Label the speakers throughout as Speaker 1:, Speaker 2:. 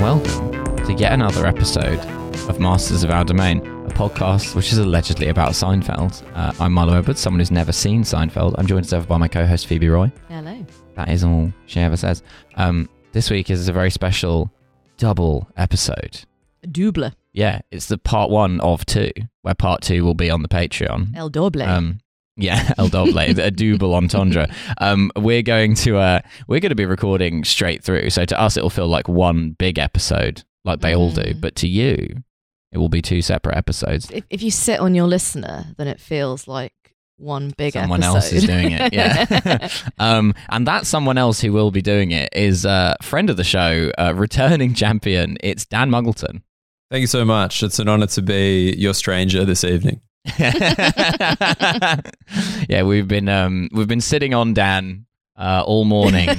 Speaker 1: welcome to yet another episode of Masters of Our Domain, a podcast which is allegedly about Seinfeld. Uh, I'm Milo Edwards, someone who's never seen Seinfeld. I'm joined as ever by my co host Phoebe Roy.
Speaker 2: Hello.
Speaker 1: That is all she ever says. Um, this week is a very special double episode.
Speaker 2: Double.
Speaker 1: Yeah, it's the part one of two, where part two will be on the Patreon.
Speaker 2: El doble.
Speaker 1: Um, yeah, El Doble, a double entendre. Um, we're going to uh, we're going to be recording straight through, so to us it'll feel like one big episode, like they all do.
Speaker 2: Mm.
Speaker 1: But to you, it will be two separate episodes.
Speaker 2: if, if you sit on your listener, then it feels like one big
Speaker 1: someone
Speaker 2: episode.
Speaker 1: else is doing it, yeah. um, and that someone else who will be doing it is a uh, friend of the show, uh, returning champion. It's Dan Muggleton.
Speaker 3: Thank you so much. It's an honor to be your stranger this evening.
Speaker 1: yeah, we've been um, we've been sitting on Dan uh, all morning.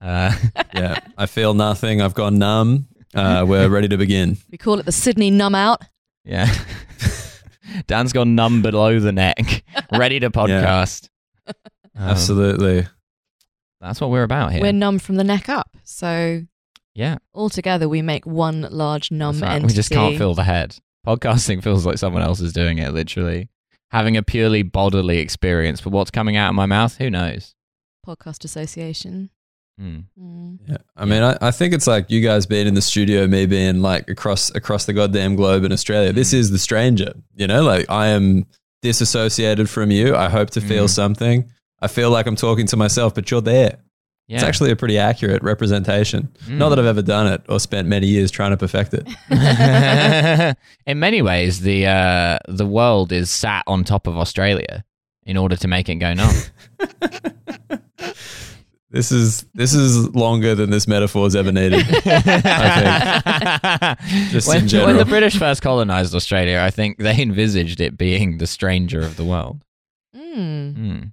Speaker 1: Uh,
Speaker 3: Yeah, I feel nothing. I've gone numb. Uh, we're ready to begin.
Speaker 2: we call it the Sydney numb out.
Speaker 1: Yeah. Dan's gone numb below the neck, ready to podcast. Um,
Speaker 3: Absolutely.
Speaker 1: That's what we're about here.
Speaker 2: We're numb from the neck up. So
Speaker 1: yeah.
Speaker 2: all together, we make one large numb
Speaker 1: that's right.
Speaker 2: entity.
Speaker 1: We just can't feel the head. Podcasting feels like someone else is doing it, literally. Having a purely bodily experience, but what's coming out of my mouth, who knows?
Speaker 2: Podcast Association.
Speaker 1: Hmm.
Speaker 2: Mm.
Speaker 3: Yeah. I mean, I, I think it's like you guys being in the studio, me being like across across the goddamn globe in Australia. This
Speaker 1: Mm.
Speaker 3: is the stranger. You know, like I am disassociated from you. I hope to feel
Speaker 1: Mm.
Speaker 3: something. I feel like I'm talking to myself, but you're there.
Speaker 1: Yeah.
Speaker 3: It's actually a pretally accurate representation.
Speaker 1: Mm.
Speaker 3: Not that I've ever done it or spent many years trying to perfect it.
Speaker 1: in many ways, the uh, the world is sat on top of Australia in order to make it go numb.
Speaker 3: This is this is longer than this metaphor's ever needed. Just
Speaker 1: when,
Speaker 3: in general.
Speaker 1: when the British first colonized Australia, I think they envisaged it being the stranger of the world.
Speaker 2: Mm.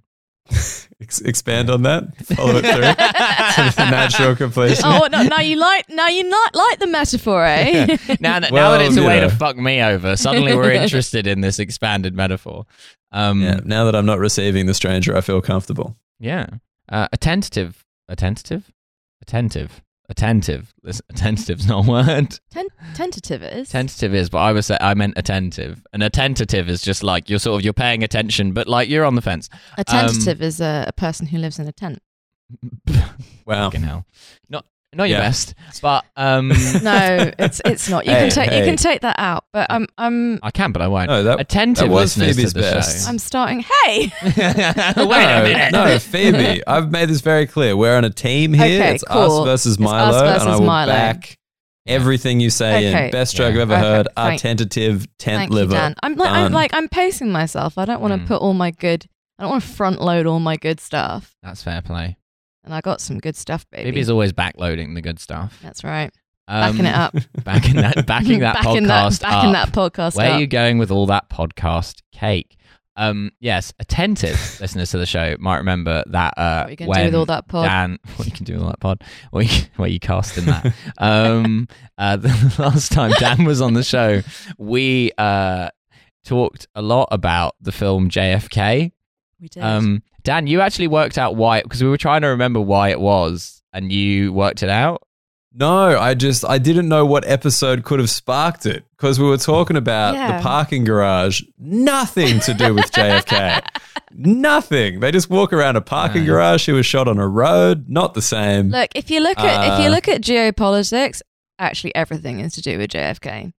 Speaker 1: Mm.
Speaker 3: Ex- expand on that. Follow it through to the natural completion.
Speaker 2: oh, no, now you like now you not like the metaphor, eh?
Speaker 1: Now, that now
Speaker 3: Well,
Speaker 1: that it's a
Speaker 3: you
Speaker 1: way
Speaker 3: know.
Speaker 1: to fuck me over, suddenly we're interested in this expanded metaphor. Um,
Speaker 3: Yeah,
Speaker 1: yeah.
Speaker 3: now that I'm not receiving the stranger, I feel comfortable.
Speaker 1: Uh, attentive. Attentive? Attentive. Attentive. Listen, attentive's not a word.
Speaker 2: Ten- tentative it is.
Speaker 1: Tentative is, but I was say, I meant attentive. And attentative is just like you're sort of you're paying attention, but like you're on the fence.
Speaker 2: a tentative
Speaker 1: um,
Speaker 2: is a, a person who lives in a tent.
Speaker 3: Wow.
Speaker 1: Fucking hell. Not not your
Speaker 3: Oh. Yeah.
Speaker 1: best, but um,
Speaker 2: No, it's it's not. You
Speaker 3: Hey,
Speaker 2: can take you
Speaker 3: hey.
Speaker 2: can take that out, but I'm I'm
Speaker 1: I can, but I won't.
Speaker 3: No, that
Speaker 1: Attentive
Speaker 3: that was
Speaker 1: listeners
Speaker 3: Phoebe's
Speaker 1: to the
Speaker 3: best.
Speaker 2: I'm starting. Hey,
Speaker 1: show. Wait a
Speaker 3: no,
Speaker 1: minute.
Speaker 3: no, Phoebe. I've made this very clear. We're on a team here.
Speaker 2: Okay,
Speaker 3: it's
Speaker 2: cool.
Speaker 3: us versus
Speaker 2: It's
Speaker 3: Milo,
Speaker 2: us versus
Speaker 3: and I will
Speaker 2: Milo.
Speaker 3: back everything you say
Speaker 2: Okay.
Speaker 3: in. Best joke
Speaker 1: Yeah.
Speaker 3: I've ever
Speaker 2: Okay,
Speaker 3: heard. Our
Speaker 2: thank-
Speaker 3: tentative tent
Speaker 2: thank
Speaker 3: liver.
Speaker 2: you, Dan. I'm like I'm
Speaker 3: Done.
Speaker 2: like I'm pacing myself. I don't want to
Speaker 1: Mm.
Speaker 2: put all my good. I don't want to front load all my good stuff.
Speaker 1: That's fair play.
Speaker 2: And I got some good stuff, baby.
Speaker 1: Phoebe's always backloading the good stuff.
Speaker 2: That's right.
Speaker 1: Um,
Speaker 2: Backing it up.
Speaker 1: Backing that, backing that
Speaker 2: backing
Speaker 1: podcast
Speaker 2: That, backing
Speaker 1: up.
Speaker 2: that podcast
Speaker 1: Where
Speaker 2: up.
Speaker 1: are you going with all that podcast cake? Um, yes, attentive listeners to the show might remember that. Uh,
Speaker 2: what are you gonna do
Speaker 1: when
Speaker 2: with all that pod?
Speaker 1: Dan, what you can do in that pod, what you, what you cast in that. um, uh, the last time Dan was on the show, we uh, talked a lot about the film JFK.
Speaker 2: We did.
Speaker 1: Um, Dan, you actually worked out why, because we were trying to remember why it was, and you worked it out.
Speaker 3: No, I just I didn't know what episode could have sparked it because we were talking about
Speaker 2: Yeah.
Speaker 3: the parking garage. Nothing to do with JFK. Nothing. They just walk around a parking
Speaker 1: No.
Speaker 3: garage. He was shot on a road. Not the same.
Speaker 2: look, if you look at if you
Speaker 3: uh,
Speaker 2: look at geopolitics, actually everything is to do with JFK.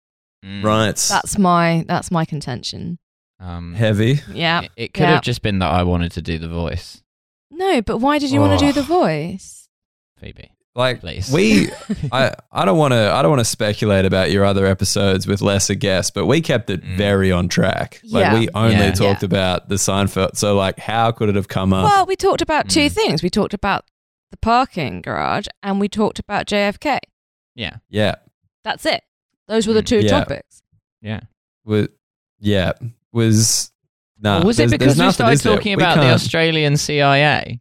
Speaker 1: Mm,
Speaker 3: Right.
Speaker 2: That's my that's my contention.
Speaker 1: Um,
Speaker 3: heavy.
Speaker 2: Yeah.
Speaker 1: it, it could
Speaker 2: yeah.
Speaker 1: have just been that I wanted to do the voice,
Speaker 2: No, but why did you want
Speaker 1: Oh.
Speaker 2: to do the voice?
Speaker 1: Phoebe.
Speaker 3: Like
Speaker 1: Please.
Speaker 3: we, I, I don't want to. I don't want to speculate about your other episodes with lesser guests, but we kept it
Speaker 1: Mm.
Speaker 3: very on track. Like
Speaker 2: Yeah.
Speaker 3: we only
Speaker 1: Yeah.
Speaker 3: talked about the Seinfeld. So like, how could it have come up?
Speaker 2: Well, we talked about two
Speaker 1: Uh. Mm.
Speaker 2: things. We talked about the parking garage and we talked about JFK.
Speaker 1: Yeah,
Speaker 3: yeah.
Speaker 2: That's it. Those were the
Speaker 1: Mm.
Speaker 2: two
Speaker 3: Yeah.
Speaker 2: topics.
Speaker 1: yeah.
Speaker 3: Was, yeah. Was. No,
Speaker 1: Or was
Speaker 3: there's-
Speaker 1: it
Speaker 3: there's
Speaker 1: because we
Speaker 3: nothing,
Speaker 1: started
Speaker 3: is there?
Speaker 1: talking
Speaker 3: We
Speaker 1: about the
Speaker 3: can't-
Speaker 1: Australian CIA?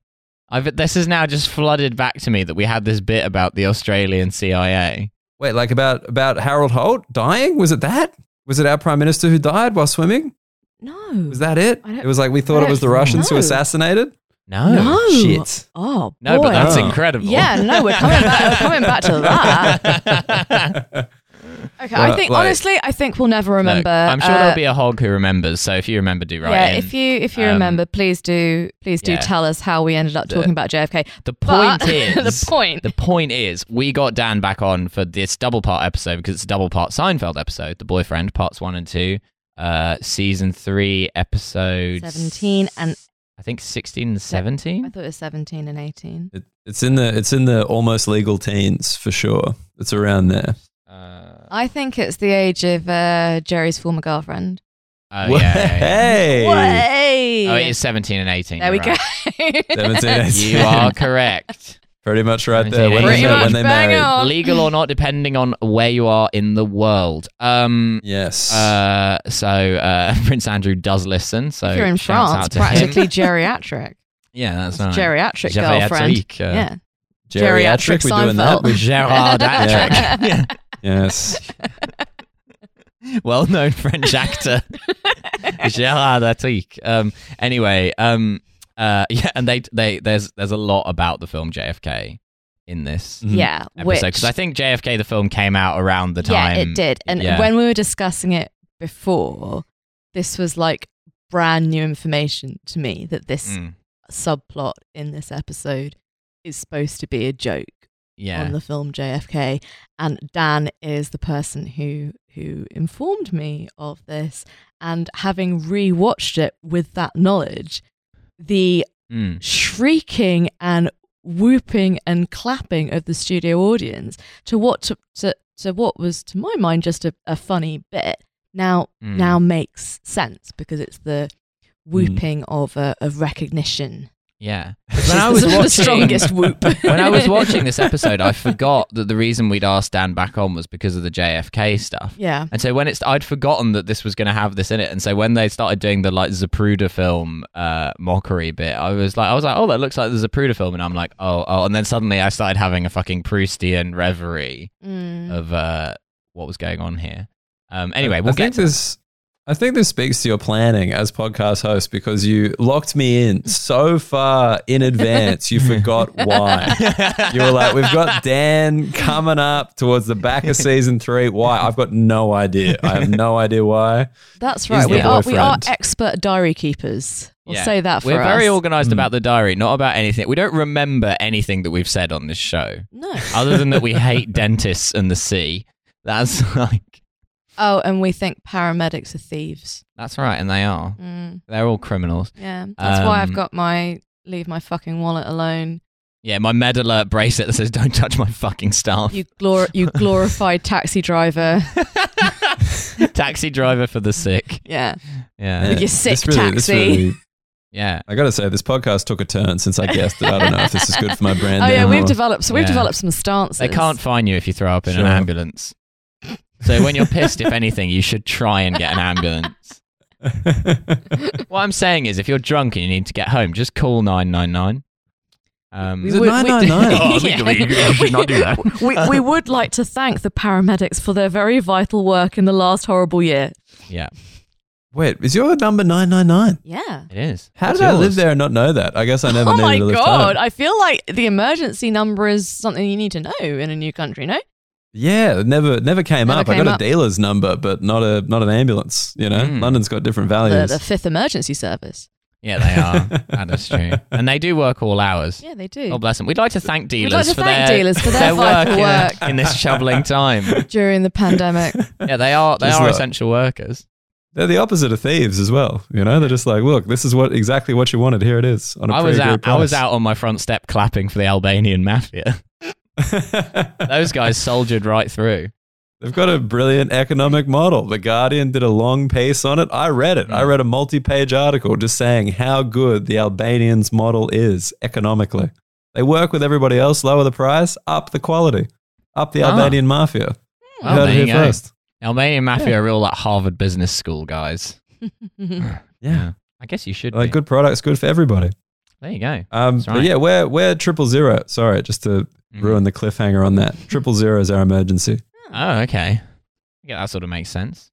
Speaker 1: I've, this has now just flooded back to me that we had this bit about the Australian CIA.
Speaker 3: Wait, like about about Harold Holt dying? Was it that? Was it our prime minister who died while swimming?
Speaker 2: No.
Speaker 3: Was that it?
Speaker 2: I don't-
Speaker 3: It was like we
Speaker 2: I
Speaker 3: thought it
Speaker 2: don't
Speaker 3: was the Russians who
Speaker 2: know.
Speaker 3: assassinated.
Speaker 1: No.
Speaker 2: No.
Speaker 3: Shit.
Speaker 2: Oh,
Speaker 1: No,
Speaker 2: boy.
Speaker 1: but that's
Speaker 3: Oh.
Speaker 1: incredible.
Speaker 2: Yeah, no, we're coming back, we're coming back to that. Okay, I
Speaker 3: Well,
Speaker 2: think
Speaker 3: like-
Speaker 2: honestly, I think we'll never remember.
Speaker 1: Look, I'm sure
Speaker 2: uh,
Speaker 1: there'll be a hog who remembers. So if you remember, do right.
Speaker 2: yeah, if you if you
Speaker 1: Um,
Speaker 2: remember, please do please do
Speaker 1: yeah.
Speaker 2: tell us how we ended up
Speaker 1: The-
Speaker 2: talking about JFK.
Speaker 1: the
Speaker 2: But
Speaker 1: point is,
Speaker 2: the point.
Speaker 1: the point is, we got Dan back on for this double part episode because it's a double part Seinfeld episode, The Boyfriend, parts one and two, uh, season three, episode
Speaker 2: 17 and
Speaker 1: I think 16 and
Speaker 2: I
Speaker 1: 17.
Speaker 2: thought it was 17 and 18.
Speaker 3: It, it's in the it's in the almost legal teens for sure. It's around there.
Speaker 1: Uh,
Speaker 2: I think it's the age of uh, Jerry's former girlfriend.
Speaker 1: oh, yeah, yeah, yeah.
Speaker 3: Hey.
Speaker 2: Way.
Speaker 1: Oh, it is 17 and 18.
Speaker 2: there we
Speaker 1: you're right.
Speaker 2: go.
Speaker 3: 17,
Speaker 1: You
Speaker 3: 18.
Speaker 1: are correct.
Speaker 3: pretty much right there. When
Speaker 1: Pretty
Speaker 3: they,
Speaker 1: much,
Speaker 3: when they
Speaker 2: bang
Speaker 3: married.
Speaker 2: on.
Speaker 1: Legal or not, depending on where you are in the world. Um,
Speaker 3: Yes.
Speaker 1: Uh, so uh, Prince Andrew does listen. So
Speaker 2: if you're in
Speaker 1: shouts
Speaker 2: France,
Speaker 1: out to him.
Speaker 2: practically geriatric.
Speaker 1: yeah, that's
Speaker 2: It's
Speaker 1: right.
Speaker 2: Geriatric
Speaker 1: Gervais
Speaker 2: girlfriend.
Speaker 1: Attique, uh,
Speaker 2: yeah.
Speaker 3: Geriatric,
Speaker 2: Geriatric
Speaker 3: we're doing that.
Speaker 2: Seinfeld.
Speaker 3: We-
Speaker 1: Gerard Attrick. Yeah.
Speaker 3: yes.
Speaker 1: Well-known French actor Gerard Attic. Um, anyway, um, uh, yeah, and they they there's there's a lot about the film JFK in this
Speaker 3: Mhm.
Speaker 2: Yeah. Which,
Speaker 1: mm, episode because I think JFK the film came out around the
Speaker 2: yeah,
Speaker 1: time.
Speaker 2: it did. And
Speaker 1: yeah.
Speaker 2: when we were discussing it before, this was like brand new information to me that this
Speaker 1: Mm,
Speaker 2: subplot in this episode is supposed to be a joke on
Speaker 1: yeah,
Speaker 2: the film JFK, and Dan is the person who who informed me of this. And having rewatched it with that knowledge, the
Speaker 1: Mm.
Speaker 2: shrieking and whooping and clapping of the studio audience to what to, to, to what was to my mind just a, a funny bit now
Speaker 1: Mm.
Speaker 2: now makes sense because it's the
Speaker 1: Hmm.
Speaker 2: whooping of uh, of recognition
Speaker 1: yeah.
Speaker 2: which
Speaker 1: When
Speaker 2: is
Speaker 1: I was
Speaker 2: the, the
Speaker 1: watching-
Speaker 2: strongest whoop
Speaker 1: when I was watching this episode, I forgot that the reason we'd asked Dan back on was because of the JFK stuff.
Speaker 2: yeah
Speaker 1: And so when it's, I'd forgotten that this was going to have this in it. And so when they started doing the like Zapruder film uh, mockery bit, I was like, I was like, oh, that looks like the Zapruder film, and I'm like, oh, oh. And then suddenly I started having a fucking Proustian reverie
Speaker 2: Mm.
Speaker 1: of uh, what was going on here. Um, anyway, we'll
Speaker 3: I
Speaker 1: get
Speaker 3: think
Speaker 1: to
Speaker 3: this. I think this speaks to your planning as podcast host because you locked me in so far in advance. You forgot why. You were like, "We've got Dan coming up towards the back of season three. Why? I've got no idea. I have no idea why."
Speaker 2: That's
Speaker 3: He's
Speaker 2: right.
Speaker 3: the
Speaker 2: We are we are
Speaker 3: boyfriend.
Speaker 2: expert diary keepers. We'll
Speaker 1: Yeah.
Speaker 2: say that for
Speaker 1: We're
Speaker 2: us.
Speaker 1: very organized
Speaker 3: Mm.
Speaker 1: about the diary, not about anything. We don't remember anything that we've said on this show.
Speaker 2: no.
Speaker 1: other than that we hate dentists and the sea. That's like
Speaker 2: Oh, and we think paramedics are thieves.
Speaker 1: that's right, and they are.
Speaker 2: Mm,
Speaker 1: They're all criminals.
Speaker 2: yeah, that's why I've
Speaker 1: Um,
Speaker 2: got my leave my fucking wallet alone.
Speaker 1: Yeah, my med alert bracelet that says "Don't touch my fucking stuff."
Speaker 2: You glor- you glorified taxi driver.
Speaker 1: Taxi driver for the sick.
Speaker 2: Yeah,
Speaker 1: Yeah,
Speaker 2: With
Speaker 1: yeah.
Speaker 2: your sick
Speaker 3: this really- this
Speaker 2: taxi.
Speaker 3: really- I got to say, this podcast took a turn since I guessed it. I don't know if this is good for my brand.
Speaker 2: oh yeah, we've
Speaker 3: anymore.
Speaker 2: developed so we've
Speaker 1: Yeah.
Speaker 2: developed some stances.
Speaker 1: They can't fine you if you throw up in
Speaker 3: Sure.
Speaker 1: an ambulance. So when you're pissed, if anything, you should try and get an ambulance. What I'm saying is, if you're drunk and you need to get home, just call nine nine nine. Um,
Speaker 3: Is it
Speaker 2: would-
Speaker 3: 999?
Speaker 1: Oh, legally, you- you should not do that.
Speaker 2: We, we would like to thank the paramedics for their very vital work in the last horrible year.
Speaker 1: yeah,
Speaker 3: Wait, is your number nine nine nine?
Speaker 2: Yeah.
Speaker 1: it is.
Speaker 3: How
Speaker 1: It's
Speaker 3: did I
Speaker 1: yours.
Speaker 3: live there and not know that? I guess I never
Speaker 2: oh
Speaker 3: knew
Speaker 2: my
Speaker 3: to live
Speaker 2: god!
Speaker 3: time.
Speaker 2: I feel like the emergency number is something you need to know in a new country. No,
Speaker 3: Yeah, it never never came
Speaker 2: Never
Speaker 3: up. I
Speaker 2: came
Speaker 3: got
Speaker 2: up.
Speaker 3: a dealer's number, but not a not an ambulance. You know,
Speaker 1: Mm.
Speaker 3: London's got different
Speaker 2: the,
Speaker 3: values.
Speaker 2: the fifth emergency service.
Speaker 1: Yeah, they are. that is true. And they do work all hours.
Speaker 2: Yeah, they do.
Speaker 1: Oh, bless them. We'd like to thank
Speaker 2: We'd
Speaker 1: dealers,
Speaker 2: like to
Speaker 1: for,
Speaker 2: thank
Speaker 1: their,
Speaker 2: dealers for
Speaker 1: their
Speaker 2: their
Speaker 1: work,
Speaker 2: vital work
Speaker 1: In, in this shoveling time.
Speaker 2: during the pandemic.
Speaker 1: Yeah, they are. They
Speaker 3: Just
Speaker 1: are
Speaker 3: look.
Speaker 1: essential workers.
Speaker 3: They're the opposite of thieves as well. You know, they're just like, look, this is what exactly what you wanted. Here it is. On a
Speaker 1: I was
Speaker 3: pre-agreed
Speaker 1: out. I was
Speaker 3: price."
Speaker 1: out on my front step clapping for the Albanian mafia. Those guys soldiered right through.
Speaker 3: They've got a brilliant economic model. The Guardian did a long piece on it. I read it.
Speaker 1: Mm.
Speaker 3: I read a multi-page article just saying how good the Albanians' model is economically. They work with everybody else, lower the price, up the quality, up the
Speaker 1: Ah.
Speaker 3: Albanian mafia.
Speaker 2: Hmm.
Speaker 3: You
Speaker 1: Well,
Speaker 3: heard
Speaker 1: there
Speaker 3: it
Speaker 1: you
Speaker 3: here
Speaker 1: go.
Speaker 3: first.
Speaker 1: Albanian mafia are real like Harvard Business School guys.
Speaker 3: Yeah.
Speaker 1: I guess you should.
Speaker 3: Like
Speaker 1: be.
Speaker 3: good products, good for everybody.
Speaker 1: There you go.
Speaker 3: Um,
Speaker 1: That's
Speaker 3: but
Speaker 1: right. Mm.
Speaker 3: yeah, we're we're triple zero. Sorry, just to ruin the cliffhanger on that. Triple zero is our emergency.
Speaker 1: Oh, okay. Yeah, that sort of makes sense.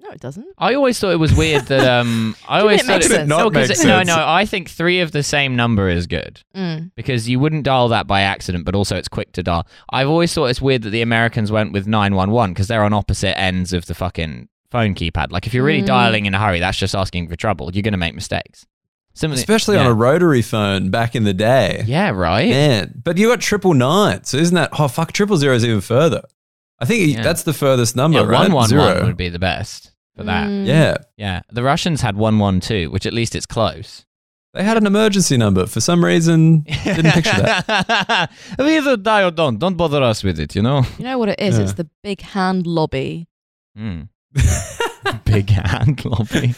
Speaker 2: No, it doesn't.
Speaker 1: I always thought it was weird that um I
Speaker 2: Didn't
Speaker 1: always
Speaker 2: it
Speaker 1: thought
Speaker 2: make
Speaker 1: it,
Speaker 2: sense? Did it
Speaker 3: not
Speaker 1: no, 'cause
Speaker 3: make
Speaker 1: it- no
Speaker 3: sense?
Speaker 1: no I think three of the same number is good
Speaker 2: Mm.
Speaker 1: because you wouldn't dial that by accident but also it's quick to dial. I've always thought it's weird that the Americans went with 911 because they're on opposite ends of the fucking phone keypad. Like if you're really
Speaker 2: Mm.
Speaker 1: dialing in a hurry that's just asking for trouble. You're going to make mistakes. Similarly,
Speaker 3: especially on
Speaker 1: yeah.
Speaker 3: a rotary phone back in the day.
Speaker 1: Yeah, right.
Speaker 3: Man, but you got triple nine, so isn't that oh fuck triple zero is even further. I think
Speaker 1: Yeah.
Speaker 3: that's the furthest number,
Speaker 1: Yeah,
Speaker 3: right?
Speaker 1: one one
Speaker 3: Zero.
Speaker 1: one would be the best for that.
Speaker 2: Mm.
Speaker 3: Yeah,
Speaker 1: Yeah, the Russians had one one two, which at least it's close.
Speaker 3: they had an emergency number for some reason. Didn't picture that.
Speaker 1: that. we either die or don't. Don't bother us with it, you know.
Speaker 2: You know what it is?
Speaker 3: Yeah.
Speaker 2: It's the big hand lobby.
Speaker 3: Hmm.
Speaker 1: Mm. Big hand lobby.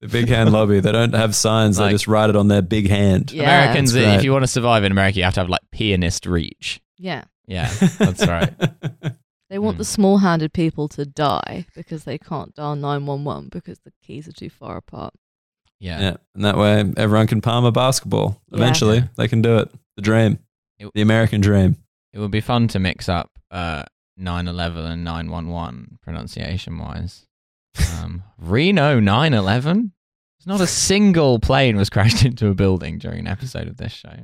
Speaker 3: The big hand lobby. They don't have signs.
Speaker 1: Like-
Speaker 3: they just write it on their big hand.
Speaker 2: Yeah.
Speaker 1: Americans,
Speaker 3: That's
Speaker 1: if
Speaker 3: right.
Speaker 1: you want to survive in America, you have to have like pianist reach.
Speaker 2: Yeah.
Speaker 1: Yeah, that's right.
Speaker 2: They want the
Speaker 1: Hmm.
Speaker 2: small handed people to die because they can't dial 911 because the keys are too far apart.
Speaker 1: Yeah.
Speaker 3: Yeah, and that way everyone can palm a basketball.
Speaker 2: Yeah.
Speaker 3: Eventually, they can do it. The dream,
Speaker 1: It-
Speaker 3: the American dream.
Speaker 1: It would be fun to mix up uh, 911 and 911 pronunciation wise. Um, Reno 911? There's not a single plane was crashed into a building during an episode of this show.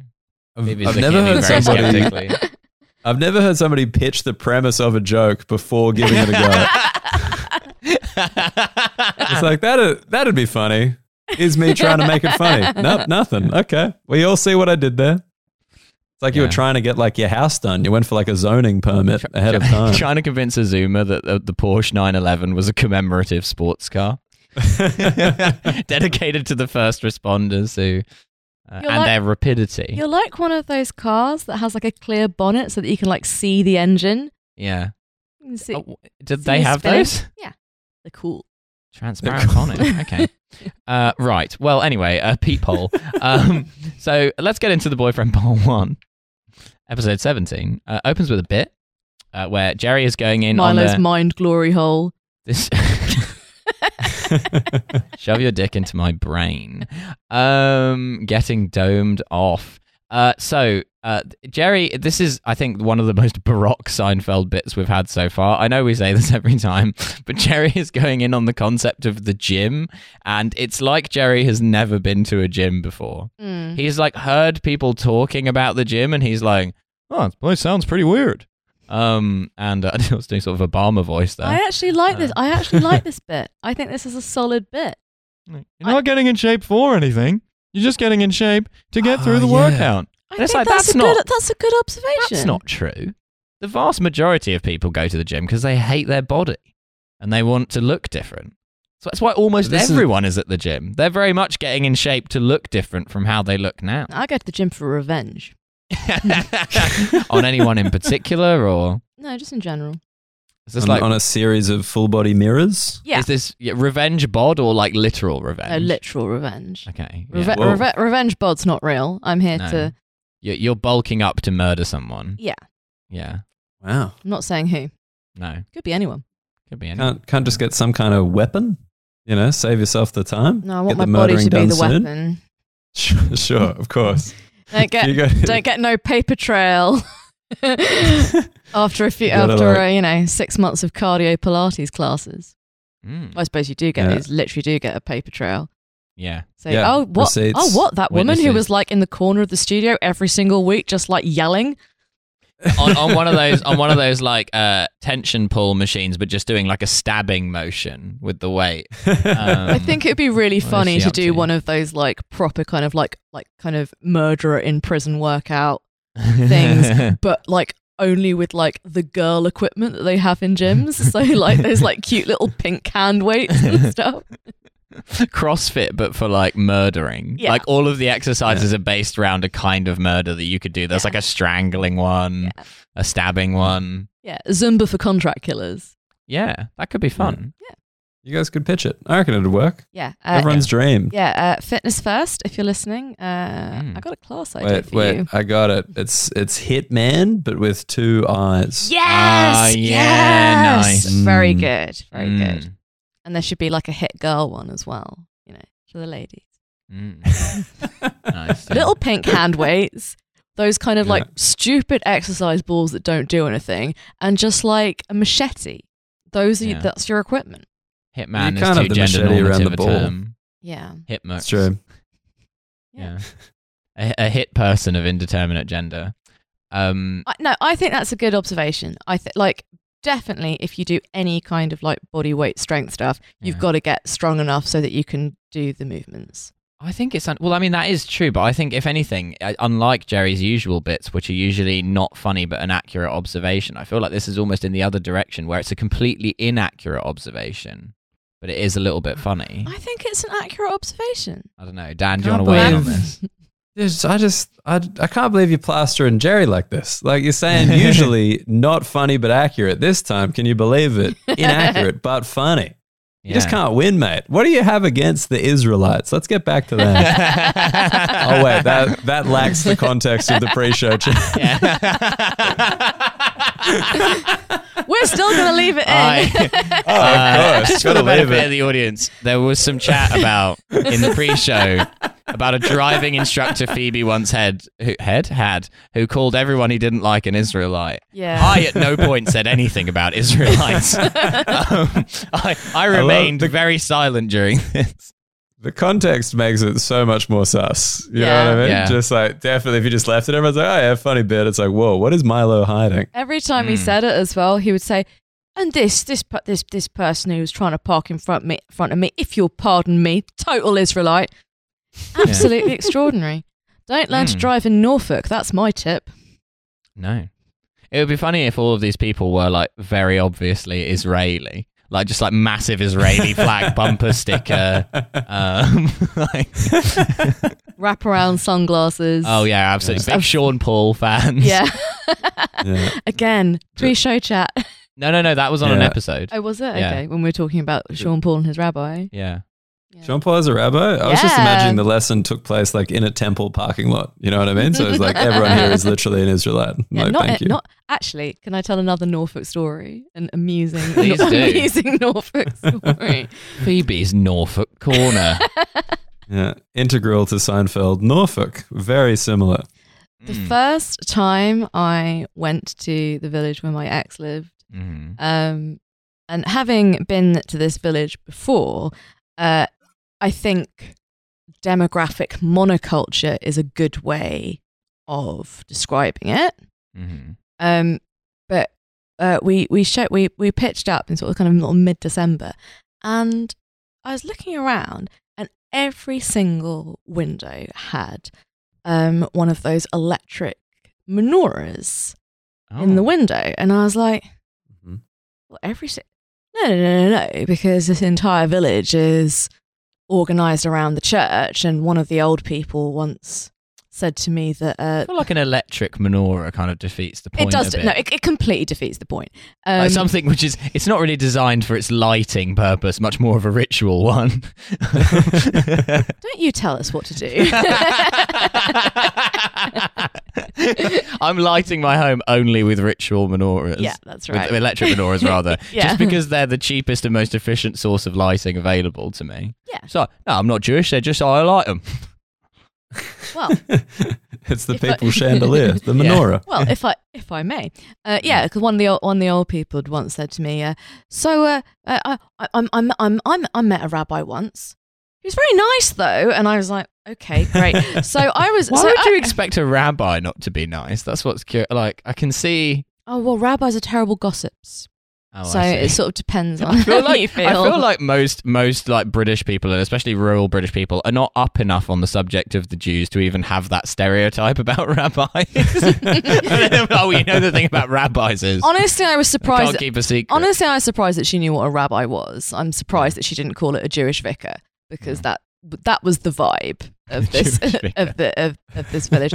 Speaker 3: I've,
Speaker 1: Phoebe's
Speaker 3: I've
Speaker 1: looking
Speaker 3: never
Speaker 1: at me
Speaker 3: heard
Speaker 1: very
Speaker 3: somebody.
Speaker 1: skeptically.
Speaker 3: I've never heard somebody pitch the premise of a joke before giving it a go. It's like that. That'd be funny. Is me trying to make it funny? Nope, nothing. Okay, we all see what I did there. It's like you
Speaker 1: Yeah.
Speaker 3: were trying to get like your house done. You went for like Um, a zoning permit
Speaker 1: Tr-
Speaker 3: ahead of
Speaker 1: tr-
Speaker 3: time.
Speaker 1: Trying to convince Azuma that uh, the, the Porsche 911 was a commemorative sports car dedicated to the first responders who uh, and
Speaker 2: You're like-
Speaker 1: their rapidity.
Speaker 2: You're like one of those cars that has like a clear bonnet so that you can like see the engine.
Speaker 1: Yeah.
Speaker 2: You can see
Speaker 1: Oh, w- did
Speaker 2: see
Speaker 1: they
Speaker 2: you
Speaker 1: have
Speaker 2: spinning?
Speaker 1: those?
Speaker 2: the cool.
Speaker 1: Transparent bonnet. Okay. Uh, right. Well, anyway, uh, peephole. um, so let's get into the boyfriend poll one. Episode 17 uh, opens with a bit uh, where Jerry is going in on
Speaker 2: Milo's
Speaker 1: the,
Speaker 2: mind glory hole.
Speaker 1: this. Shove your dick into my brain. Um, getting domed off. Uh, so, uh, Jerry, this is, I think, one of the most baroque Seinfeld bits we've had so far. I know we say this every time, but Jerry is going in on the concept of the gym, and it's like Jerry has never been to a gym before.
Speaker 2: Mm.
Speaker 1: He's like heard people talking about the gym, and he's like, "Oh, this place sounds pretty weird." Um, and uh, I was doing sort of a Obama voice there.
Speaker 2: I actually like this.
Speaker 1: Uh.
Speaker 2: I actually like this bit. I think this is a solid bit.
Speaker 1: You're
Speaker 2: I-
Speaker 1: not getting in shape for anything. You're just getting in shape to get
Speaker 3: Oh,
Speaker 2: Ah,
Speaker 1: through the
Speaker 3: yeah.
Speaker 1: workout.
Speaker 2: I
Speaker 1: That's
Speaker 2: think
Speaker 1: like-
Speaker 2: that's,
Speaker 1: that's
Speaker 2: a
Speaker 1: not-
Speaker 2: good, that's a good observation.
Speaker 1: That's not true. The vast majority of people go to the gym because they hate their body and they want to look different. So that's why almost
Speaker 3: This is-
Speaker 1: everyone is at the gym. They're very much getting in shape to look different from how they look now.
Speaker 2: I go to the gym for revenge.
Speaker 1: On anyone in particular, or
Speaker 2: No, just in general.
Speaker 1: is this
Speaker 3: on,
Speaker 1: like
Speaker 3: on a series of full body mirrors.
Speaker 2: Yeah.
Speaker 1: is this yeah, revenge bod or like literal revenge?
Speaker 2: No, literal revenge.
Speaker 1: Okay, yeah.
Speaker 2: Reve-
Speaker 3: Whoa.
Speaker 2: reve- revenge bot's not real. I'm here
Speaker 1: No.
Speaker 2: to.
Speaker 1: You're- you're bulking up to murder someone.
Speaker 2: Yeah.
Speaker 1: Yeah,
Speaker 3: Wow,
Speaker 2: I'm not saying who.
Speaker 1: no,
Speaker 2: Could be anyone.
Speaker 1: could be anyone.
Speaker 3: can't can't just get some kind of weapon. You know, save yourself the time.
Speaker 2: No, I
Speaker 3: Get
Speaker 2: want my
Speaker 3: the
Speaker 2: body to
Speaker 3: murdering
Speaker 2: be
Speaker 3: done
Speaker 2: the
Speaker 3: soon.
Speaker 2: weapon.
Speaker 3: Sure, sure, of course.
Speaker 2: Don't
Speaker 3: You
Speaker 2: get,
Speaker 3: go-
Speaker 2: don't get no paper trail. after a few,
Speaker 3: You gotta,
Speaker 2: after
Speaker 3: like-
Speaker 2: uh, you know six months of cardio Pilates classes,
Speaker 1: Mm.
Speaker 3: Hmm.
Speaker 2: I suppose you do get
Speaker 3: Yeah.
Speaker 2: these. Literally, do get a paper trail.
Speaker 1: Yeah.
Speaker 2: So,
Speaker 3: Yeah,
Speaker 2: oh what?
Speaker 3: receipts,
Speaker 2: oh what? That woman who
Speaker 1: witnesses.
Speaker 2: was like in the corner of the studio every single week, just like yelling.
Speaker 1: on, on one of those on one of those like uh, tension pull machines, but just doing like a stabbing motion with the weight. Um,
Speaker 2: I think it'd be really
Speaker 1: What is
Speaker 2: funny
Speaker 1: she
Speaker 2: to
Speaker 1: up
Speaker 2: do
Speaker 1: to?
Speaker 2: one of those like proper kind of like like kind of murderer in prison workout, Things. but like only with like the girl equipment that they have in gyms. So like those like cute little pink hand weights and stuff.
Speaker 1: CrossFit, but for like murdering.
Speaker 2: Yeah.
Speaker 1: Like all of the exercises are based around a kind of murder that you could do. There's
Speaker 2: Yeah.
Speaker 1: like a strangling one, a stabbing
Speaker 3: Hmm.
Speaker 1: one.
Speaker 2: Yeah, Zumba for contract killers.
Speaker 1: Yeah, that could be
Speaker 3: Hmm.
Speaker 1: fun.
Speaker 3: you guys could pitch it. I reckon it'd work.
Speaker 2: Yeah, uh,
Speaker 3: Everyone's dream.
Speaker 2: yeah. Uh, fitness first, if you're listening. Uh,
Speaker 1: Mm.
Speaker 2: I got a class idea
Speaker 3: Wait,
Speaker 2: for
Speaker 3: wait,
Speaker 2: you.
Speaker 3: I got it. It's it's Hitman, but with two eyes.
Speaker 2: Yes,
Speaker 1: Ah, yeah,
Speaker 2: yes.
Speaker 1: nice.
Speaker 2: Very
Speaker 3: Mm.
Speaker 2: good, very
Speaker 1: Mm.
Speaker 2: good. And there should be like a hit girl one as well. You know, for the ladies.
Speaker 3: Hmm.
Speaker 1: Mm. nice. yeah.
Speaker 2: little pink hand weights, those kind of
Speaker 3: Yeah.
Speaker 2: like stupid exercise balls that don't do anything, and just like a machete. Those are
Speaker 1: Yeah.
Speaker 2: that's your equipment.
Speaker 1: Hitman
Speaker 3: You can't
Speaker 1: is
Speaker 3: have
Speaker 1: too
Speaker 3: the
Speaker 1: gender
Speaker 3: machete around the
Speaker 1: normative a
Speaker 3: ball.
Speaker 1: term.
Speaker 2: Yeah.
Speaker 1: Hitmux.
Speaker 3: It's true.
Speaker 1: Yeah. a, a hit person of indeterminate gender. Um,
Speaker 2: I, no, I think that's a good observation. I think like definitely if you do any kind of like body weight strength stuff, you've
Speaker 1: Yeah.
Speaker 2: got to get strong enough so that you can do the movements.
Speaker 1: I think it's un- well. I mean, that is true, but I think if anything, uh, unlike Jerry's usual bits, which are usually not funny but an accurate observation, I feel like this is almost in the other direction, where it's a completely inaccurate observation, but it is a little bit funny.
Speaker 2: I think it's an accurate observation.
Speaker 1: I don't know, Dan. Do you want
Speaker 3: Can't
Speaker 1: to weigh in on
Speaker 3: believe-
Speaker 1: this?
Speaker 3: There's- I just, I, I can't believe you're plastering Jerry like this. Like you're saying, usually not funny but accurate. This time, can you believe it? Inaccurate but funny. You just
Speaker 1: Yeah.
Speaker 3: can't win, mate. What do you have against the Israelites? Let's get back to that. oh wait, that that lacks the context of the pre-show chat.
Speaker 2: We're still going to leave it in.
Speaker 1: I,
Speaker 3: Oh,
Speaker 1: uh,
Speaker 3: of course,
Speaker 1: for
Speaker 3: gotta
Speaker 1: the
Speaker 3: believe
Speaker 1: benefit
Speaker 3: it.
Speaker 1: of the audience, there was some chat about in the pre-show about a driving instructor Phoebe once had who, head had who called everyone he didn't like an Israelite.
Speaker 2: yeah.
Speaker 1: I at no point said anything about Israelites. um, I, I
Speaker 3: love
Speaker 1: remained
Speaker 3: the-
Speaker 1: very silent during this.
Speaker 3: The context makes it so much more sus. You know what I
Speaker 2: Yeah.
Speaker 3: mean?
Speaker 1: Yeah.
Speaker 3: Just like definitely, if you just left it, everyone's like, "Oh yeah, funny bit." It's like, whoa, what is Milo hiding?
Speaker 2: Every time he
Speaker 1: Mm.
Speaker 2: said it as well, he would say, "And this, this, per- this, this person who was trying to park in front me, front of me, if you'll pardon me, total Israelite, absolutely extraordinary." Don't learn to
Speaker 1: Mm.
Speaker 2: drive in Norfolk. That's my tip.
Speaker 1: No. It would be funny if all of these people were like very obviously Israeli, like just like massive Israeli flag bumper sticker. Um, like,
Speaker 2: Wraparound sunglasses.
Speaker 1: oh yeah, absolutely.
Speaker 2: Yeah.
Speaker 1: Big Sean Paul fans.
Speaker 2: yeah.
Speaker 3: Yeah.
Speaker 2: Again, pre-show chat.
Speaker 1: No, no, no. That was on an
Speaker 3: Yeah.
Speaker 1: episode.
Speaker 2: Oh, was it
Speaker 1: Yeah.
Speaker 2: okay when we were talking about Sean Paul and his rabbi?
Speaker 1: Yeah.
Speaker 3: Jean Paul is a rabbi. I was just
Speaker 2: Yeah.
Speaker 3: imagining the lesson took place like in a temple parking lot. You know what I mean? So it's like everyone here is literally an Israelite.
Speaker 2: Yeah,
Speaker 3: like,
Speaker 2: not, e-
Speaker 3: thank you.
Speaker 2: not actually. Can I tell another Norfolk story? An amusing,
Speaker 1: Please do.
Speaker 2: amusing Norfolk story.
Speaker 1: Phoebe's Norfolk Corner.
Speaker 3: yeah. Integral to Seinfeld, Norfolk, very similar.
Speaker 2: The
Speaker 1: Mm,
Speaker 2: first time I went to the village where my ex lived,
Speaker 1: mm.
Speaker 2: um, and having been to this village before, uh, I think demographic monoculture is a good way of describing it.
Speaker 1: Mhm.
Speaker 2: Um, but uh, we we show, we we pitched up in sort of kind of mid December, and I was looking around, and every single window had um, one of those electric menorahs in the
Speaker 1: Oh.
Speaker 2: window, and I was like,
Speaker 3: Mhm.
Speaker 2: well, every si- no, no, no, no, no, because this entire village is organized around the church, and one of the old people once said to me that uh,
Speaker 1: I feel like an electric menorah kind of defeats the point.
Speaker 2: it does
Speaker 1: a bit.
Speaker 2: no, it, it completely defeats the point. Um,
Speaker 1: Like something which is it's not really designed for its lighting purpose, much more of a ritual one.
Speaker 2: Don't you tell us what to do.
Speaker 1: I'm lighting my home only with ritual menorahs.
Speaker 2: yeah, that's
Speaker 1: With
Speaker 2: right.
Speaker 1: electric menorahs, rather,
Speaker 2: Yeah.
Speaker 1: just because they're the cheapest and most efficient source of lighting available to me.
Speaker 2: Yeah.
Speaker 1: So no, I'm not Jewish. They're just how I light them.
Speaker 2: well,
Speaker 3: it's the
Speaker 2: If I-
Speaker 3: people chandelier, the
Speaker 1: Yeah.
Speaker 3: menorah.
Speaker 2: well, if I if I may, uh,
Speaker 1: Mm.
Speaker 2: yeah, because one of the old, one of the old people had once said to me, uh, so uh, uh, I, I I'm I'm I'm I'm I met a rabbi once. He was very nice though, and I was like, okay, great. so I was.
Speaker 1: Why
Speaker 2: so
Speaker 1: would
Speaker 2: I-
Speaker 1: you expect a rabbi not to be nice? That's what's cu- like. I can see.
Speaker 2: oh well, rabbis are terrible gossips.
Speaker 1: Oh,
Speaker 2: so
Speaker 1: I see.
Speaker 2: it sort of depends on
Speaker 1: I feel
Speaker 2: how
Speaker 1: like
Speaker 2: you feel.
Speaker 1: I feel like most most like British people and especially rural British people are not up enough on the subject of the Jews to even have that stereotype about rabbis. oh, you know the thing about rabbis is
Speaker 2: Honestly, I was
Speaker 1: they can't
Speaker 2: surprised.
Speaker 1: keep a secret.
Speaker 2: Honestly, I was surprised that she knew what a rabbi was. I'm surprised that she didn't call it a Jewish vicar because that that was the vibe of this
Speaker 1: Jewish vicar.
Speaker 2: of the of, of this village.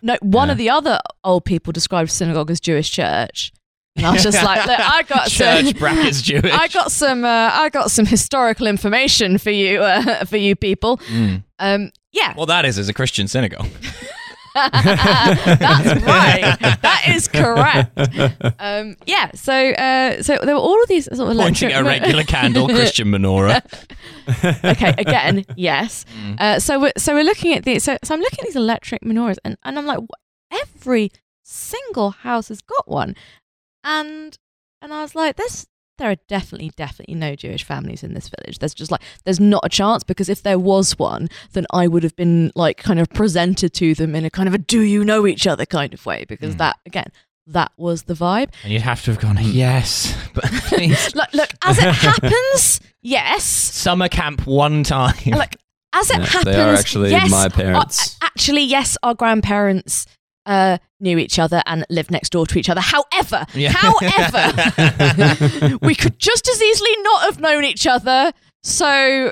Speaker 2: No, one of the other old people described synagogue as Jewish church, and I was just like, look, I got
Speaker 1: Church
Speaker 2: some.
Speaker 1: brackets Jewish.
Speaker 2: I got some. Uh, I got some historical information for you. Uh, for you people.
Speaker 1: Mm.
Speaker 2: Um, yeah,
Speaker 1: Well, that is is a Christian synagogue.
Speaker 2: that's right. That is correct. Um, yeah. So, uh, so there were all of these sort of
Speaker 1: Pointing
Speaker 2: electric-
Speaker 1: at a regular candle, Christian menorah.
Speaker 2: okay, again, yes.
Speaker 1: Mm.
Speaker 2: Uh, so we're so we're looking at the so, so I'm looking at these electric menorahs and, and I'm like "Wh- every single house has got one, and and I was like this there are definitely, definitely no Jewish families in this village. There's just like, there's not a chance because if there was one, then I would have been like kind of presented to them in a kind of a do you know each other kind of way because
Speaker 3: Hmm.
Speaker 1: Mm.
Speaker 2: that, again, that was the vibe.
Speaker 1: And you'd have to have gone, yes, but please.
Speaker 2: Look, look as it happens, yes.
Speaker 1: Summer camp one time.
Speaker 2: Like, as it
Speaker 3: Yeah,
Speaker 2: happens,
Speaker 3: they are actually
Speaker 2: yes,
Speaker 3: my
Speaker 2: our-
Speaker 3: parents.
Speaker 2: actually, yes, our grandparents uh, knew each other and lived next door to each other. However,
Speaker 1: Yeah.
Speaker 2: however, we could just as easily not have known each other. So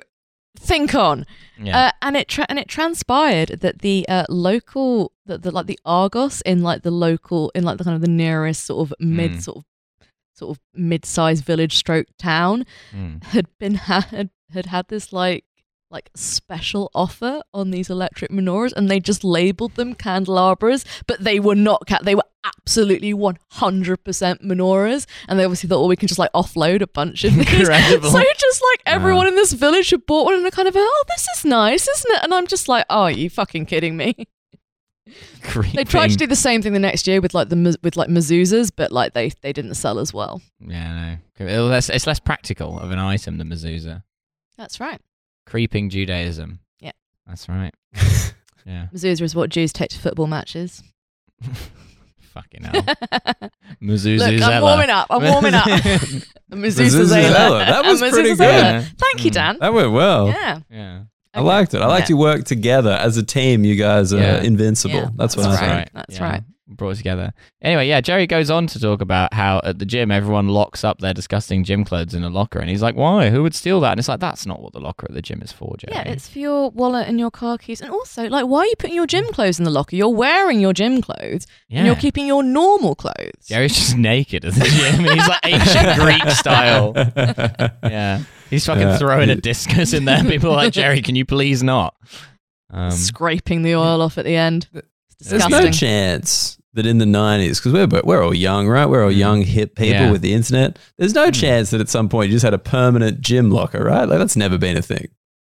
Speaker 2: think on.
Speaker 1: yeah.
Speaker 2: Uh, and it tra- and it transpired that the uh, local that the like the Argos in like the local in like the kind of the nearest sort of mid
Speaker 1: Mm.
Speaker 2: sort of sort of mid-sized village stroke town
Speaker 1: Mm.
Speaker 2: had been had had had this like like special offer on these electric menorahs and they just labeled them candelabras but they were not cat they were absolutely 100% menorahs and they obviously thought well we can just like offload a bunch of these
Speaker 1: Incredible.
Speaker 2: so just like everyone in this village had bought one and are kind of oh this is nice isn't it and i'm just like oh are you fucking kidding me
Speaker 1: Creeping.
Speaker 2: they tried to do the same thing the next year with like the mez- with like mezuzahs but like they they didn't sell as well
Speaker 1: Yeah, no. It's less, it's less practical of an item than mezuzah.
Speaker 2: that's right
Speaker 1: Creeping Judaism.
Speaker 2: Yeah.
Speaker 1: That's right. yeah.
Speaker 2: mezuzah is what jews take to football matches
Speaker 1: Fucking hell. Mezuzah
Speaker 2: Look, I'm warming up. I'm warming up. Mezuzah
Speaker 3: Zuzuzela.
Speaker 2: Zela.
Speaker 3: That was
Speaker 2: And
Speaker 3: pretty
Speaker 2: Mezuzah
Speaker 3: good.
Speaker 2: Zela. Thank you,
Speaker 1: Mm.
Speaker 2: Dan.
Speaker 3: That went well.
Speaker 2: Yeah.
Speaker 1: Yeah.
Speaker 3: I liked it. I liked you work together as a team. You guys are
Speaker 1: Yeah.
Speaker 3: invincible.
Speaker 2: Yeah,
Speaker 3: that's, what
Speaker 2: that's
Speaker 3: I
Speaker 2: right.
Speaker 3: think.
Speaker 2: That's right.
Speaker 1: Brought together. Anyway, yeah, Jerry goes on to talk about how at the gym everyone locks up their disgusting gym clothes in a locker and he's like, Why? Who would steal that? And it's like, that's not what the locker at the gym is for, Jerry.
Speaker 2: Yeah, it's for your wallet and your car keys. And also, like, why are you putting your gym clothes in the locker? You're wearing your gym clothes
Speaker 1: yeah.
Speaker 2: and you're keeping your normal clothes.
Speaker 1: Jerry's just naked at the gym and he's like ancient Greek style. Yeah. He's fucking
Speaker 3: Yeah.
Speaker 1: throwing a discus in there. People are like, Jerry, can you please not? Um,
Speaker 2: Scraping the oil off at the end. It's
Speaker 3: There's
Speaker 2: disgusting.
Speaker 3: no chance that in the 90s, because we're, bo- we're all young, right? We're
Speaker 2: Mm.
Speaker 3: all young, hip people
Speaker 1: Yeah.
Speaker 3: with the internet. There's no chance that at some point you just had a permanent gym locker, right? Like, that's never been a thing.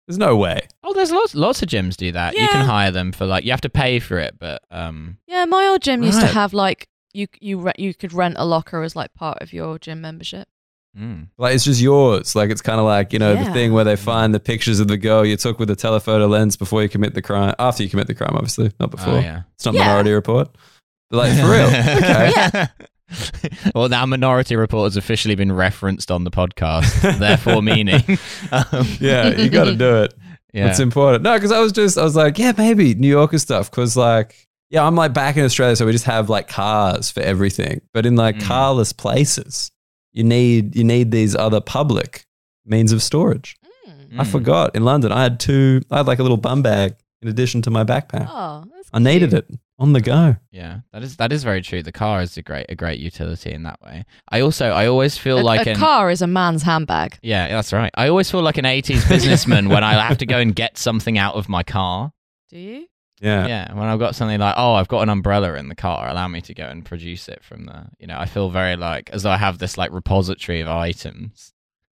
Speaker 3: There's no way.
Speaker 1: oh, there's lots lots of gyms do that. You
Speaker 2: Yeah.
Speaker 1: can hire them for like you have to pay for it, but um
Speaker 2: yeah, my old gym used
Speaker 3: Right.
Speaker 2: to have, like, you, you, re- you could rent a locker as, like, part of your gym membership.
Speaker 1: mm. Oh,
Speaker 3: Like, it's just yours. Like, it's kind of like, you know, the
Speaker 2: Yeah.
Speaker 3: thing where they find the pictures of the girl you took with a telephoto lens before you commit the crime, after you commit the crime, obviously, not before.
Speaker 1: oh, yeah.
Speaker 3: It's not
Speaker 2: Yeah.
Speaker 3: Minority Report. But like, for real. Okay.
Speaker 1: well, now Minority Report has officially been referenced on the podcast, therefore meaning. Um,
Speaker 3: Yeah, you got to do it.
Speaker 1: yeah.
Speaker 3: It's important. No, because I was just, I was like, yeah, maybe New Yorker stuff. Because, like, yeah, I'm like back in Australia, so we just have like cars for everything. But in like
Speaker 1: Mm.
Speaker 3: carless places, you need you need these other public means of storage.
Speaker 2: Mm.
Speaker 3: I forgot in London, I had two. I had like a little bum bag in addition to my backpack.
Speaker 2: Oh, that's
Speaker 3: I needed
Speaker 2: cute.
Speaker 3: it on the go.
Speaker 1: Yeah, that is that is very true. The car is a great a great utility in that way. I also I always feel
Speaker 2: A,
Speaker 1: like
Speaker 2: a
Speaker 1: an
Speaker 2: car is a man's handbag.
Speaker 1: yeah, that's right. I always feel like an '80s businessman when I have to go and get something out of my car.
Speaker 2: Do you?
Speaker 3: Yeah.
Speaker 1: Yeah, when I've got something like oh, I've got an umbrella in the car. Allow me to go and produce it from the. You know, I feel very like as though I have this like repository of items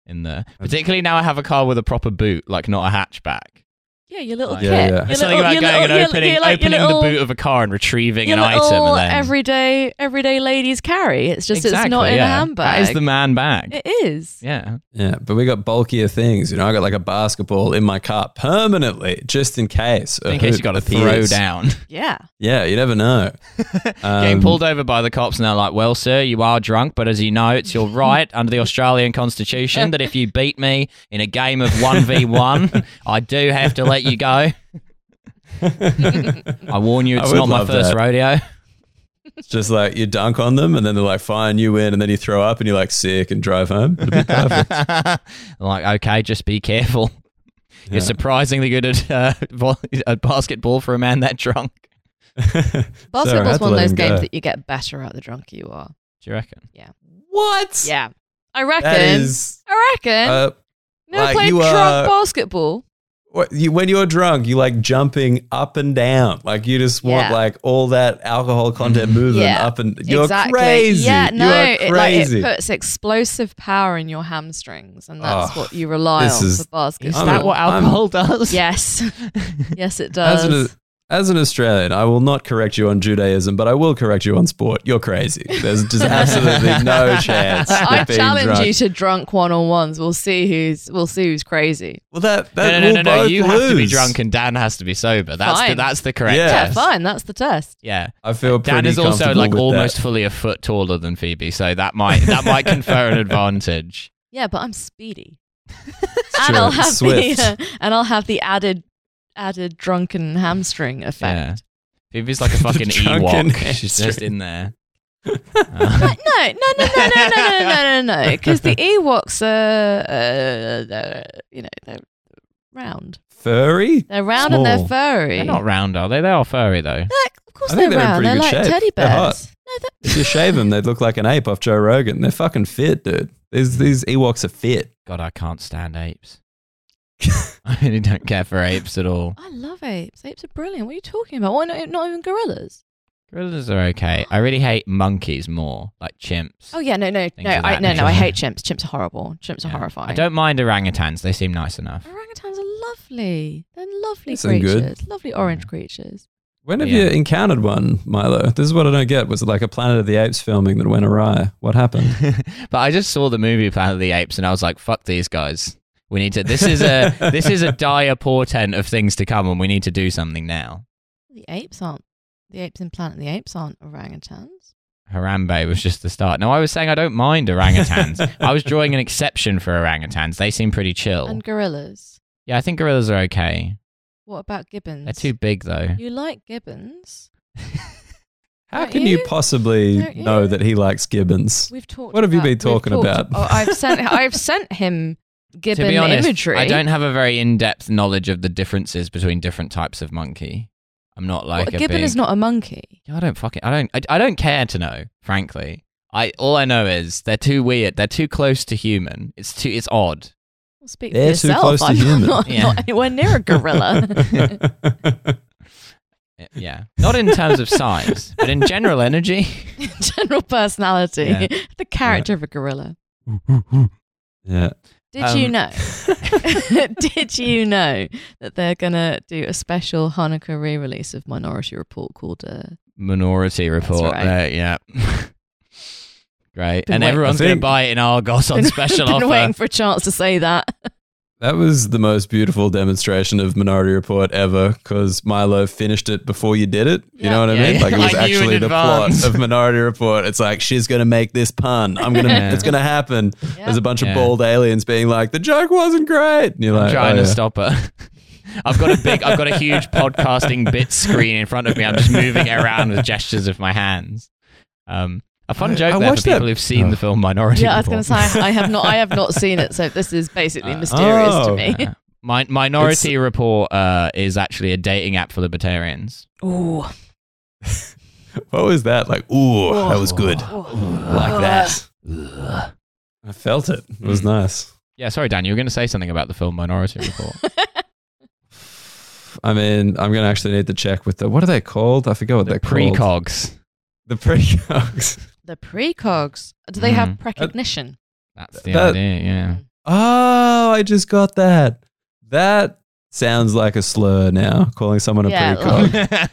Speaker 1: in there. Particularly now I have a car with a proper boot, like not a hatchback.
Speaker 2: Yeah, your little
Speaker 1: Like-
Speaker 2: kit.
Speaker 3: Yeah, yeah.
Speaker 2: Your
Speaker 1: It's something
Speaker 2: little-
Speaker 1: about
Speaker 2: your
Speaker 1: going
Speaker 2: little-
Speaker 1: and
Speaker 2: your-
Speaker 1: opening,
Speaker 2: your, like, your
Speaker 1: opening
Speaker 2: little-
Speaker 1: the boot of a car and retrieving
Speaker 2: your
Speaker 1: an item.
Speaker 2: little
Speaker 1: And then,
Speaker 2: everyday everyday ladies carry. It's just it's not in a
Speaker 1: yeah.
Speaker 2: handbag.
Speaker 1: That is the man bag.
Speaker 2: it is.
Speaker 1: yeah.
Speaker 3: Yeah, but we got bulkier things. You know, I got like a basketball in my car permanently, just in case. a
Speaker 1: In case
Speaker 3: hoop
Speaker 1: you got to throw
Speaker 3: appears.
Speaker 1: down.
Speaker 2: Yeah.
Speaker 3: Yeah, you never know.
Speaker 1: Getting
Speaker 3: Um,
Speaker 1: pulled over by the cops and they're like, well, sir, you are drunk, but as you know, it's your right under the Australian Constitution that if you beat me in a game of 1v1, I do have to let you go. I warn you,
Speaker 3: I
Speaker 1: it's
Speaker 3: would
Speaker 1: not my
Speaker 3: love
Speaker 1: first
Speaker 3: that.
Speaker 1: rodeo.
Speaker 3: It's just like you dunk on them and then they're like, fine, you win. And then you throw up and you're like, sick and drive home. It'll be perfect.
Speaker 1: like, okay, just be careful. You're surprisingly good at, uh, vol- at basketball for a man that drunk.
Speaker 3: I had
Speaker 2: Basketball's
Speaker 3: to
Speaker 2: one of
Speaker 3: let
Speaker 2: those
Speaker 3: him go.
Speaker 2: games that you get better at the drunker you are.
Speaker 1: Do you reckon?
Speaker 3: what?
Speaker 2: Yeah. I reckon.
Speaker 3: That is.
Speaker 2: I reckon.
Speaker 3: Uh,
Speaker 2: never
Speaker 3: like,
Speaker 2: played
Speaker 3: you
Speaker 2: drunk
Speaker 3: are-
Speaker 2: basketball.
Speaker 3: what, you, when you're drunk, you like jumping up and down. Like you just want
Speaker 2: Yeah.
Speaker 3: like all that alcohol content moving
Speaker 2: Yeah.
Speaker 3: up and you're
Speaker 2: exactly.
Speaker 3: crazy.
Speaker 2: Yeah, no,
Speaker 3: you are
Speaker 2: It, like,
Speaker 3: crazy.
Speaker 2: it puts explosive power in your hamstrings, and that's
Speaker 3: Oh,
Speaker 2: what you rely
Speaker 3: this
Speaker 2: on
Speaker 3: is-
Speaker 2: for basketball.
Speaker 1: Is
Speaker 3: I'm
Speaker 1: that
Speaker 3: a-
Speaker 1: what
Speaker 3: I'm-
Speaker 1: alcohol does?
Speaker 2: yes, yes, it
Speaker 3: As
Speaker 2: does.
Speaker 3: an As an Australian, I will not correct you on Judaism, but I will correct you on sport. You're crazy. There's just absolutely no chance. of
Speaker 2: I
Speaker 3: being
Speaker 2: challenge
Speaker 3: drunk.
Speaker 2: you to drunk one on ones. We'll see who's we'll see who's crazy.
Speaker 3: Well, that,
Speaker 1: No, no,
Speaker 3: that
Speaker 1: no,
Speaker 3: will
Speaker 1: no, no.
Speaker 3: both
Speaker 1: You have to be
Speaker 3: lose.
Speaker 1: drunk and Dan has to be sober. That's the,
Speaker 2: Fine.
Speaker 1: that's the correct
Speaker 3: Yeah.
Speaker 2: Yeah,
Speaker 1: test.
Speaker 2: fine. That's the test.
Speaker 1: Yeah.
Speaker 3: I feel pretty
Speaker 1: Dan is also
Speaker 3: comfortable
Speaker 1: like
Speaker 3: with
Speaker 1: almost
Speaker 3: that.
Speaker 1: fully a foot taller than Phoebe, so that might that might confer an advantage.
Speaker 2: Yeah, but I'm speedy,
Speaker 3: true.
Speaker 2: and I'll have
Speaker 3: Swift.
Speaker 2: the uh, and I'll have the added added drunken hamstring effect.
Speaker 1: Phoebe's like a fucking
Speaker 3: drunken
Speaker 1: Ewok. She's just
Speaker 3: hamstring.
Speaker 1: in there. Uh,
Speaker 2: But no, no, no, no, no, no, no, no, no, no, because the Ewoks are uh, uh, you know they're round.
Speaker 3: furry.
Speaker 2: They're round and
Speaker 3: Small.
Speaker 2: they're furry.
Speaker 1: they're not round, are they? They are furry though.
Speaker 2: They're- of course
Speaker 3: I think
Speaker 2: they're,
Speaker 3: they're in
Speaker 2: round.
Speaker 3: pretty
Speaker 2: They're
Speaker 3: good
Speaker 2: like
Speaker 3: shape.
Speaker 2: teddy
Speaker 3: They're hot.
Speaker 2: bears. No, they're,
Speaker 3: If you shave them, they'd look like an ape off Joe Rogan. They're fucking fit, dude. These these Ewoks are fit.
Speaker 1: God, I can't stand apes. I really don't care for apes at all.
Speaker 2: I love apes. Apes are brilliant. What are you talking about? Why not, not even gorillas?
Speaker 1: Gorillas are okay. I really hate monkeys more, like chimps.
Speaker 2: Oh yeah, no, no,
Speaker 1: Things
Speaker 2: no,
Speaker 1: of
Speaker 2: I,
Speaker 1: that
Speaker 2: no, no. I
Speaker 1: nature.
Speaker 2: hate chimps. Chimps are horrible. Chimps are
Speaker 1: Yeah.
Speaker 2: horrifying.
Speaker 1: I don't mind orangutans. They seem nice enough.
Speaker 2: Orangutans are lovely. They're lovely
Speaker 3: Isn't good.
Speaker 2: creatures. Lovely orange creatures.
Speaker 3: When have
Speaker 1: Yeah.
Speaker 3: you encountered one, Milo? This is what I don't get. Was it like a Planet of the Apes filming that went awry? What happened?
Speaker 1: but I just saw the movie Planet of the Apes and I was like, fuck these guys. We need to. This is a this is a dire portent of things to come, and we need to do something now.
Speaker 2: The apes aren't. The apes in Planet of the Apes aren't orangutans.
Speaker 1: Harambe was just the start. Now I was saying I don't mind orangutans. I was drawing an exception for orangutans. They seem pretty chill.
Speaker 2: And gorillas.
Speaker 1: yeah, I think gorillas are okay.
Speaker 2: What about gibbons?
Speaker 1: They're too big though.
Speaker 2: You like gibbons?
Speaker 3: How
Speaker 2: Don't
Speaker 3: can you
Speaker 2: you?
Speaker 3: possibly
Speaker 2: Don't you?
Speaker 3: know that he likes gibbons?
Speaker 2: We've talked.
Speaker 3: What have you
Speaker 2: about-
Speaker 3: been
Speaker 2: we've
Speaker 3: talking
Speaker 2: talked-
Speaker 3: about?
Speaker 2: Oh, I've sent. I've sent him gibbon
Speaker 1: to be honest,
Speaker 2: imagery.
Speaker 1: I don't have a very in-depth knowledge of the differences between different types of monkey. I'm not
Speaker 2: Well,
Speaker 1: like
Speaker 2: a
Speaker 1: a
Speaker 2: gibbon
Speaker 1: big-
Speaker 2: is not a monkey.
Speaker 1: Yeah, I don't fucking. I don't. I, I don't care to know. Frankly, I all I know is they're too weird. They're too close to human. It's too. It's odd.
Speaker 2: Well, speak for
Speaker 3: They're too
Speaker 2: yourself.
Speaker 3: close to
Speaker 2: I'm
Speaker 3: human.
Speaker 2: Not,
Speaker 1: Yeah.
Speaker 2: not anywhere near a gorilla.
Speaker 1: Uh, Yeah, not in terms of size, but in general energy.
Speaker 2: General personality.
Speaker 1: Yeah.
Speaker 2: The character of a gorilla.
Speaker 3: yeah.
Speaker 2: Did you
Speaker 1: Um,
Speaker 2: know? Did you know that they're gonna do a special Hanukkah re-release of Minority Report called uh,
Speaker 1: Minority report.
Speaker 2: right.
Speaker 1: Uh, yeah. Great,
Speaker 2: Been
Speaker 1: and
Speaker 2: wait-
Speaker 1: everyone's
Speaker 3: I
Speaker 1: gonna
Speaker 3: think-
Speaker 1: buy it in Argos on
Speaker 2: been-
Speaker 1: special
Speaker 2: been
Speaker 1: offer.
Speaker 2: waiting for a chance to say that.
Speaker 3: That was the most beautiful demonstration of Minority Report ever because Milo finished it before you did it. You
Speaker 2: Yeah.
Speaker 3: know what I
Speaker 1: Yeah,
Speaker 3: mean?
Speaker 1: yeah.
Speaker 3: Like it was
Speaker 1: I knew in
Speaker 3: actually the plot
Speaker 1: advance.
Speaker 3: of Minority Report. It's like she's gonna make this pun. I'm gonna.
Speaker 1: Yeah.
Speaker 3: It's gonna happen. There's a bunch
Speaker 1: Yeah.
Speaker 3: of bald aliens being like, "The joke wasn't great." And you're
Speaker 1: I'm
Speaker 3: like,
Speaker 1: trying
Speaker 3: "Oh,
Speaker 1: to
Speaker 3: yeah."
Speaker 1: stop her. I've got a big, I've got a huge podcasting bit screen in front of me. I'm just moving it around with gestures of my hands. Um, a fun
Speaker 3: I-
Speaker 1: joke
Speaker 3: I
Speaker 1: there for
Speaker 3: watched that-
Speaker 1: people who've seen
Speaker 3: Oh.
Speaker 1: the film Minority.
Speaker 2: yeah, I was gonna say
Speaker 1: Report.
Speaker 2: I have not. I have not seen it, so this is basically
Speaker 1: Uh,
Speaker 2: mysterious
Speaker 3: oh.
Speaker 2: to me.
Speaker 1: Yeah. Mi- Minority Report uh, is actually a dating app for libertarians.
Speaker 2: Ooh,
Speaker 3: What was that? Like, ooh, that was good. Like
Speaker 2: Ugh.
Speaker 3: that. I felt it. Hmm. It was
Speaker 1: Mm.
Speaker 3: nice.
Speaker 1: Yeah, sorry, Dan, you were going to say something about the film Minority Report.
Speaker 3: I mean, I'm gonna actually need to check with the what are they called? I forget what
Speaker 1: the
Speaker 3: they're called.
Speaker 1: precogs.
Speaker 3: The precogs.
Speaker 2: the precogs. Do they have
Speaker 1: Mhm.
Speaker 2: precognition?
Speaker 1: That's the
Speaker 3: That-
Speaker 1: idea. Yeah.
Speaker 3: Oh, I just got that. That sounds like a slur now, calling someone a
Speaker 2: Yeah,
Speaker 3: precog.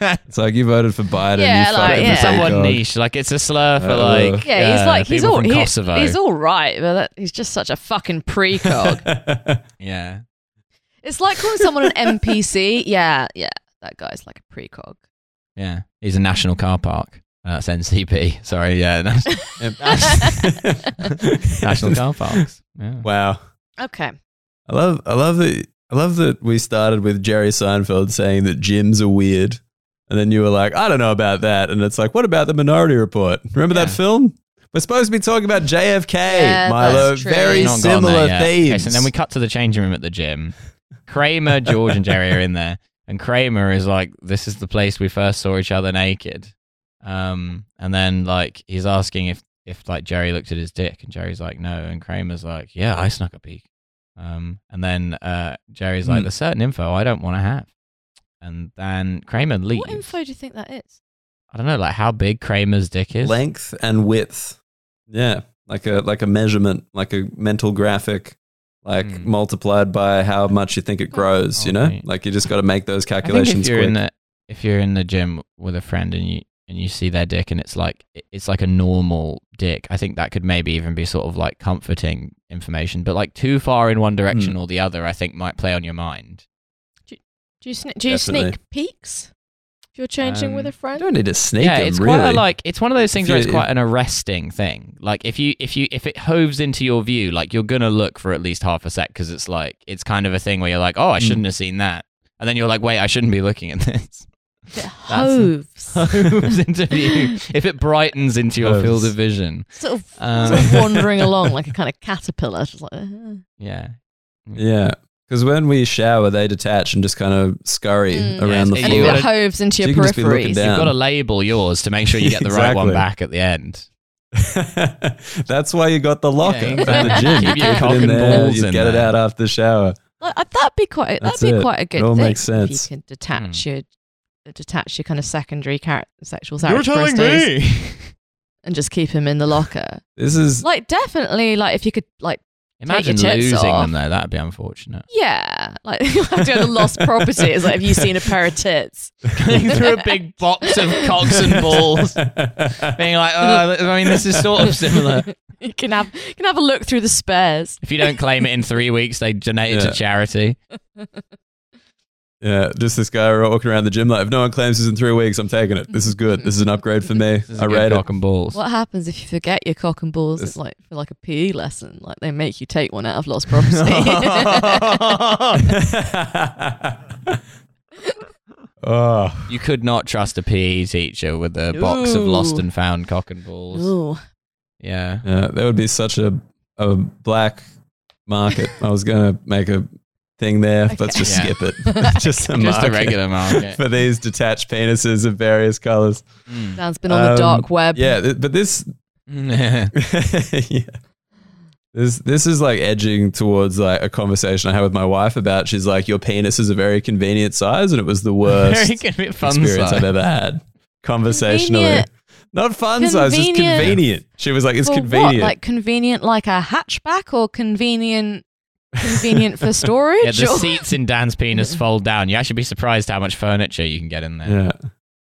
Speaker 2: like-
Speaker 3: it's like you voted for Biden.
Speaker 2: Yeah,
Speaker 3: you
Speaker 2: like,
Speaker 3: voted
Speaker 2: Uh, yeah.
Speaker 3: for
Speaker 1: Somewhat
Speaker 3: precog.
Speaker 1: niche, like it's a slur for
Speaker 3: Uh,
Speaker 1: like
Speaker 2: Yeah, he's like he's
Speaker 1: people
Speaker 2: all
Speaker 1: from
Speaker 2: he-
Speaker 1: Kosovo.
Speaker 2: he's all right, but that, he's just such a fucking precog.
Speaker 1: yeah.
Speaker 2: It's like calling someone an NPC. Yeah, yeah. That guy's like a precog.
Speaker 1: Yeah, he's a national car park. Uh, that's NCP. Sorry, yeah, nas- national car parks. Yeah.
Speaker 3: Wow.
Speaker 2: Okay.
Speaker 3: I love I love that I love that we started with Jerry Seinfeld saying that gyms are weird. And then you were like, I don't know about that. And it's like, what about the Minority Report? Remember that
Speaker 1: Yeah.
Speaker 3: film? We're supposed to be talking about JFK,
Speaker 2: Yeah,
Speaker 3: Milo.
Speaker 2: that's true.
Speaker 3: Very
Speaker 2: We've
Speaker 1: Not gone there
Speaker 3: similar
Speaker 1: yet.
Speaker 3: themes.
Speaker 1: Okay, so then we cut to the changing room at the gym. Kramer, George, and Jerry are in there, and Kramer is like, "This is the place we first saw each other naked." Um, and then like he's asking if if like Jerry looked at his dick, and Jerry's like, "No," and Kramer's like, "Yeah, I snuck a peek." Um, and then uh, Jerry's like,
Speaker 3: Hmm.
Speaker 1: "There's certain info I don't want to have," and then Kramer leaves.
Speaker 2: What info do you think that is?
Speaker 1: I don't know, like how big Kramer's dick is.
Speaker 3: length and width. Yeah, like a like a measurement, like a mental graphic, like
Speaker 1: Hmm.
Speaker 3: multiplied by how much you think it grows.
Speaker 1: Oh,
Speaker 3: you know,
Speaker 1: right.
Speaker 3: like you just got to make those
Speaker 1: I think if
Speaker 3: calculations
Speaker 1: you're
Speaker 3: quick.
Speaker 1: in the if you're in the gym with a friend and you and you see their dick and it's like it's like a normal dick, I think that could maybe even be sort of like comforting information. But like too far in
Speaker 3: Hmm.
Speaker 1: one direction or the other, I think might play on your mind.
Speaker 2: Do you sne- do you
Speaker 3: Definitely.
Speaker 2: sneak peeks? If you're changing with
Speaker 1: Um,
Speaker 2: a
Speaker 3: You
Speaker 2: friend,
Speaker 3: don't need to sneak
Speaker 1: yeah,
Speaker 3: them,
Speaker 1: it's
Speaker 3: really.
Speaker 1: quite a, like it's one of those things
Speaker 3: If
Speaker 1: where
Speaker 3: you-
Speaker 1: it's quite an arresting thing. Like if you if you if it hoves into your view, like you're gonna look for at least half a sec because it's like it's kind of a thing where you're like, oh, I
Speaker 3: Mm.
Speaker 1: shouldn't have seen that, and then you're like, wait, I shouldn't be looking at this.
Speaker 2: if it hoves,
Speaker 1: hoves into view. If it brightens into your
Speaker 3: Hoves.
Speaker 1: field of vision,
Speaker 2: sort of,
Speaker 1: Um.
Speaker 2: sort of wandering along like a kind of caterpillar. Just like, uh,
Speaker 1: yeah,
Speaker 3: yeah. Because when we shower, they detach and just kind of scurry
Speaker 2: Mm.
Speaker 1: Yeah,
Speaker 3: around
Speaker 1: it's-
Speaker 3: the
Speaker 1: it's
Speaker 2: and if
Speaker 3: floor.
Speaker 1: gotta-
Speaker 2: it hoves into
Speaker 3: So
Speaker 2: your
Speaker 3: you can just be looking
Speaker 2: peripheries,
Speaker 3: down.
Speaker 1: you've got to label yours to make sure you get the right one
Speaker 3: Exactly.
Speaker 1: back at the end.
Speaker 3: That's why you got the locker
Speaker 1: Yeah,
Speaker 3: at the gym.
Speaker 1: exactly.
Speaker 3: You
Speaker 1: Keep your
Speaker 3: keep
Speaker 1: cock
Speaker 3: it in
Speaker 1: and
Speaker 3: there,
Speaker 1: balls
Speaker 3: you
Speaker 1: in
Speaker 3: get it
Speaker 1: there.
Speaker 3: out after the shower.
Speaker 2: Like, uh, that'd be quite that'd
Speaker 3: That's
Speaker 2: be
Speaker 3: it.
Speaker 2: quite a good
Speaker 3: all
Speaker 2: thing.
Speaker 3: makes
Speaker 2: if
Speaker 3: sense. Hmm.
Speaker 2: You can detach your detach your kind of secondary char- sexual characteristics and just keep him in the locker.
Speaker 3: This is
Speaker 2: Like definitely, like if you could, like
Speaker 1: Imagine
Speaker 2: your tits
Speaker 1: losing
Speaker 2: off.
Speaker 1: them though. That'd be unfortunate.
Speaker 2: yeah, like after the lost property is like have you seen a pair of tits?
Speaker 1: Going through a big box of cocks and balls, being like, oh, I mean, this is sort of similar.
Speaker 2: You can have you can have a look through the spares.
Speaker 1: If you don't claim it in three weeks, they donate it
Speaker 3: Yeah.
Speaker 1: to charity.
Speaker 3: Yeah, just this guy walking around the gym like, if no one claims this in three weeks, I'm taking it. This is good. This is an upgrade for me.
Speaker 1: This is
Speaker 3: I
Speaker 1: good
Speaker 3: rate it.
Speaker 1: cock and balls.
Speaker 2: What happens if you forget your cock and balls?
Speaker 3: This-
Speaker 2: It's like for like a PE lesson. Like they make you take one out of lost property.
Speaker 3: oh,
Speaker 1: You could not trust a PE teacher with a box of
Speaker 2: No.
Speaker 1: lost and found cock and balls.
Speaker 2: Ooh.
Speaker 1: Yeah.
Speaker 3: yeah, that would be such a, a black market. I was going to make a thing there. Let's just
Speaker 1: Yeah.
Speaker 3: skip it. just a
Speaker 1: Just
Speaker 3: market
Speaker 1: a regular market.
Speaker 3: for these detached penises of various colors.
Speaker 1: Mm.
Speaker 2: Dan's been on the
Speaker 3: Um,
Speaker 2: dark web.
Speaker 3: Yeah, th- but this yeah. This this is like edging towards like a conversation I had with my wife about she's like your penis is a very convenient size and it was the worst
Speaker 1: Very convenient fun
Speaker 3: experience
Speaker 1: side.
Speaker 3: I've ever had conversationally.
Speaker 2: Convenient.
Speaker 3: Not fun size, just
Speaker 2: Convenient.
Speaker 3: convenient. She was like it's
Speaker 2: For
Speaker 3: convenient.
Speaker 2: What? Like convenient, like a hatchback, or convenient, convenient for storage?
Speaker 1: Yeah, the
Speaker 2: or-
Speaker 1: seats in Dan's penis fold down. You actually be surprised how much furniture you can get in there.
Speaker 3: yeah.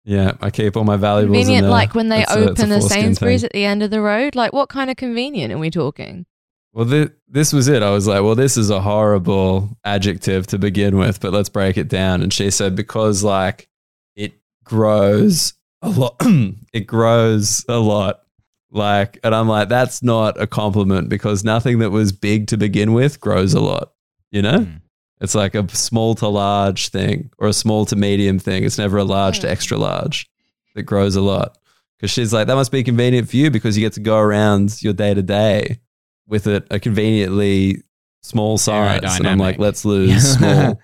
Speaker 3: Yeah, I keep all my valuables in
Speaker 2: convenient,
Speaker 3: there.
Speaker 2: like when they
Speaker 3: It's a- it's a
Speaker 2: open the
Speaker 3: foreskin
Speaker 2: Sainsbury's
Speaker 3: thing.
Speaker 2: at the end of the road. Like, what kind of convenient are we talking?
Speaker 3: Well, thi- this was it. I was like, well, this is a horrible adjective to begin with, but let's break it down. And she said, because like it grows a lot, it grows a lot. Like, and I'm like, that's not a compliment because nothing that was big to begin with grows a lot, you know?
Speaker 1: Mm.
Speaker 3: It's like a small to large thing or a small to medium thing. It's never a large
Speaker 2: Hmm.
Speaker 3: to extra large that grows a lot. Because she's like, that must be convenient for you because you get to go around your day to day with it a conveniently small size. And I'm like,
Speaker 1: Aerodynamic.
Speaker 3: let's lose small in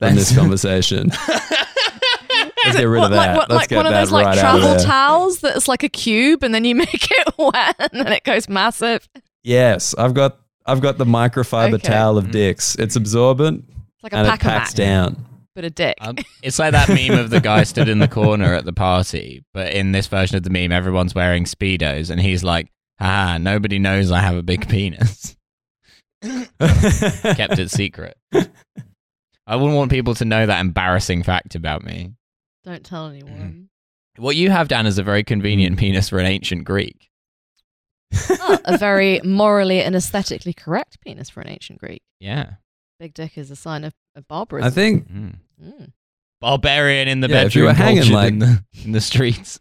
Speaker 1: That's-
Speaker 3: this conversation. Let's get rid
Speaker 2: what,
Speaker 3: of that.
Speaker 2: like, what,
Speaker 3: let's
Speaker 2: like
Speaker 3: get
Speaker 2: one of
Speaker 3: that
Speaker 2: those like
Speaker 3: right out of
Speaker 2: travel
Speaker 3: there.
Speaker 2: towels that's like a cube, and then you make it wet, and then it goes massive. It's
Speaker 3: yes, I've got I've got the microfiber
Speaker 2: Okay.
Speaker 3: towel
Speaker 1: Hmm.
Speaker 3: of dicks. It's absorbent
Speaker 2: like a
Speaker 3: and it
Speaker 2: pack of
Speaker 3: packs
Speaker 2: mac,
Speaker 3: down.
Speaker 2: but a dick.
Speaker 1: Um, it's like that meme of the guy stood in the corner at the party, but in this version of the meme, everyone's wearing speedos, and he's like, "Ah, nobody knows I have a big penis." Kept it secret. I wouldn't want people to know that embarrassing fact about me.
Speaker 2: Don't tell anyone.
Speaker 1: What you have, Dan, is a very
Speaker 3: Hmm.
Speaker 1: convenient penis for an ancient Greek.
Speaker 3: mm.
Speaker 2: Ah, a very morally and aesthetically correct penis for an ancient Greek.
Speaker 1: Yeah.
Speaker 2: Big dick is a sign of, of barbarism.
Speaker 3: I think
Speaker 1: Mm.
Speaker 2: Mm.
Speaker 1: Barbarian in the
Speaker 3: Yeah, if
Speaker 1: bedroom,
Speaker 3: you were hanging
Speaker 1: cultured
Speaker 3: like-
Speaker 1: in, the, in the streets.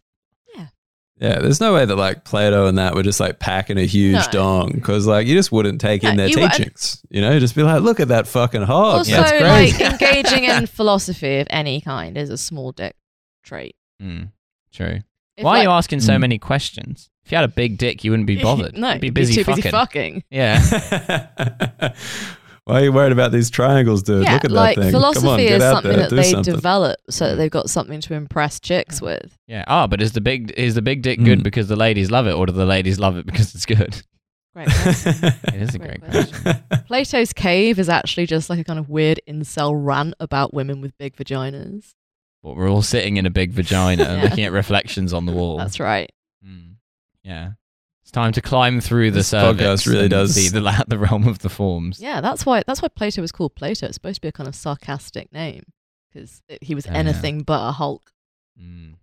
Speaker 3: Yeah, there's no way that like Plato and that were just like packing a huge
Speaker 2: No.
Speaker 3: dong because like you just wouldn't take in
Speaker 2: No,
Speaker 3: their
Speaker 2: you wouldn't.
Speaker 3: teachings. You know, You'd just be like, look at that fucking hog.
Speaker 2: also,
Speaker 3: That's great.
Speaker 2: like engaging in philosophy of any kind is a small dick trait.
Speaker 1: Mm, true.
Speaker 2: If,
Speaker 1: Why are
Speaker 2: like-
Speaker 1: you asking so
Speaker 3: Mm.
Speaker 1: many questions? If you had a big dick, you wouldn't be bothered.
Speaker 2: no,
Speaker 1: You'd be
Speaker 2: you'd
Speaker 1: busy
Speaker 2: too
Speaker 1: fucking.
Speaker 2: busy fucking.
Speaker 1: Yeah.
Speaker 3: Why are you worried about these triangles, dude?
Speaker 2: yeah,
Speaker 3: look at
Speaker 2: like
Speaker 3: that thing.
Speaker 2: philosophy
Speaker 3: Come on, get
Speaker 2: is
Speaker 3: out
Speaker 2: something
Speaker 3: there,
Speaker 2: that
Speaker 3: do
Speaker 2: they
Speaker 3: something. Mm.
Speaker 2: develop so that they've got something to impress chicks with.
Speaker 1: Yeah. Ah, but is the big is the big dick good
Speaker 3: Mm.
Speaker 1: because the ladies love it, or do the ladies love it because it's good?
Speaker 2: Great. question.
Speaker 1: It is a great
Speaker 2: Great
Speaker 1: question.
Speaker 2: Plato's Cave is actually just like a kind of weird incel rant about women with big vaginas.
Speaker 1: But we're all sitting in a big vagina,
Speaker 2: Yeah.
Speaker 1: looking at reflections on the wall.
Speaker 2: That's right.
Speaker 1: Mm. Yeah. It's time to climb through the
Speaker 3: This
Speaker 1: cervix.
Speaker 3: podcast really
Speaker 1: and
Speaker 3: does-
Speaker 1: see the, la- the realm of the forms.
Speaker 2: Yeah, that's why that's why Plato was called Plato. It's supposed to be a kind of sarcastic name. 'Cause because he was
Speaker 3: Oh,
Speaker 1: Yeah.
Speaker 2: anything but a Hulk.
Speaker 1: Mm.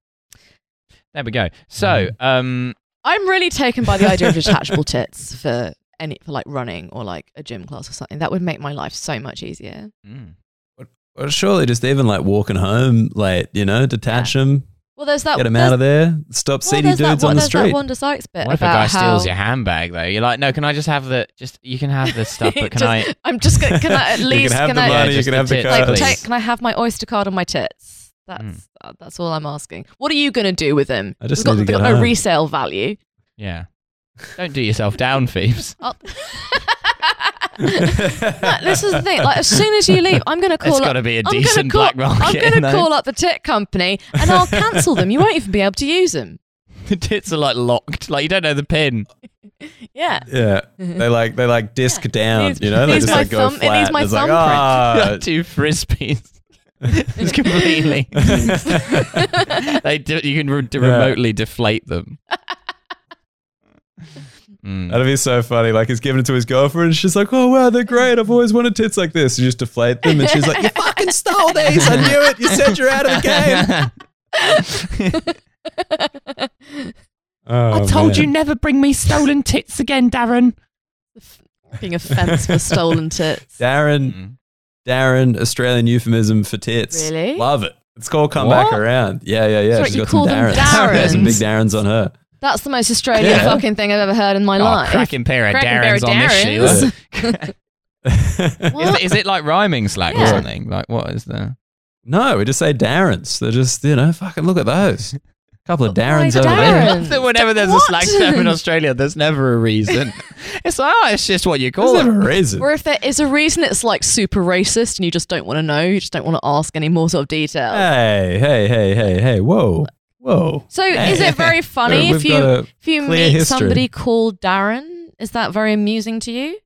Speaker 1: There we go. So,
Speaker 3: Hmm.
Speaker 1: um,
Speaker 2: I'm really taken by the idea of detachable tits for any for like running or like a gym class or something. That would make my life so much easier.
Speaker 1: mm.
Speaker 2: Uh,
Speaker 3: Well, surely just even like walking home late, you know, detach them,
Speaker 2: Well, there's that.
Speaker 3: get them
Speaker 2: there's-
Speaker 3: out of there, stop
Speaker 2: well,
Speaker 3: seedy
Speaker 2: there's that
Speaker 3: dudes
Speaker 2: one-
Speaker 3: on the
Speaker 2: there's that
Speaker 3: street.
Speaker 2: Wanda Sykes bit
Speaker 1: what if a
Speaker 2: about
Speaker 1: guy steals
Speaker 2: how-
Speaker 1: your handbag though? You're like, no, can I just have the just? You can have the stuff, but can
Speaker 2: Just-
Speaker 1: I?
Speaker 2: I'm just gonna. Can I at
Speaker 3: You
Speaker 2: least?
Speaker 3: can have the
Speaker 2: I?
Speaker 1: Yeah,
Speaker 3: money, you
Speaker 1: just
Speaker 3: can
Speaker 1: the
Speaker 3: have the
Speaker 1: tits,
Speaker 2: like,
Speaker 1: please.
Speaker 3: cars.
Speaker 2: take, can I have my Oyster card on my tits? That's
Speaker 1: Hmm.
Speaker 2: uh, that's all I'm asking. What are you gonna do with them?
Speaker 3: I just
Speaker 2: It's got,
Speaker 3: need to
Speaker 2: they've
Speaker 3: get
Speaker 2: got no
Speaker 3: home.
Speaker 2: resale value.
Speaker 1: Yeah. Don't do yourself down, Phoebes.
Speaker 2: I'll- No, this is the thing. Like as soon as you leave, I'm gonna call
Speaker 1: It's
Speaker 2: up.
Speaker 1: got to be a
Speaker 2: I'm
Speaker 1: decent
Speaker 2: gonna
Speaker 1: black
Speaker 2: call, I'm
Speaker 1: market.
Speaker 2: gonna
Speaker 1: no?
Speaker 2: call up the tit company and I'll cancel them. You won't even be able to use them.
Speaker 1: the tits are like locked. Like you don't know the pin.
Speaker 2: Yeah.
Speaker 3: Yeah, they like they like disc
Speaker 2: Yeah.
Speaker 3: down,
Speaker 2: Needs-
Speaker 3: you know, they
Speaker 2: needs
Speaker 3: just
Speaker 2: my
Speaker 3: like go
Speaker 2: thumb- it
Speaker 3: flat.
Speaker 2: needs my
Speaker 3: it's like ah,
Speaker 2: thumbprint.
Speaker 1: Two frisbees. it's completely. they do, you can re- de-
Speaker 3: Yeah.
Speaker 1: remotely deflate them. Mm.
Speaker 3: that'd be so funny. Like he's giving it to his girlfriend, she's like, oh wow, they're great. I've always wanted tits like this. You just deflate them, and she's like, you fucking stole these. I knew it. You said you're out of the game. Oh,
Speaker 1: I told you never bring me stolen tits again, Darren.
Speaker 2: Being a fence for stolen tits.
Speaker 3: Darren.
Speaker 1: Hmm.
Speaker 3: Darren, Australian euphemism for tits.
Speaker 2: Really?
Speaker 3: Love it. It's called come back
Speaker 1: What?
Speaker 3: around. Yeah, yeah, yeah.
Speaker 2: That's right,
Speaker 3: She's
Speaker 2: you
Speaker 3: got some
Speaker 2: call them
Speaker 3: Darrens. Yeah, some big Darrens on her.
Speaker 2: That's the most Australian
Speaker 3: Yeah.
Speaker 2: fucking thing I've ever heard in my
Speaker 1: Oh,
Speaker 2: life.
Speaker 1: cracking pair of
Speaker 2: Cracking pair of
Speaker 1: Darrens on this,
Speaker 2: Darrens.
Speaker 1: Sheila.
Speaker 2: What?
Speaker 1: Is, it- is it like rhyming slang or
Speaker 2: Yeah.
Speaker 1: something? Like, what is the.
Speaker 3: no, we just say Darrens. They're just, you know, fucking look at those. A couple of
Speaker 2: But why
Speaker 3: Darrens over
Speaker 2: Darren?
Speaker 3: there.
Speaker 2: Darrens.
Speaker 1: That Whenever there's a
Speaker 2: What?
Speaker 1: slang term in Australia, there's never a reason. It's like, oh, it's just what you
Speaker 3: There's
Speaker 1: call it.
Speaker 3: never a reason.
Speaker 2: Or if there is a reason it's like super racist and you just don't want to know, you just don't want to ask any more sort of detail.
Speaker 3: Hey, hey, hey, hey, hey. Whoa. Whoa.
Speaker 2: so is it very funny
Speaker 3: We've
Speaker 2: if you
Speaker 3: got a-
Speaker 2: if you
Speaker 3: clear
Speaker 2: meet
Speaker 3: history.
Speaker 2: somebody called Darren? Is that very amusing to you?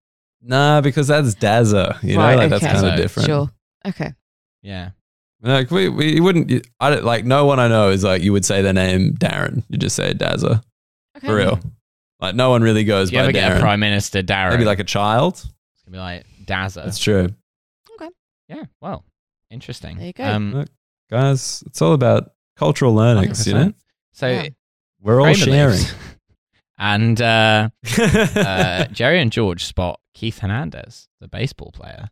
Speaker 3: Nah, because that's Dazza. You
Speaker 2: Right,
Speaker 3: know, like that's
Speaker 2: okay.
Speaker 3: kind of
Speaker 1: So,
Speaker 3: different.
Speaker 2: Sure. Okay.
Speaker 1: Yeah.
Speaker 3: Like we, we you wouldn't. I don't, like no one I know is like you would say their name Darren. You just say Dazza.
Speaker 2: Okay.
Speaker 3: For real. Like no one really goes
Speaker 1: If you
Speaker 3: by
Speaker 1: ever get a
Speaker 3: Darren.
Speaker 1: Prime Minister Darren,
Speaker 3: Maybe like a child.
Speaker 1: it's going to be like Dazza.
Speaker 3: That's true.
Speaker 1: yeah, well, interesting.
Speaker 2: There you go.
Speaker 1: Um,
Speaker 3: Guys, it's all about cultural learnings, you know?
Speaker 1: 100%. so,
Speaker 2: Yeah.
Speaker 3: We're all
Speaker 1: Kramer
Speaker 3: sharing.
Speaker 1: lives. and uh, uh, Jerry and George spot Keith Hernandez, the baseball player.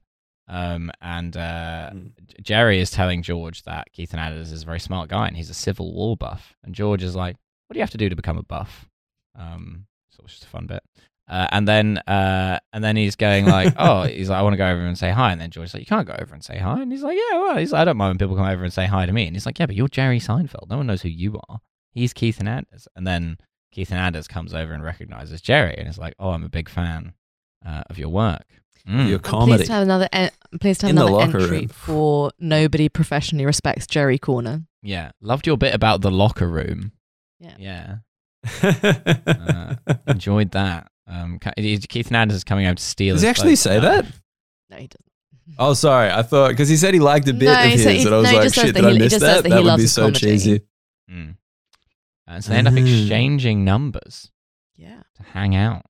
Speaker 1: Um, and uh,
Speaker 3: Mm.
Speaker 1: J- Jerry is telling George that Keith Hernandez is a very smart guy and he's a Civil War buff. And George is like, "What do you have to do to become a buff?" Um, so it's just a fun bit. Uh, and then uh, and then he's going like, "Oh, he's like, I want to go over and say hi." And then George's like, "You can't go over and say hi." And he's like, "Yeah, well," he's like, "I don't mind when people come over and say hi to me." And he's like, "Yeah, but you're Jerry Seinfeld. No one knows who you are. He's Keith Hernandez." And then Keith Hernandez comes over and recognizes Jerry and is like, "Oh, I'm a big fan uh, of your work." Mm.
Speaker 3: Your
Speaker 2: I'm pleased
Speaker 3: comedy.
Speaker 2: to have another. En- I'm pleased to have
Speaker 3: In the
Speaker 2: another
Speaker 3: locker
Speaker 2: entry
Speaker 3: room.
Speaker 2: for nobody professionally respects Jerry Corner.
Speaker 1: Yeah, loved your bit about the locker room.
Speaker 2: Yeah.
Speaker 1: yeah, enjoyed that. Um, Ca- Keith Hernandez is coming out to steal.
Speaker 3: Does
Speaker 1: his Oh.
Speaker 3: he actually
Speaker 1: vote.
Speaker 3: say that?
Speaker 2: No, he doesn't.
Speaker 3: Oh, sorry. I thought because he said he liked a bit
Speaker 2: No,
Speaker 3: of
Speaker 2: he
Speaker 3: his,
Speaker 2: said he-
Speaker 3: and I was
Speaker 2: no, he
Speaker 3: like,
Speaker 2: just says
Speaker 3: "Shit,
Speaker 2: that
Speaker 3: did I
Speaker 2: he- he
Speaker 3: miss
Speaker 2: just
Speaker 3: that?
Speaker 2: says that he
Speaker 3: that would
Speaker 2: loves
Speaker 3: be
Speaker 2: his
Speaker 3: so
Speaker 2: comedy.
Speaker 3: cheesy."
Speaker 1: Mm. And so they end up
Speaker 3: Ah.
Speaker 1: exchanging numbers
Speaker 2: Yeah.
Speaker 1: to hang out.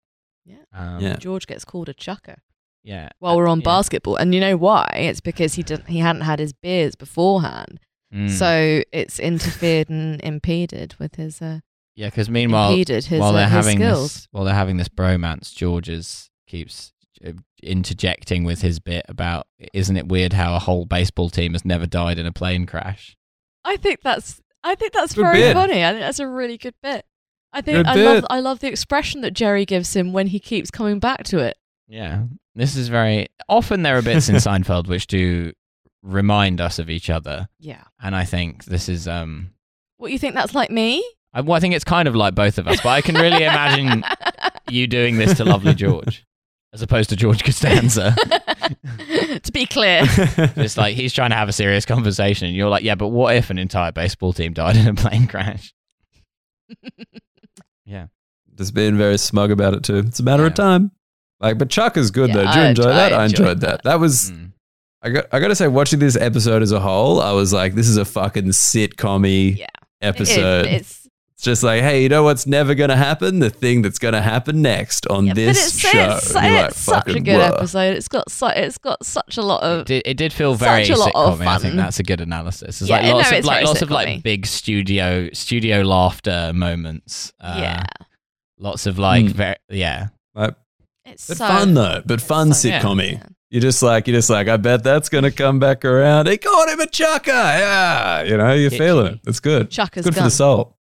Speaker 2: Yeah.
Speaker 1: um,
Speaker 3: Yeah.
Speaker 2: George gets called a chucker
Speaker 1: yeah.
Speaker 2: while we're on
Speaker 1: Yeah.
Speaker 2: basketball, and you know why? It's because he didn't. He hadn't had his beers beforehand,
Speaker 3: Hmm.
Speaker 1: Mm.
Speaker 2: so it's interfered and impeded with his. Uh,
Speaker 1: yeah, because meanwhile,
Speaker 2: impeded his,
Speaker 1: while
Speaker 2: uh,
Speaker 1: they're
Speaker 2: his
Speaker 1: having
Speaker 2: skills.
Speaker 1: this, while they're having this bromance, George's keeps uh, interjecting with his bit about isn't it weird how a whole baseball team has never died in a plane crash?
Speaker 2: I think that's I think that's
Speaker 3: Good
Speaker 2: very
Speaker 3: bit.
Speaker 2: funny. I think that's a really good bit. I think
Speaker 3: Good
Speaker 2: I
Speaker 3: bit.
Speaker 2: love I love the expression that Jerry gives him when he keeps coming back to it.
Speaker 1: Yeah. This is very often there are bits in Seinfeld which do remind us of each other.
Speaker 2: Yeah.
Speaker 1: And I think this is um
Speaker 2: What you think that's like me?
Speaker 1: I, well, I think it's kind of like both of us, but I can really imagine you doing this to lovely George as opposed to George Costanza.
Speaker 2: to be clear.
Speaker 1: It's like he's trying to have a serious conversation and you're like, yeah, but what if an entire baseball team died in a plane crash?
Speaker 3: Just being very smug about it too. It's a matter
Speaker 1: Yeah.
Speaker 3: of time. Like, but Chuck is good
Speaker 2: Yeah,
Speaker 3: though. Did you
Speaker 2: I-
Speaker 3: enjoy that?
Speaker 2: I
Speaker 3: I
Speaker 2: enjoyed
Speaker 3: enjoyed that. That was
Speaker 1: Mm.
Speaker 3: I got, I got to say, watching this episode as a whole, I was like, this is a fucking sitcom
Speaker 2: Yeah.
Speaker 3: episode.
Speaker 2: It- it's
Speaker 3: It's just like, hey, you know what's never going to happen? The thing that's going to happen next on
Speaker 2: Yeah,
Speaker 3: this
Speaker 2: but it's,
Speaker 3: show.
Speaker 2: it's,
Speaker 3: You're like,
Speaker 2: it's such a
Speaker 3: "Fucking
Speaker 2: good
Speaker 3: whoa."
Speaker 2: episode. It's got su- it's got such a lot of
Speaker 1: Did, it did feel very
Speaker 2: uh, Such a lot of
Speaker 1: sitcom. I think
Speaker 2: fun.
Speaker 1: that's a good analysis. It's
Speaker 2: Yeah,
Speaker 1: like lots
Speaker 2: no,
Speaker 1: of
Speaker 2: it's
Speaker 1: like
Speaker 2: very
Speaker 1: lots of
Speaker 2: sitcom-y.
Speaker 1: like big studio studio laughter moments. Uh,
Speaker 2: yeah.
Speaker 1: lots of like
Speaker 3: Mm.
Speaker 1: very yeah.
Speaker 3: Like,
Speaker 2: It's
Speaker 3: but
Speaker 2: so
Speaker 3: fun though, but fun
Speaker 2: so-
Speaker 1: yeah.
Speaker 3: sitcom
Speaker 2: Yeah.
Speaker 3: You're just like, you're just like, I bet that's going to come back around. He called him a chucker. Yeah. You know, you're
Speaker 1: Itchy.
Speaker 3: feeling it. It's good.
Speaker 2: Chucker's
Speaker 3: good for
Speaker 2: gun.
Speaker 3: the soul.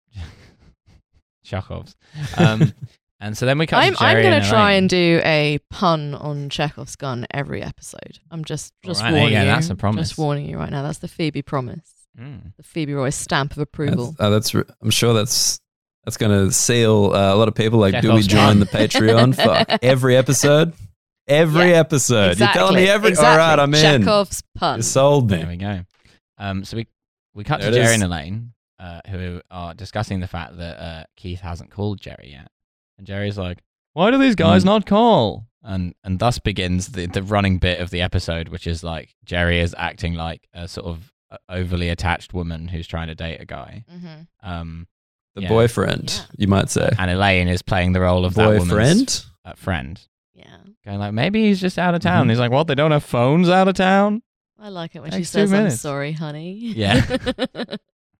Speaker 1: Chekhov's. Um, and so then we cut.
Speaker 2: I'm
Speaker 1: to
Speaker 2: I'm
Speaker 1: Jerry
Speaker 2: gonna
Speaker 1: and
Speaker 2: try
Speaker 1: Elaine.
Speaker 2: and do a pun on Chekhov's gun every episode. I'm just just
Speaker 1: Alright, there you
Speaker 2: warning
Speaker 1: go.
Speaker 2: you.
Speaker 1: That's a promise.
Speaker 2: Just warning you right now. That's the Phoebe promise.
Speaker 1: Mm.
Speaker 2: The Phoebe Roy stamp of
Speaker 3: That's,
Speaker 2: approval.
Speaker 3: uh, that's re- I'm sure that's that's going to seal uh, a lot of people like, do we
Speaker 1: Chekhov's
Speaker 3: join
Speaker 1: gun.
Speaker 3: the Patreon? Fuck. Every episode. Every episode.
Speaker 2: exactly.
Speaker 3: You're telling me every.
Speaker 2: exactly.
Speaker 3: All right, I'm in.
Speaker 2: Chekhov's pun.
Speaker 3: You sold
Speaker 1: There we
Speaker 3: me.
Speaker 1: go. Um, so we we cut
Speaker 3: There
Speaker 1: to
Speaker 3: it
Speaker 1: Jerry
Speaker 3: is.
Speaker 1: and Elaine, uh, who are discussing the fact that uh, Keith hasn't called Jerry yet, and Jerry's like, "Why do these guys
Speaker 3: Mm.
Speaker 1: not call?" And and thus begins the the running bit of the episode, which is like Jerry is acting like a sort of uh, overly attached woman who's trying to date a guy,
Speaker 2: Mm-hmm.
Speaker 1: um,
Speaker 3: The
Speaker 1: Yeah.
Speaker 3: boyfriend,
Speaker 2: Yeah.
Speaker 3: you might say.
Speaker 1: and Elaine is playing the role of that woman's
Speaker 3: Boyfriend?
Speaker 1: uh, friend,
Speaker 2: Yeah,
Speaker 1: going like, "Maybe he's just out of town."
Speaker 3: Mhm.
Speaker 1: He's like, "What? They don't have phones out of town?"
Speaker 2: I like it when
Speaker 1: Takes
Speaker 2: she
Speaker 1: two
Speaker 2: says, "I'm
Speaker 1: minutes.
Speaker 2: sorry, honey."
Speaker 1: Yeah.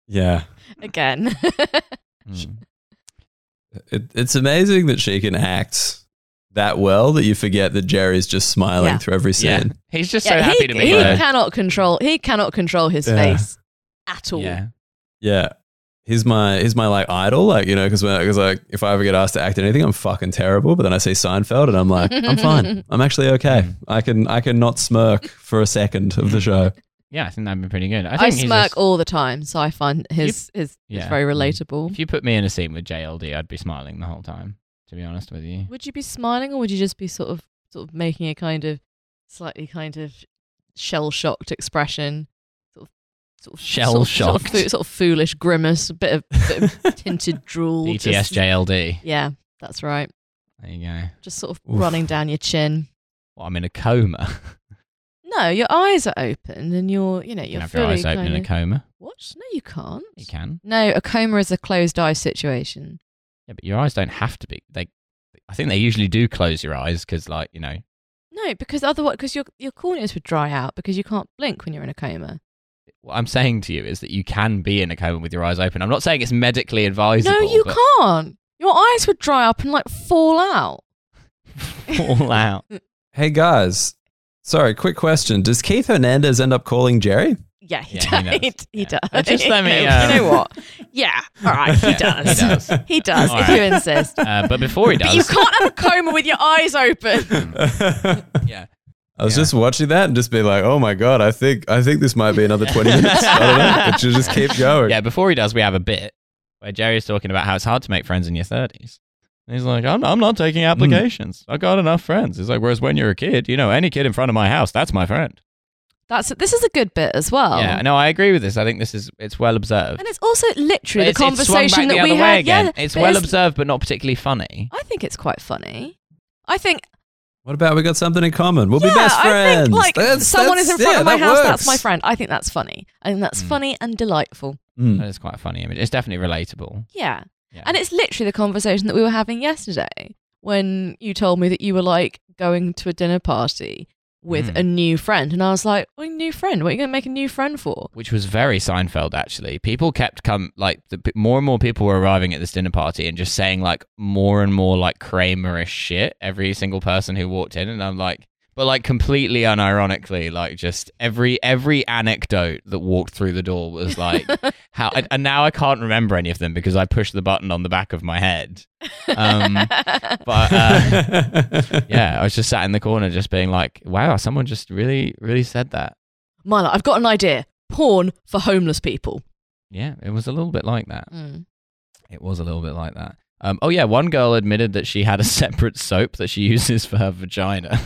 Speaker 3: Yeah.
Speaker 2: Again.
Speaker 1: Mm.
Speaker 3: It, it's amazing that she can act that well that you forget that Jerry's just smiling
Speaker 2: Yeah.
Speaker 3: through every scene.
Speaker 1: Yeah, he's just so
Speaker 2: Yeah,
Speaker 1: happy
Speaker 2: he,
Speaker 1: to
Speaker 2: he
Speaker 1: be there.
Speaker 2: cannot control. He cannot control his
Speaker 3: Yeah.
Speaker 2: face at all.
Speaker 1: Yeah.
Speaker 3: Yeah. He's my he's my like idol, like you know, because because like if I ever get asked to act in anything, I'm fucking terrible. But then I see Seinfeld, and I'm like, I'm fine. I'm actually okay.
Speaker 1: Mm.
Speaker 3: I can I can not smirk for a second of the show.
Speaker 1: Yeah, I think that'd be pretty good. I,
Speaker 2: I,
Speaker 1: think he's
Speaker 2: smirk
Speaker 1: just-
Speaker 2: all the time, so I find his his
Speaker 1: Yeah.
Speaker 2: it's very relatable.
Speaker 1: If you put me in a scene with JLD, I'd be smiling the whole time. To be honest with you,
Speaker 2: Would you be smiling, or would you just be sort of sort of making a kind of slightly kind of shell shocked expression, sort of sort of sort of- sort of,
Speaker 1: Shell-shocked.
Speaker 2: fo- sort of foolish grimace, a bit of, bit of tinted drool.
Speaker 1: BTS
Speaker 2: just-
Speaker 1: JLD.
Speaker 2: Yeah, that's right.
Speaker 1: There you go.
Speaker 2: Just sort of
Speaker 3: Oof.
Speaker 2: running down your chin.
Speaker 1: Well, I'm in a coma.
Speaker 2: No, your eyes are open and you're, you know,
Speaker 1: you can
Speaker 2: you're
Speaker 1: have
Speaker 2: fully
Speaker 1: your eyes open
Speaker 2: kind
Speaker 1: in a
Speaker 2: of,
Speaker 1: coma.
Speaker 2: What? No, you can't.
Speaker 1: You can.
Speaker 2: No, a coma is a closed eye situation.
Speaker 1: Yeah, but your eyes don't have to be. They, I think they usually do close your eyes because, like, you know,
Speaker 2: No, because otherwise, because your your corneas would dry out because you can't blink when you're in a coma.
Speaker 1: what I'm saying to you is that you can be in a coma with your eyes open. I'm not saying it's medically advisable.
Speaker 2: no, you
Speaker 1: but
Speaker 2: can't. Your eyes would dry up and like fall out.
Speaker 1: Fall out.
Speaker 3: Hey guys, sorry, quick question: Does Keith Hernandez end up calling Jerry?
Speaker 2: Yeah, he
Speaker 1: Yeah, he
Speaker 2: does. He,
Speaker 1: does. Yeah.
Speaker 2: he does.
Speaker 1: Uh, just let me,
Speaker 2: You
Speaker 1: um,
Speaker 2: know what? Yeah, all right. He
Speaker 1: Yeah,
Speaker 2: does.
Speaker 1: he does.
Speaker 2: He does,
Speaker 1: All
Speaker 2: if
Speaker 1: right.
Speaker 2: you insist.
Speaker 1: Uh, but before he
Speaker 2: But you
Speaker 1: does,
Speaker 2: can't have a coma with your eyes open.
Speaker 3: I
Speaker 1: yeah,
Speaker 3: was
Speaker 1: Yeah.
Speaker 3: just watching that and just be like, oh my god, I think I think this might be another twenty minutes. I don't know. It should just keep going.
Speaker 1: Yeah, before he does, we have a bit where Jerry's talking about how it's hard to make friends in your 30s. And he's like, I'm, I'm not
Speaker 2: Hmm.
Speaker 1: taking applications. I got enough friends. He's like, whereas when you're a kid, you know, any kid in front of my house, that's my friend.
Speaker 2: That's this is a good bit as well.
Speaker 1: Yeah, no, I agree with this. I think this is, it's well observed.
Speaker 2: And it's also literally
Speaker 1: It's-
Speaker 2: the
Speaker 1: it's swung
Speaker 2: conversation
Speaker 1: back the
Speaker 2: that we
Speaker 1: other way
Speaker 2: had.
Speaker 1: again.
Speaker 2: Yeah,
Speaker 1: it's
Speaker 2: but
Speaker 1: well observed, but not particularly funny.
Speaker 2: I think it's quite funny. I think
Speaker 3: What about we got something in common? We'll
Speaker 2: yeah,
Speaker 3: be best
Speaker 2: I
Speaker 3: friends.
Speaker 2: think like
Speaker 3: That's-
Speaker 2: someone
Speaker 3: that's-
Speaker 2: is in front
Speaker 3: yeah,
Speaker 2: of my
Speaker 3: that
Speaker 2: house.
Speaker 3: works.
Speaker 2: That's my friend. I think that's funny. I think that's
Speaker 1: Mm.
Speaker 2: funny and delightful.
Speaker 3: Mm.
Speaker 1: That is quite a funny image. It's definitely relatable.
Speaker 2: Yeah.
Speaker 1: Yeah.
Speaker 2: and it's literally the conversation that we were having yesterday when you told me that you were like going to a dinner party with
Speaker 1: Mm.
Speaker 2: a new friend, and I was like, "What new friend? What are you going to make a new friend for?"
Speaker 1: which was very Seinfeld actually. People kept come like the, p- more and more people were arriving at this dinner party and just saying like more and more like Kramerish shit. Every single person who walked in, and I'm like, but like completely unironically, like just every every anecdote that walked through the door was like how. And, and now I can't remember any of them because I pushed the button on the back of my head. Um, but. Uh, yeah, I was just sat in the corner, just being like, "Wow, someone just really, really said that."
Speaker 2: Myla, I've got an idea. Porn for homeless people.
Speaker 1: Yeah, it was a little bit like that.
Speaker 2: Mm.
Speaker 1: It was a little bit like that. Um, oh yeah, one girl admitted that she had a separate soap that she uses for her vagina.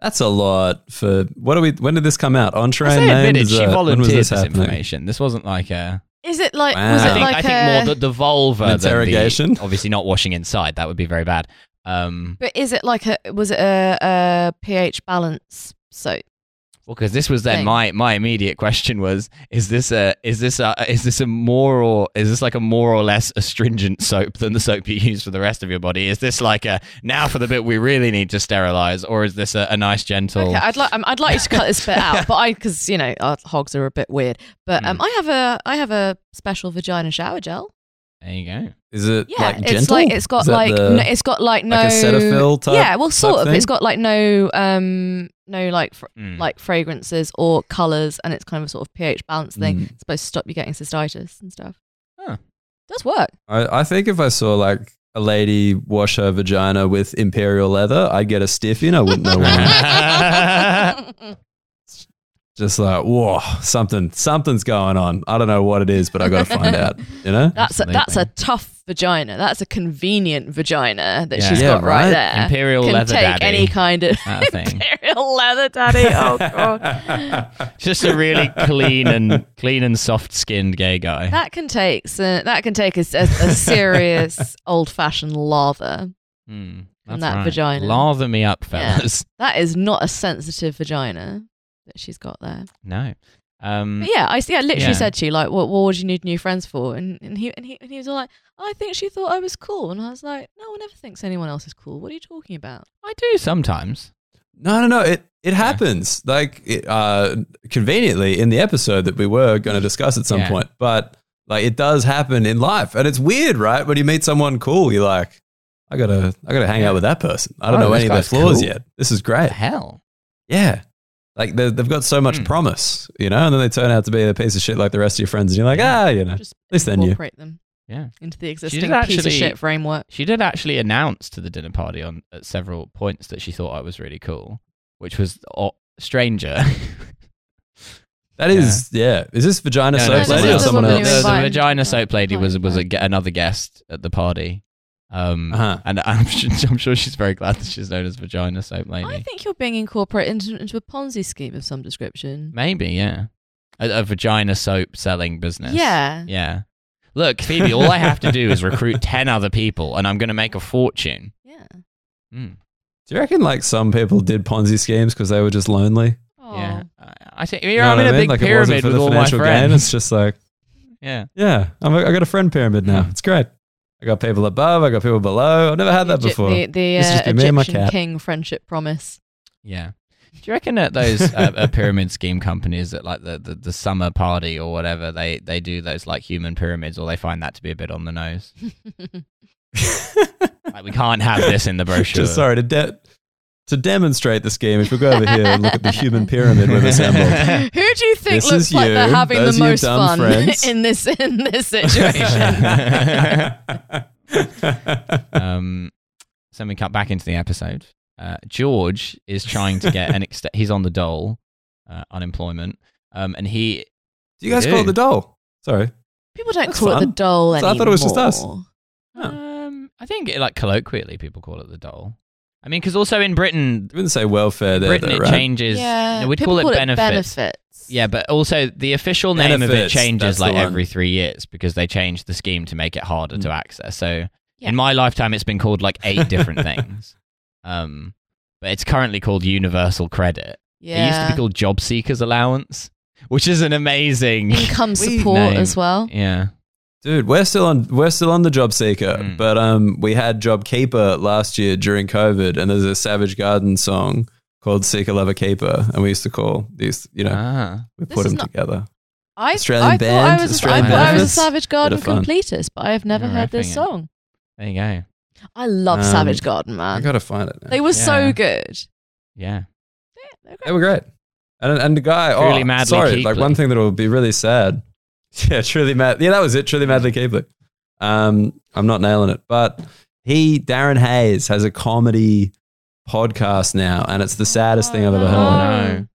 Speaker 3: That's a lot for what do we? When did this come out? On
Speaker 1: I
Speaker 3: train.
Speaker 1: say
Speaker 3: named
Speaker 1: admitted
Speaker 3: is
Speaker 1: she
Speaker 3: that- when was
Speaker 1: volunteered this,
Speaker 3: happening?
Speaker 1: information. This wasn't like a.
Speaker 2: Is it like?
Speaker 3: Wow.
Speaker 2: Was
Speaker 1: I
Speaker 2: it
Speaker 1: think
Speaker 2: like
Speaker 1: I think
Speaker 2: a,
Speaker 1: more the, the vulva
Speaker 3: An
Speaker 1: than the-
Speaker 3: interrogation?
Speaker 1: obviously not washing inside. That would be very bad. Um,
Speaker 2: But is it like a was it a, a pH balance soap?
Speaker 1: Well, because this was then
Speaker 2: thing.
Speaker 1: my my immediate question was: Is this a is this a is this a more or is this like a more or less astringent soap than the soap you use for the rest of your body? Is this like a now for the bit we really need to sterilize, or is this a, a nice gentle?
Speaker 2: Okay, I'd like um, I'd like you to cut this bit out, but I because you know our hogs are a bit weird. But
Speaker 1: Hmm.
Speaker 2: um, I have a I have a special vagina shower gel.
Speaker 1: There you go.
Speaker 3: Is it
Speaker 2: Yeah,
Speaker 3: like
Speaker 2: it's
Speaker 3: gentle?
Speaker 2: like it's got
Speaker 3: Is that
Speaker 2: like
Speaker 3: the-
Speaker 2: no, it's got like no
Speaker 3: like a Cetaphil type-
Speaker 2: Yeah, well, sort of.
Speaker 3: type
Speaker 2: It's
Speaker 3: thing? Hmm.
Speaker 2: got like no um no like fr-
Speaker 1: Mm.
Speaker 2: like fragrances or colors, and it's kind of a sort of pH balance thing.
Speaker 3: Mm.
Speaker 2: It's supposed to stop you getting cystitis and stuff.
Speaker 1: Huh.
Speaker 2: Does work.
Speaker 3: I, I think if I saw like a lady wash her vagina with imperial leather, I'd get a stiff in. I wouldn't know why. Just like, whoa, something, something's going on. I don't know what it is, but I got to find out. You know?
Speaker 2: That's a, that's a
Speaker 1: Absolutely.
Speaker 2: tough vagina. That's a convenient vagina that
Speaker 1: Yeah.
Speaker 2: she's
Speaker 3: Yeah,
Speaker 2: got right,
Speaker 3: right.
Speaker 2: there.
Speaker 1: Imperial
Speaker 2: Uh, Can
Speaker 1: leather
Speaker 2: take
Speaker 1: daddy.
Speaker 2: any kind of
Speaker 1: That thing.
Speaker 2: imperial leather daddy. Oh god,
Speaker 1: Just a really clean and clean and soft skinned gay guy.
Speaker 2: that can take s- uh, that can take a, s- a- a serious old fashioned lava.
Speaker 1: Hmm,
Speaker 2: From
Speaker 1: that's
Speaker 2: that
Speaker 1: right.
Speaker 2: vagina.
Speaker 1: Lather me up,
Speaker 2: Yeah.
Speaker 1: fellas.
Speaker 2: That is not a sensitive vagina that she's got there.
Speaker 1: No. Um,
Speaker 2: But yeah, I see. I literally
Speaker 1: Yeah.
Speaker 2: said to you, like, what, what would you need new friends for? And, and he and he and he was all like, I think she thought I was cool, and I was like, no one ever thinks anyone else is cool. What are you talking about?
Speaker 1: I do sometimes.
Speaker 3: No, no, no. It it happens. Like it, uh, conveniently in the episode that we were going to discuss at some
Speaker 1: Yeah.
Speaker 3: point, but like it does happen in life, and it's weird, right? When you meet someone cool, you're like, I gotta, I gotta hang out with that person. I don't
Speaker 1: Oh,
Speaker 3: know
Speaker 1: this
Speaker 3: any of their
Speaker 1: guy's
Speaker 3: flaws
Speaker 1: cool.
Speaker 3: yet. This is great.
Speaker 1: hell?
Speaker 3: Yeah. Like they- they've got so much
Speaker 1: Mm.
Speaker 3: promise, you know, and then they turn out to be a piece of shit like the rest of your friends, and you're like, ah, you know,
Speaker 2: Just
Speaker 3: least they knew.
Speaker 2: incorporate them
Speaker 1: Yeah.
Speaker 2: into the
Speaker 1: did
Speaker 2: existing piece
Speaker 1: actually-
Speaker 2: of shit framework.
Speaker 1: She did actually announce to the dinner party on at several points that she thought I was really cool, which was o- stranger.
Speaker 3: that is, yeah. Is this vagina
Speaker 1: No, no,
Speaker 3: soap
Speaker 1: no,
Speaker 3: lady
Speaker 1: no,
Speaker 3: or
Speaker 1: no,
Speaker 3: someone
Speaker 2: no, no,
Speaker 1: the,
Speaker 2: no,
Speaker 3: else?
Speaker 2: no,
Speaker 1: the
Speaker 2: Fine.
Speaker 1: vagina soap lady was
Speaker 2: Fine,
Speaker 1: was a,
Speaker 2: fine.
Speaker 1: ge- another guest at the party. Um,
Speaker 3: Uh-huh.
Speaker 1: and I'm sure, I'm sure she's very glad that she's known as vagina soap lady.
Speaker 2: I think you're being incorporated into, into a Ponzi scheme of some description.
Speaker 1: Maybe, yeah. A, a vagina soap selling business.
Speaker 2: Yeah.
Speaker 1: Yeah. Look, Phoebe, all I have to do is recruit 10 other people and I'm going to make a fortune.
Speaker 2: Yeah.
Speaker 1: Mm.
Speaker 3: Do you reckon like some people did Ponzi schemes because they were just lonely?
Speaker 2: Oh.
Speaker 1: Yeah. I, I think,
Speaker 3: You
Speaker 1: here
Speaker 3: know
Speaker 1: I'm in
Speaker 3: what I
Speaker 1: a
Speaker 3: mean?
Speaker 1: big
Speaker 3: like it wasn't
Speaker 1: pyramid
Speaker 3: for
Speaker 1: with
Speaker 3: the
Speaker 1: all my
Speaker 3: financial gain. It's
Speaker 1: friends.
Speaker 3: just like,
Speaker 1: Yeah.
Speaker 3: yeah, I'm a, I got a friend pyramid now. It's great. I got people above. I got people below. I've never had that
Speaker 2: Egypt-
Speaker 3: before.
Speaker 2: The, the
Speaker 3: It's
Speaker 2: uh,
Speaker 3: just been me and my
Speaker 2: Egyptian
Speaker 3: cat.
Speaker 2: king friendship promise.
Speaker 1: Yeah. Do you reckon that those uh, uh, pyramid scheme companies at like the, the, the summer party or whatever, they, they do those like human pyramids or they find that to be a bit on the nose? Like, we can't have this in the brochure.
Speaker 3: Just sorry to de- to demonstrate the scheme. If we go over here and look at the human pyramid we've assembled,
Speaker 2: Who do you think
Speaker 3: This
Speaker 2: looks
Speaker 3: is
Speaker 2: like they're
Speaker 3: you.
Speaker 2: having
Speaker 3: Those
Speaker 2: the
Speaker 3: are your
Speaker 2: most fun
Speaker 3: dumb friends.
Speaker 2: in this in this situation?
Speaker 1: um, so we cut back into the episode. Uh, George is trying to get an ext- he's on the dole, uh, unemployment, um, and he
Speaker 3: Do you guys
Speaker 1: We
Speaker 3: call
Speaker 1: do.
Speaker 3: it the doll? Sorry.
Speaker 2: People don't
Speaker 3: That's
Speaker 2: call it the
Speaker 3: fun.
Speaker 2: doll
Speaker 3: So
Speaker 2: anymore.
Speaker 3: I thought it was just us. Huh.
Speaker 1: um, I think it, like colloquially people call it the dole. I mean, because also in Britain,
Speaker 3: You wouldn't say welfare there,
Speaker 1: Britain
Speaker 3: though,
Speaker 1: it
Speaker 3: right?
Speaker 1: changes.
Speaker 2: Yeah,
Speaker 1: no, we'd
Speaker 2: people
Speaker 1: call, it benefits.
Speaker 2: benefits.
Speaker 1: Yeah, but also the official name of it
Speaker 3: Benefits, that's
Speaker 1: changes
Speaker 3: the
Speaker 1: like
Speaker 3: one. Mm.
Speaker 1: every three years because they change the scheme to make it harder to access. So
Speaker 2: Yeah.
Speaker 1: in my lifetime, it's been called like eight different things. Um, but it's currently called universal credit. It used to
Speaker 2: yeah.
Speaker 1: be called job seekers allowance, which is an amazing.
Speaker 2: income
Speaker 3: We-
Speaker 2: support
Speaker 1: name.
Speaker 2: as well.
Speaker 1: yeah.
Speaker 3: Dude, we're still on we're still on the job seeker,
Speaker 1: Mm.
Speaker 3: but um, we had job keeper last year during COVID, and there's a Savage Garden song called "Seeker Lover Keeper," and we used to call these, you know,
Speaker 1: Ah.
Speaker 3: we
Speaker 2: This
Speaker 3: put
Speaker 2: is
Speaker 3: them
Speaker 2: not-
Speaker 3: together.
Speaker 2: I,
Speaker 3: Australian
Speaker 2: I thought
Speaker 3: band,
Speaker 2: I was,
Speaker 1: Australian
Speaker 2: I thought I was a
Speaker 1: benefits.
Speaker 2: Savage Garden
Speaker 3: Bit of fun.
Speaker 2: completist, but I've never
Speaker 1: You're
Speaker 2: heard this
Speaker 1: riffing it.
Speaker 2: song.
Speaker 1: There you go.
Speaker 2: I love
Speaker 3: Um,
Speaker 2: Savage Garden,
Speaker 3: I
Speaker 2: man.
Speaker 3: gotta find it. Now.
Speaker 2: they were
Speaker 1: Yeah.
Speaker 2: so good.
Speaker 1: Yeah.
Speaker 2: They're
Speaker 3: They
Speaker 2: great.
Speaker 3: were great. And and the guy,
Speaker 1: Truly
Speaker 3: oh,
Speaker 1: Madly
Speaker 3: sorry,
Speaker 1: Keepley.
Speaker 3: like one thing that will be really sad. Yeah, truly mad. Yeah, that was it. Truly madly Keepley. Um, I'm not nailing it, but he, Darren Hayes, has a comedy podcast now, and it's the saddest thing I've ever
Speaker 1: Oh,
Speaker 3: heard.
Speaker 1: no.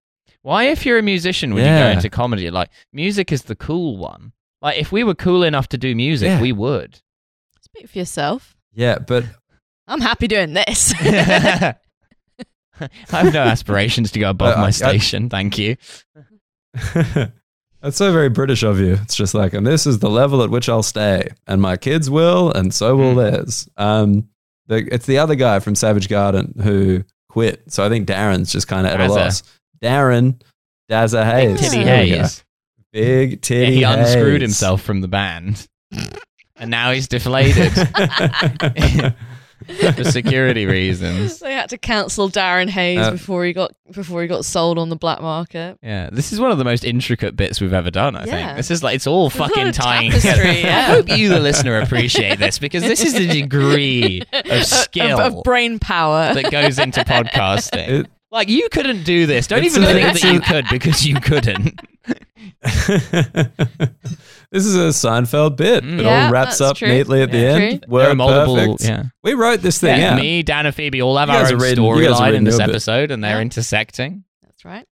Speaker 1: Why, if you're a musician, would you
Speaker 3: Yeah.
Speaker 1: go into comedy? Like, music is the cool one. Like, if we were cool enough to do music,
Speaker 3: Yeah.
Speaker 1: we would.
Speaker 2: Speak for yourself.
Speaker 3: Yeah, but
Speaker 2: I'm happy doing this.
Speaker 1: I have no aspirations to go above
Speaker 3: Uh, I-
Speaker 1: my
Speaker 3: I-
Speaker 1: station. Thank you.
Speaker 3: That's so very British of you. It's just like, and this is the level at which I'll stay, and my kids will, and so will
Speaker 1: Hmm.
Speaker 3: theirs. Um, the, it's the other guy from Savage Garden who quit. So I think Darren's just kind of at a
Speaker 1: Razza.
Speaker 3: loss. Darren Dazza Hayes.
Speaker 1: Titty
Speaker 3: There we go.
Speaker 1: Hayes.
Speaker 3: Big titty.
Speaker 1: Yeah, he unscrewed
Speaker 3: Hayes.
Speaker 1: himself from the band, and now he's deflated for security reasons.
Speaker 2: They had to cancel Darren Hayes
Speaker 3: Uh,
Speaker 2: before he got before he got sold on the black market.
Speaker 1: Yeah, this is one of the most intricate bits we've ever done. I
Speaker 2: Yeah.
Speaker 1: think this is like it's all
Speaker 2: a lot
Speaker 1: fucking
Speaker 2: of
Speaker 1: tying
Speaker 2: tapestry,
Speaker 1: together.
Speaker 2: yeah.
Speaker 1: I hope you, the listener, appreciate this because this is the degree Uh, of skill
Speaker 2: of, of brain power.
Speaker 1: that goes into podcasting.
Speaker 3: It-
Speaker 1: like you couldn't do this. Don't
Speaker 3: It's
Speaker 1: even
Speaker 3: a-
Speaker 1: think
Speaker 3: it's
Speaker 1: that you could because you couldn't.
Speaker 3: this is a Seinfeld bit.
Speaker 1: Mm.
Speaker 3: It
Speaker 2: Yeah,
Speaker 3: all wraps
Speaker 2: that's
Speaker 3: up
Speaker 2: true.
Speaker 3: neatly at the
Speaker 2: Yeah.
Speaker 3: end.
Speaker 1: There are
Speaker 3: Word
Speaker 1: multiple-
Speaker 3: perfect.
Speaker 1: yeah.
Speaker 3: We wrote this thing
Speaker 1: Yeah,
Speaker 3: out.
Speaker 1: me, Dan, and Phoebe all have
Speaker 3: You
Speaker 1: our
Speaker 3: guys
Speaker 1: own
Speaker 3: are reading- you guys are
Speaker 1: storyline in
Speaker 3: reading
Speaker 1: this
Speaker 3: your bit. Hmm.
Speaker 1: episode, and they're
Speaker 2: Yeah.
Speaker 1: intersecting.
Speaker 2: That's right.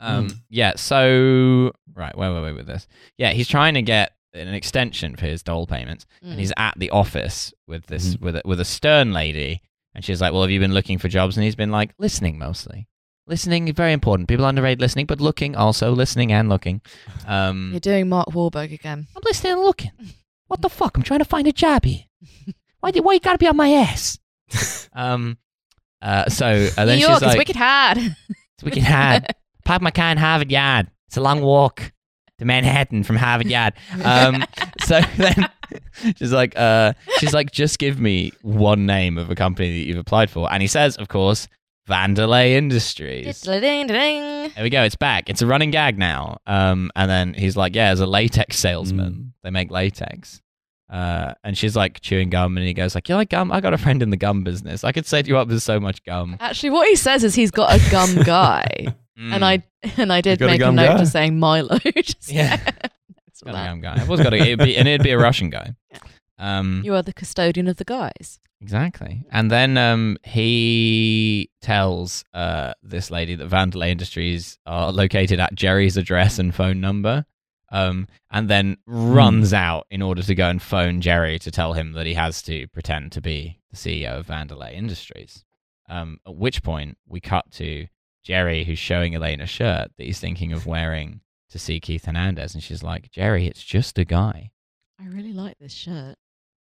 Speaker 1: Um, Yeah. So right, where were we with this? Yeah, he's trying to get an extension for his dole payments,
Speaker 2: Mm.
Speaker 1: and he's at the office with this with a, with a stern lady, and she's like, "Well, have you been looking for jobs?" And he's been like, "Listening mostly. Listening is very important. People underrate listening, but looking also listening and looking. Um,
Speaker 2: You're doing Mark Wahlberg again.
Speaker 1: I'm listening and looking. What the fuck? I'm trying to find a job here. Why do why you gotta be on my ass? um. Uh, so and
Speaker 2: New
Speaker 1: then
Speaker 2: York
Speaker 1: she's like,
Speaker 2: is wicked hard.
Speaker 1: it's wicked hard. Park my car in Harvard Yard. It's a long walk to Manhattan from Harvard Yard. Um, so then she's like, uh, she's like, just give me one name of a company that you've applied for, and he says, of course, Vanderlei Industries.
Speaker 2: Diddle-ding-ding.
Speaker 1: There we go. It's back. It's a running gag now. Um, and then he's like, yeah, as a latex
Speaker 3: Mm.
Speaker 1: salesman, they make latex. Uh, and she's like chewing gum, and he goes like, "You like gum? I got a friend in the gum business. I could set you up with so much gum."
Speaker 2: Actually, what he says is he's got a gum guy,
Speaker 1: Hmm. Mm.
Speaker 2: and I and I did
Speaker 3: got a
Speaker 2: make a
Speaker 3: gum
Speaker 2: note
Speaker 3: guy?
Speaker 2: just saying Milo. just-
Speaker 1: yeah.
Speaker 2: that's
Speaker 1: Got
Speaker 2: what
Speaker 1: a
Speaker 2: that-
Speaker 1: gum guy. It was got a, it'd be, and it'd be a Russian guy. Um,
Speaker 2: You are the custodian of the guys.
Speaker 1: exactly. And then um, he tells uh, this lady that Vandalay Industries are located at Jerry's address and phone number. Um, and then
Speaker 3: Hmm.
Speaker 1: runs out in order to go and phone Jerry to tell him that he has to pretend to be the CEO of Vandalay Industries. Um, at which point we cut to Jerry, who's showing Elaine a shirt that he's thinking of wearing to see Keith Hernandez, and she's like, "Jerry, it's just a guy."
Speaker 2: I really like this shirt.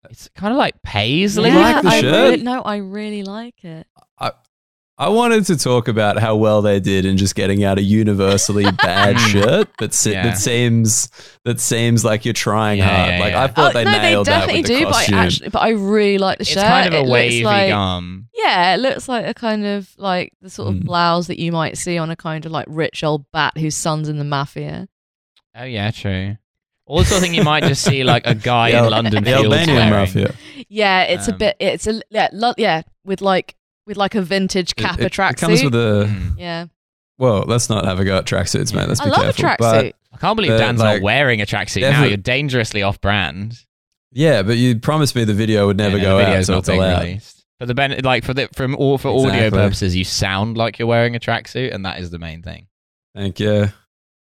Speaker 1: It's kind of like paisley.
Speaker 3: You like the
Speaker 2: I
Speaker 3: shirt?
Speaker 2: really- no, I really like it.
Speaker 3: I wanted to talk about how well they did in just getting out a universally bad
Speaker 1: Mm.
Speaker 3: shirt that se-
Speaker 1: Yeah.
Speaker 3: that seems that seems like you're trying
Speaker 1: Yeah,
Speaker 3: hard.
Speaker 1: yeah,
Speaker 3: like
Speaker 1: yeah.
Speaker 3: I thought they
Speaker 2: Oh, no,
Speaker 3: nailed
Speaker 2: they definitely
Speaker 3: that with the
Speaker 2: do.
Speaker 3: costume.
Speaker 2: But I actually, but I really like the
Speaker 1: It's
Speaker 2: shirt.
Speaker 1: kind of
Speaker 2: It
Speaker 1: a
Speaker 2: looks
Speaker 1: wavy
Speaker 2: like-
Speaker 3: um,
Speaker 1: gum.
Speaker 2: Yeah, it looks like a kind of like the sort of
Speaker 3: Mm.
Speaker 2: blouse that you might see on a kind of like rich old bat whose son's in the mafia.
Speaker 1: Oh yeah, true. Also, I think you might just see like a guy
Speaker 3: The Al-
Speaker 1: in London
Speaker 3: the
Speaker 1: Fields
Speaker 3: Albanian
Speaker 1: wearing.
Speaker 3: mafia.
Speaker 2: Yeah, it's a
Speaker 1: Um,
Speaker 2: bit. It's a yeah, lo- yeah, with like with like a vintage
Speaker 3: It-
Speaker 2: Kappa
Speaker 3: it, it comes
Speaker 2: tracksuit.
Speaker 3: with a
Speaker 1: Mm.
Speaker 2: yeah,
Speaker 3: well. Let's not have a go at tracksuits, man. Let's
Speaker 2: I
Speaker 3: be
Speaker 2: love a
Speaker 3: careful. But-
Speaker 2: tracksuit.
Speaker 1: I can't believe
Speaker 3: But,
Speaker 1: Dan's
Speaker 3: like,
Speaker 1: not wearing a tracksuit now.
Speaker 3: definitely-
Speaker 1: You're dangerously off-brand.
Speaker 3: yeah, but you promised me the video would never
Speaker 1: Yeah,
Speaker 3: go
Speaker 1: the
Speaker 3: out,
Speaker 1: video's
Speaker 3: so
Speaker 1: not
Speaker 3: it's
Speaker 1: being
Speaker 3: allowed.
Speaker 1: released. For the ben- like for the from all for audio
Speaker 3: Exactly.
Speaker 1: purposes, you sound like you're wearing a tracksuit, and that is the main thing.
Speaker 3: Thank you.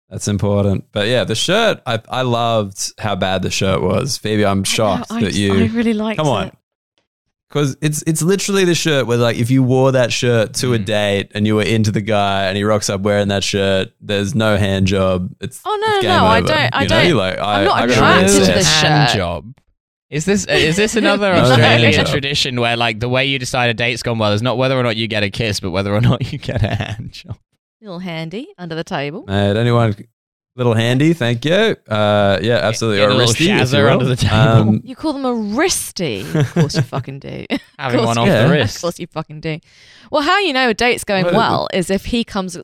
Speaker 3: That's important. But yeah, the shirt. I I loved how bad the shirt was, Phoebe. I'm shocked
Speaker 2: I, I
Speaker 3: that
Speaker 2: just-
Speaker 3: you.
Speaker 2: I really like.
Speaker 3: Come on.
Speaker 2: It.
Speaker 3: Cause it's it's literally the shirt where like if you wore that shirt to a
Speaker 1: Mm.
Speaker 3: date and you were into the guy and he rocks up wearing that shirt, there's no hand job. It's
Speaker 2: Oh, no,
Speaker 3: it's
Speaker 2: no,
Speaker 3: game
Speaker 2: no, I
Speaker 3: over,
Speaker 2: don't- I
Speaker 3: you know?
Speaker 2: don't-
Speaker 3: Like, I,
Speaker 2: I'm not
Speaker 3: I got
Speaker 2: attracted
Speaker 3: really
Speaker 2: to
Speaker 3: obsessed.
Speaker 2: this
Speaker 1: hand
Speaker 2: shirt.
Speaker 1: job. Is this is this another
Speaker 3: No,
Speaker 1: Australian
Speaker 3: hand job.
Speaker 1: tradition where like the way you decide a date's gone well is not whether or not you get a kiss, but whether or not you get a hand job?
Speaker 2: Little handy under the table.
Speaker 3: Mate, anyone, little handy, thank you. Uh, yeah, absolutely.
Speaker 1: Get a
Speaker 3: Or
Speaker 1: little
Speaker 3: wristy, if
Speaker 1: shazzer
Speaker 3: you will.
Speaker 1: under the table.
Speaker 3: Um,
Speaker 2: You call them a wristy. Of course you fucking do. Of
Speaker 1: Having
Speaker 2: course
Speaker 1: one
Speaker 2: you
Speaker 1: off
Speaker 3: yeah.
Speaker 1: the
Speaker 2: do.
Speaker 1: wrist.
Speaker 2: Of course you fucking do. Well, how you know a date's going
Speaker 3: Well-
Speaker 2: well is if he comes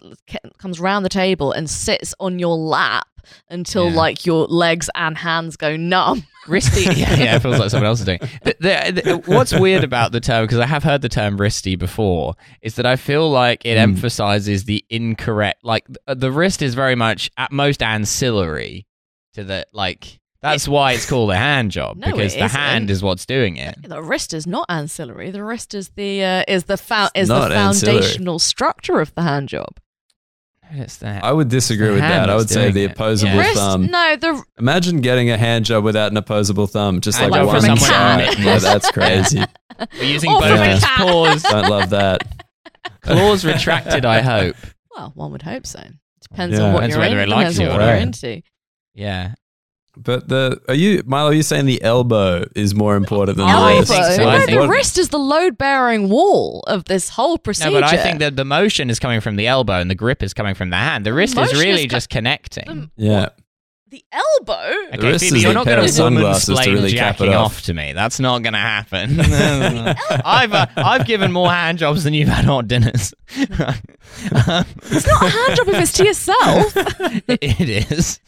Speaker 2: comes round the table and sits on your lap until
Speaker 1: Yeah.
Speaker 2: like your legs and hands go numb.
Speaker 1: Wristy. yeah, yeah, it feels like someone else is doing. The, the, the- what's weird about the term, because I have heard the term wristy before, is that I feel like it
Speaker 3: Hmm.
Speaker 1: emphasizes the incorrect. Like the, the wrist is very much at most ancillary to the like. That's why it's called a hand job
Speaker 2: No,
Speaker 1: because
Speaker 2: it
Speaker 1: the
Speaker 2: isn't.
Speaker 1: hand is what's doing it.
Speaker 2: The wrist is not ancillary. The wrist is the uh, is the fou- is the
Speaker 3: not ancillary.
Speaker 2: foundational structure of the hand job.
Speaker 1: It's the-
Speaker 3: I would disagree with
Speaker 1: hand
Speaker 3: that. I
Speaker 1: that's
Speaker 3: would say
Speaker 1: doing
Speaker 3: the
Speaker 1: it.
Speaker 3: opposable
Speaker 1: Yeah.
Speaker 2: Wrist?
Speaker 3: thumb.
Speaker 2: No, the
Speaker 3: Imagine getting a hand job without an opposable thumb, just
Speaker 1: Hand
Speaker 3: like
Speaker 1: job
Speaker 3: one
Speaker 1: from a
Speaker 3: side.
Speaker 1: cat.
Speaker 3: Yeah, that's crazy.
Speaker 1: We're using
Speaker 2: Or
Speaker 1: both
Speaker 3: from a
Speaker 1: hands,
Speaker 2: cat.
Speaker 1: paws,
Speaker 3: Don't love that.
Speaker 1: claws retracted. I hope.
Speaker 2: well, one would hope so. Depends
Speaker 3: Yeah.
Speaker 2: on what
Speaker 1: Depends
Speaker 2: you're
Speaker 1: whether
Speaker 2: in,
Speaker 1: it likes
Speaker 2: depends on
Speaker 1: you
Speaker 2: what
Speaker 1: or
Speaker 2: you're
Speaker 3: not.
Speaker 2: into.
Speaker 1: Yeah.
Speaker 3: But the are you Milo? Are you saying the elbow is more important than
Speaker 1: I
Speaker 3: the
Speaker 2: Elbow.
Speaker 3: wrist?
Speaker 1: think so.
Speaker 2: No,
Speaker 1: I think-
Speaker 2: the wrist is the load bearing wall of this whole procedure.
Speaker 1: No, but I think that the motion is coming from the elbow and the grip is coming from the hand. The wrist is
Speaker 2: motion is
Speaker 1: really
Speaker 2: co-
Speaker 1: just connecting.
Speaker 3: Yeah,
Speaker 2: the elbow.
Speaker 1: Okay,
Speaker 3: wrist
Speaker 1: Phoebe,
Speaker 3: is
Speaker 1: you're
Speaker 3: a
Speaker 1: not
Speaker 3: pair
Speaker 1: going
Speaker 3: of
Speaker 1: to woman
Speaker 3: sunglasses to
Speaker 1: explain
Speaker 3: really cap it
Speaker 1: jacking
Speaker 3: off.
Speaker 1: off to me. That's not going to happen. I've uh, I've given more hand jobs than you've had hot dinners. Um,
Speaker 2: It's not a hand job if it's to yourself. No,
Speaker 1: it is.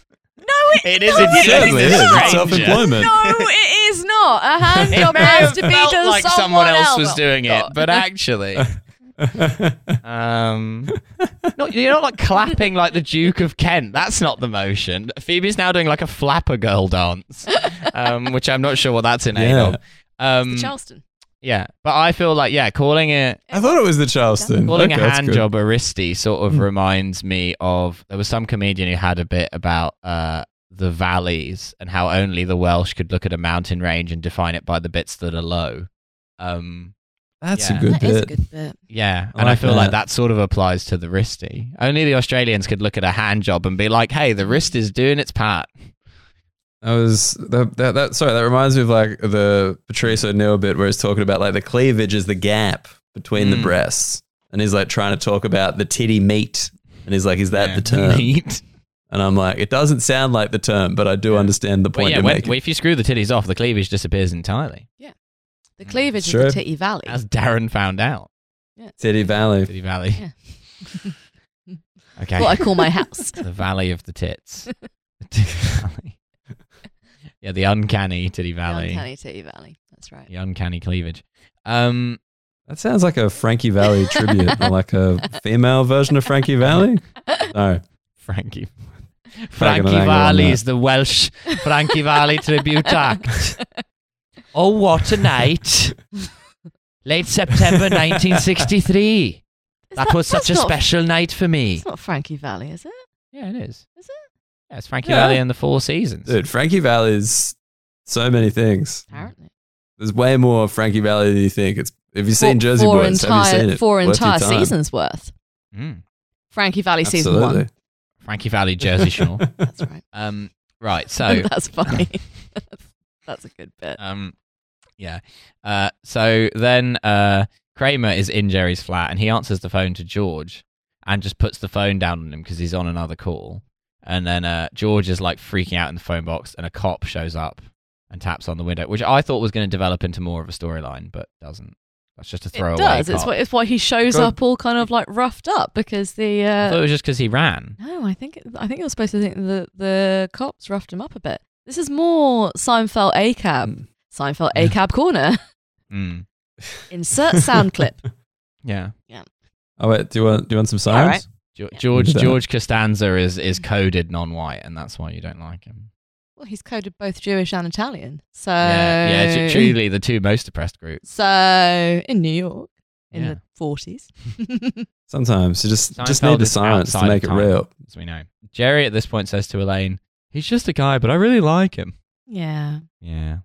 Speaker 1: It
Speaker 2: it,
Speaker 1: is
Speaker 2: no,
Speaker 1: indeed.
Speaker 2: it
Speaker 1: Certainly
Speaker 2: is
Speaker 1: is.
Speaker 2: not.
Speaker 1: It's
Speaker 3: self employment.
Speaker 2: No, it is not. A hand
Speaker 1: It
Speaker 2: job
Speaker 1: may
Speaker 2: has
Speaker 1: have
Speaker 2: to be
Speaker 1: felt
Speaker 2: to
Speaker 1: like someone else was
Speaker 2: Oh,
Speaker 1: doing it,
Speaker 2: God.
Speaker 1: but actually, um, not, you're not like clapping like the Duke of Kent. That's not the motion. Phoebe's now doing like a flapper girl dance, um, which I'm not sure what that's in aid
Speaker 3: Yeah.
Speaker 1: of. Um,
Speaker 2: Charleston.
Speaker 1: yeah, but I feel like yeah, calling it
Speaker 3: I thought it was the Charleston.
Speaker 1: Calling
Speaker 3: Okay,
Speaker 1: a
Speaker 3: that's
Speaker 1: hand
Speaker 3: good. Hmm.
Speaker 1: job a wristy sort of reminds me of there was some comedian who had a bit about uh, the valleys and how only the Welsh could look at a mountain range and define it by the bits that are low. Um,
Speaker 3: That's
Speaker 1: Yeah.
Speaker 3: a good
Speaker 2: That
Speaker 3: bit.
Speaker 2: is a good bit.
Speaker 1: yeah,
Speaker 3: I
Speaker 1: and I
Speaker 3: like
Speaker 1: feel like
Speaker 3: that.
Speaker 1: that sort of applies to the wristy. Only the Australians could look at a hand job and be like, "Hey, the wrist is doing its part."
Speaker 3: That was that, that that sorry, that reminds me of like the Patrice O'Neill bit where he's talking about like the cleavage is the gap between the
Speaker 1: Mm.
Speaker 3: breasts. And he's like trying to talk about the titty meat. And he's like, is that the term?
Speaker 1: Neat.
Speaker 3: And I'm like, it doesn't sound like the term, but I do understand the
Speaker 1: But
Speaker 3: point
Speaker 1: yeah,
Speaker 3: you're
Speaker 1: when,
Speaker 3: making.
Speaker 1: if you screw the titties off, the cleavage disappears entirely,
Speaker 2: The cleavage
Speaker 3: Sure.
Speaker 2: is the titty valley.
Speaker 1: as Darren found out.
Speaker 3: titty Valley.
Speaker 1: Titty Valley. Okay.
Speaker 2: what I call my house.
Speaker 1: the valley of the tits. The titty valley. yeah, the uncanny titty valley.
Speaker 2: The uncanny titty valley. That's right.
Speaker 1: The uncanny cleavage. Um,
Speaker 3: That sounds like a Frankie Valley tribute, or like a female version of Frankie Valley. No,
Speaker 1: Frankie.
Speaker 3: Back in
Speaker 1: Frankie
Speaker 3: an angle on
Speaker 1: Valley
Speaker 3: that.
Speaker 1: is the Welsh Frankie Valley Tribute Act. Oh, what a night! Late September 1963.
Speaker 2: Is
Speaker 1: That was such
Speaker 2: that's
Speaker 1: a
Speaker 2: not-
Speaker 1: special night for me.
Speaker 2: It's not Frankie Valley, is it?
Speaker 1: Yeah, it is.
Speaker 2: Is
Speaker 1: Yeah, it's Frankie
Speaker 3: Yeah.
Speaker 1: Valley and the Four Seasons.
Speaker 3: dude, Frankie Valley's so many things.
Speaker 1: Mm.
Speaker 2: Apparently.
Speaker 3: There's way more Frankie Valley than you think. It's have you seen
Speaker 2: Four-
Speaker 3: Jersey
Speaker 2: four
Speaker 3: Boys?
Speaker 2: Entire,
Speaker 3: have you seen it?
Speaker 2: Four
Speaker 3: Worth your
Speaker 2: entire
Speaker 3: time.
Speaker 2: seasons worth.
Speaker 1: Mm.
Speaker 2: Frankie Valley season
Speaker 3: Absolutely.
Speaker 2: one.
Speaker 1: Frankie Valley Jersey Shore.
Speaker 2: That's right.
Speaker 1: um, right, so
Speaker 2: That's funny. That's a good bit.
Speaker 1: Um, yeah. Uh, so then uh, Kramer is in Jerry's flat and he answers the phone to George and just puts the phone down on him because he's on another call. And then uh, George is like freaking out in the phone box and a cop shows up and taps on the window, which I thought was going to develop into more of a storyline, but doesn't. That's just a throwaway.
Speaker 2: it does. It's
Speaker 1: cop.
Speaker 2: why, it's why he shows
Speaker 3: Go-
Speaker 2: up all kind of like roughed up because the.
Speaker 1: I thought
Speaker 2: Uh,
Speaker 1: it was just because he ran.
Speaker 2: no, I think it- I think you're supposed to think the the cops roughed him up a bit. This is more Seinfeld A
Speaker 1: Hmm.
Speaker 2: cab. Seinfeld A cab corner.
Speaker 1: Mm.
Speaker 2: Insert sound clip.
Speaker 1: Yeah.
Speaker 3: Oh wait, do you want do you want some sirens?
Speaker 2: All right.
Speaker 1: Ge-
Speaker 2: Yeah. Mm.
Speaker 1: George
Speaker 3: Yeah.
Speaker 1: George Costanza is is coded non-white, and that's why you don't like him.
Speaker 2: Well, he's coded both Jewish and Italian. So
Speaker 1: yeah, yeah. ju- Truly, the two most oppressed groups.
Speaker 2: So in New York in
Speaker 1: Yeah.
Speaker 2: the forties.
Speaker 3: Sometimes you just just
Speaker 1: Seinfeld
Speaker 3: need the
Speaker 1: is
Speaker 3: silence to
Speaker 1: outside
Speaker 3: make it
Speaker 1: of time.
Speaker 3: real.
Speaker 1: as we know. Jerry at this point says to Elaine, "He's just a guy, but I really like him."
Speaker 2: yeah.
Speaker 1: Yeah.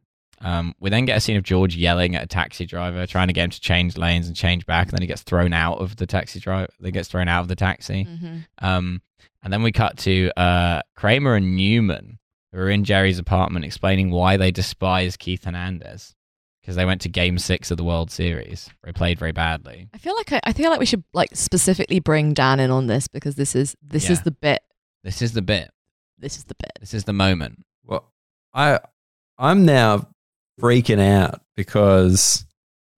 Speaker 1: Um, we then get a scene of George yelling at a taxi driver, trying to get him to change lanes and change back, and then he gets thrown out of the taxi driver. Then gets thrown out of the taxi.
Speaker 2: hmm
Speaker 1: Um, and then we cut to uh, Kramer and Newman, who are in Jerry's apartment, explaining why they despise Keith Hernandez because they went to Game Six of the World Series. They played very badly.
Speaker 2: I feel like I, I feel like we should like specifically bring Dan in on this because this is this is
Speaker 1: Yeah.
Speaker 2: the bit.
Speaker 1: This is the bit.
Speaker 2: This is the bit.
Speaker 1: This is the moment.
Speaker 3: Well, I I'm now freaking out because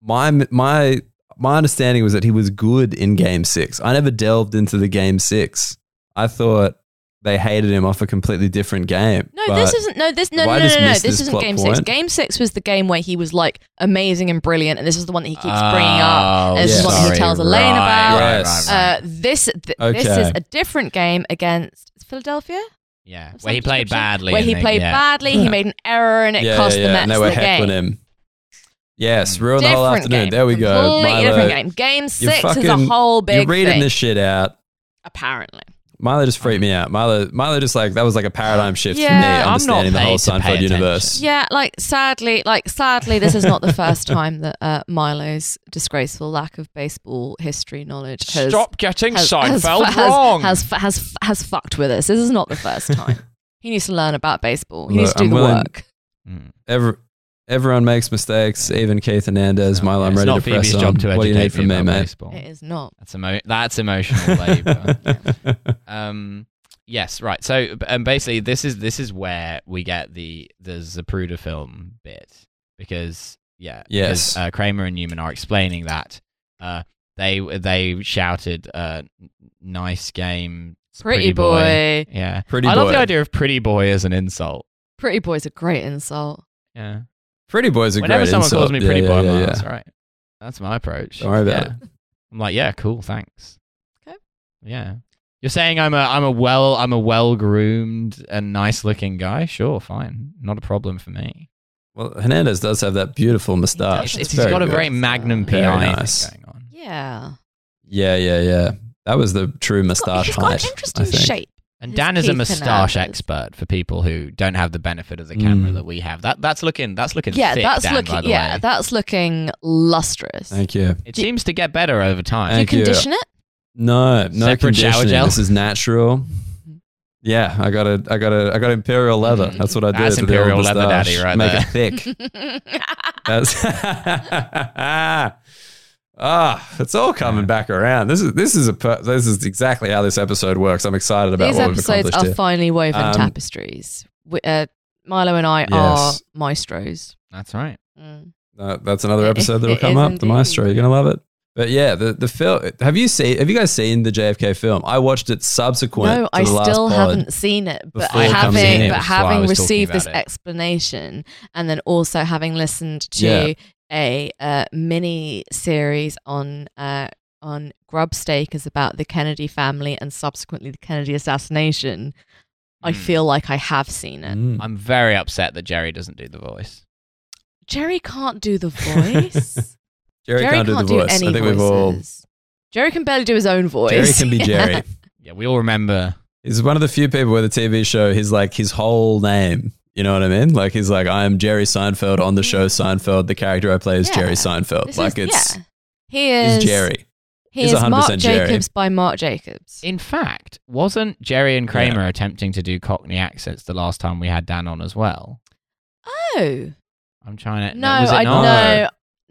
Speaker 3: my my my understanding was that he was good in Game Six. I never delved into the Game Six. I thought they hated him off a completely different game.
Speaker 2: No,
Speaker 3: but-
Speaker 2: this isn't. No, this no
Speaker 3: have I
Speaker 2: no no
Speaker 3: just
Speaker 2: no. no. This,
Speaker 3: missed this
Speaker 2: isn't
Speaker 3: plot
Speaker 2: game six.
Speaker 3: point?
Speaker 2: Game six was the game where he was like amazing and brilliant, and this is the one that he keeps bringing
Speaker 3: Ah.
Speaker 2: up.
Speaker 1: Oh,
Speaker 2: This
Speaker 3: is what he
Speaker 1: sorry.
Speaker 2: tells Elaine
Speaker 1: Right,
Speaker 2: about.
Speaker 1: right,
Speaker 3: Yes.
Speaker 1: right, right.
Speaker 2: Uh, this th- this
Speaker 3: Okay.
Speaker 2: is a different game against Philadelphia,
Speaker 1: yeah,
Speaker 2: of
Speaker 1: where he
Speaker 2: some
Speaker 1: played
Speaker 2: description,
Speaker 1: badly.
Speaker 2: where
Speaker 1: and
Speaker 2: he
Speaker 1: they-
Speaker 2: played
Speaker 1: yeah.
Speaker 2: badly. He
Speaker 3: Yeah.
Speaker 2: made an error, and it
Speaker 3: yeah,
Speaker 2: cost
Speaker 3: yeah,
Speaker 2: the
Speaker 3: yeah.
Speaker 2: Mets
Speaker 3: And they
Speaker 2: the
Speaker 3: were
Speaker 2: game.
Speaker 3: heckling him. Yes, ruined the
Speaker 2: different
Speaker 3: whole afternoon.
Speaker 2: game.
Speaker 3: There we go.
Speaker 2: Completely
Speaker 3: Milo,
Speaker 2: different game. Game six is a
Speaker 3: fucking-
Speaker 2: whole
Speaker 3: you're
Speaker 2: big
Speaker 3: reading
Speaker 2: thing.
Speaker 3: this shit out.
Speaker 2: apparently.
Speaker 3: Milo just freaked me out. Milo, Milo just like that was like a paradigm shift
Speaker 2: Yeah,
Speaker 3: for me
Speaker 1: I'm
Speaker 3: understanding
Speaker 1: not
Speaker 3: the
Speaker 1: paid
Speaker 3: whole
Speaker 1: to pay
Speaker 3: Seinfeld
Speaker 1: attention.
Speaker 3: universe.
Speaker 2: Yeah, like sadly, like sadly, this is not the first time that uh, Milo's disgraceful lack of baseball history knowledge has
Speaker 1: getting
Speaker 2: has, has, has, has, has, has fucked with us. This is not the first time. He needs to learn about baseball. He needs
Speaker 3: Look,
Speaker 2: to do
Speaker 3: I'm
Speaker 2: the
Speaker 3: willing-
Speaker 2: work.
Speaker 1: Mm.
Speaker 3: Every, everyone makes mistakes, even Keith Hernandez.
Speaker 1: So,
Speaker 3: Milo, I'm
Speaker 1: it's
Speaker 3: ready
Speaker 1: not
Speaker 3: to press
Speaker 1: Phoebe's
Speaker 3: on.
Speaker 1: job to educate
Speaker 3: what do you need from me,
Speaker 1: about
Speaker 3: mate?
Speaker 1: baseball.
Speaker 2: It is not.
Speaker 1: That's emo- that's emotional labor. um, yes, right. So b- um, basically, this is this is where we get the the Zapruder film bit because yeah, because,
Speaker 3: Yes.
Speaker 1: uh, Kramer and Newman are explaining that uh, they they shouted uh, n- nice game,
Speaker 2: Pretty, boy.
Speaker 1: Yeah,
Speaker 3: Pretty
Speaker 1: I
Speaker 3: boy.
Speaker 1: love the idea of pretty boy as an insult.
Speaker 2: Pretty boy's a great insult.
Speaker 1: Yeah,
Speaker 3: Pretty boy's a
Speaker 1: whenever
Speaker 3: great
Speaker 1: someone
Speaker 3: insult.
Speaker 1: calls me
Speaker 3: Yeah,
Speaker 1: pretty
Speaker 3: yeah,
Speaker 1: boy, I'm
Speaker 3: yeah,
Speaker 1: like,
Speaker 3: yeah.
Speaker 1: that's all right. That's my approach.
Speaker 3: Don't worry about
Speaker 1: Yeah.
Speaker 3: it.
Speaker 1: I'm like, yeah, cool, thanks.
Speaker 2: Okay.
Speaker 1: Yeah. You're saying I'm a I'm a well I'm a well groomed and nice looking guy. Sure, fine, not a problem for me.
Speaker 3: Well, Hernandez does have that beautiful
Speaker 2: Gosh,
Speaker 3: moustache.
Speaker 1: It's-
Speaker 2: that's
Speaker 1: it's- he's
Speaker 2: very
Speaker 1: got a
Speaker 2: good.
Speaker 1: very Magnum PI
Speaker 2: Very
Speaker 1: thing
Speaker 3: nice.
Speaker 1: going on.
Speaker 2: Yeah.
Speaker 3: Yeah, yeah, yeah. That was the true moustache
Speaker 2: he's
Speaker 3: height.
Speaker 2: got an
Speaker 3: I
Speaker 2: interesting
Speaker 3: think.
Speaker 2: shape.
Speaker 1: And
Speaker 2: His
Speaker 1: Dan is a
Speaker 2: Keith
Speaker 1: moustache
Speaker 2: Hernandez.
Speaker 1: expert for people who don't have the benefit of the camera
Speaker 3: Mm.
Speaker 1: that we have. That that's looking that's looking
Speaker 2: yeah,
Speaker 1: thick,
Speaker 2: that's
Speaker 1: Dan, by
Speaker 2: looking
Speaker 1: the
Speaker 2: yeah,
Speaker 1: way.
Speaker 2: that's looking lustrous.
Speaker 3: Thank you.
Speaker 1: it seems to get better over
Speaker 2: Do you
Speaker 1: time.
Speaker 3: Thank you.
Speaker 2: condition it?
Speaker 3: No, no
Speaker 1: Separate shower
Speaker 3: conditioning.
Speaker 1: gel?
Speaker 3: This is natural. Yeah, I got a, I got a, I got imperial leather.
Speaker 1: Mm.
Speaker 3: That's what I did.
Speaker 1: That's
Speaker 3: to the old
Speaker 1: imperial leather
Speaker 3: moustache.
Speaker 1: daddy right
Speaker 3: Make
Speaker 1: there.
Speaker 3: it thick. That's ah, it's all coming back around. This is this is a per- this is exactly how this episode works. I'm excited about
Speaker 2: These
Speaker 3: what
Speaker 2: episodes
Speaker 3: we've
Speaker 2: are
Speaker 3: accomplished
Speaker 2: finely woven
Speaker 3: Um,
Speaker 2: tapestries. We, uh, Milo and I are
Speaker 3: Yes.
Speaker 2: maestros.
Speaker 1: That's right.
Speaker 2: Mm.
Speaker 3: here. Uh, that's another episode that will
Speaker 2: It
Speaker 3: come
Speaker 2: is
Speaker 3: up. The
Speaker 2: indeed.
Speaker 3: Maestro, you're gonna love it. But yeah, the the film. Have you seen? Have you guys seen the JFK film? I watched it subsequent.
Speaker 2: No,
Speaker 3: to
Speaker 2: I
Speaker 3: the last
Speaker 2: still
Speaker 3: pod.
Speaker 2: haven't seen it, but
Speaker 3: before it comes in.
Speaker 2: having
Speaker 3: It
Speaker 2: but
Speaker 1: was why I
Speaker 2: having
Speaker 1: was talking
Speaker 2: received this
Speaker 1: about it.
Speaker 2: explanation, and then also having listened to
Speaker 3: Yeah.
Speaker 2: a uh, mini series on uh, on Grubstakers about the Kennedy family and subsequently the Kennedy assassination. I
Speaker 3: Hmm.
Speaker 1: Mm.
Speaker 2: feel like I have seen it.
Speaker 3: Mm.
Speaker 1: I'm very upset that Jerry doesn't do the voice.
Speaker 2: Jerry can't do the voice.
Speaker 3: Jerry, can't, do the voice.
Speaker 2: any
Speaker 3: I think we've all.
Speaker 2: voices. Jerry can barely do his own voice.
Speaker 3: Jerry can be
Speaker 2: Yeah.
Speaker 3: Jerry.
Speaker 1: Yeah, we all remember
Speaker 3: He's one of the few people with a TV show. He's like his whole name. You know what I mean? Like he's like I'm Jerry Seinfeld on the show Seinfeld. The character I play is
Speaker 2: Yeah.
Speaker 3: Jerry Seinfeld.
Speaker 2: This
Speaker 3: like
Speaker 2: is-
Speaker 3: it's
Speaker 2: yeah. He is
Speaker 3: he's Jerry.
Speaker 2: He
Speaker 3: He's
Speaker 2: is Mark
Speaker 3: 100% Jerry.
Speaker 2: Jacobs by Mark Jacobs.
Speaker 1: In fact, wasn't Jerry and Kramer attempting to do Cockney accents the last time we had Dan on as well?
Speaker 2: Oh
Speaker 1: I'm trying to.
Speaker 2: no,
Speaker 1: was it
Speaker 2: I
Speaker 1: not?
Speaker 2: know.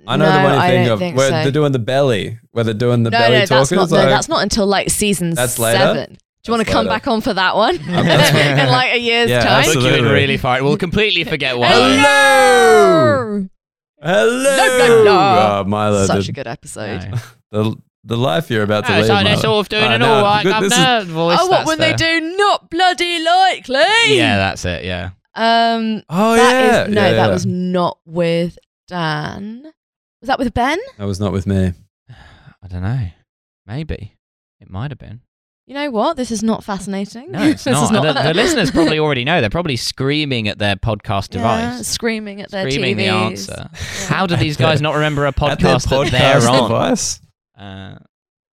Speaker 3: I know the one I think
Speaker 2: don't
Speaker 3: of
Speaker 2: think
Speaker 3: where
Speaker 2: so.
Speaker 3: they're doing the belly, where they're doing the
Speaker 2: no,
Speaker 3: belly
Speaker 2: no,
Speaker 3: talkers.
Speaker 2: that's not.
Speaker 3: like,
Speaker 2: no, that's not until like season
Speaker 3: That's later?
Speaker 2: seven. Do you want to
Speaker 3: That's
Speaker 2: come
Speaker 3: later.
Speaker 2: back on for that one
Speaker 1: Um,
Speaker 3: that's-
Speaker 2: in like a year's
Speaker 3: Yeah,
Speaker 2: time?
Speaker 1: Took you in
Speaker 3: Absolutely.
Speaker 1: really far. We'll completely forget why.
Speaker 3: Hello,
Speaker 2: Hello!
Speaker 3: hello,
Speaker 2: No, no, no.
Speaker 3: Oh, Milo,
Speaker 2: Such a
Speaker 3: the,
Speaker 2: good episode.
Speaker 1: No.
Speaker 3: the the life you're about to
Speaker 1: No,
Speaker 3: lead.
Speaker 1: it's like they're
Speaker 3: Milo.
Speaker 1: sort of doing
Speaker 3: I
Speaker 1: an
Speaker 3: know.
Speaker 1: all right
Speaker 3: Good, this is-
Speaker 1: governor voice.
Speaker 2: Oh, what
Speaker 1: that's
Speaker 2: when
Speaker 1: the-
Speaker 2: they do? Not bloody likely.
Speaker 1: Yeah, that's it. Yeah.
Speaker 2: Um.
Speaker 3: Oh
Speaker 2: that
Speaker 3: yeah,
Speaker 2: is no.
Speaker 3: Yeah,
Speaker 2: That
Speaker 3: yeah.
Speaker 2: was not with Dan. Was that with Ben?
Speaker 3: that was not with me.
Speaker 1: I don't know. Maybe it might have been.
Speaker 2: You know what? This is not fascinating.
Speaker 1: No, it's
Speaker 2: This
Speaker 1: not.
Speaker 2: is
Speaker 1: The, the listeners probably already know. They're probably screaming at their podcast
Speaker 2: Yeah,
Speaker 1: device,
Speaker 2: screaming at their
Speaker 1: screaming the
Speaker 2: TVs.
Speaker 1: answer. How do these guys not remember a
Speaker 3: At their
Speaker 1: podcast, that
Speaker 3: podcast
Speaker 1: they're on?
Speaker 3: device.
Speaker 1: Uh,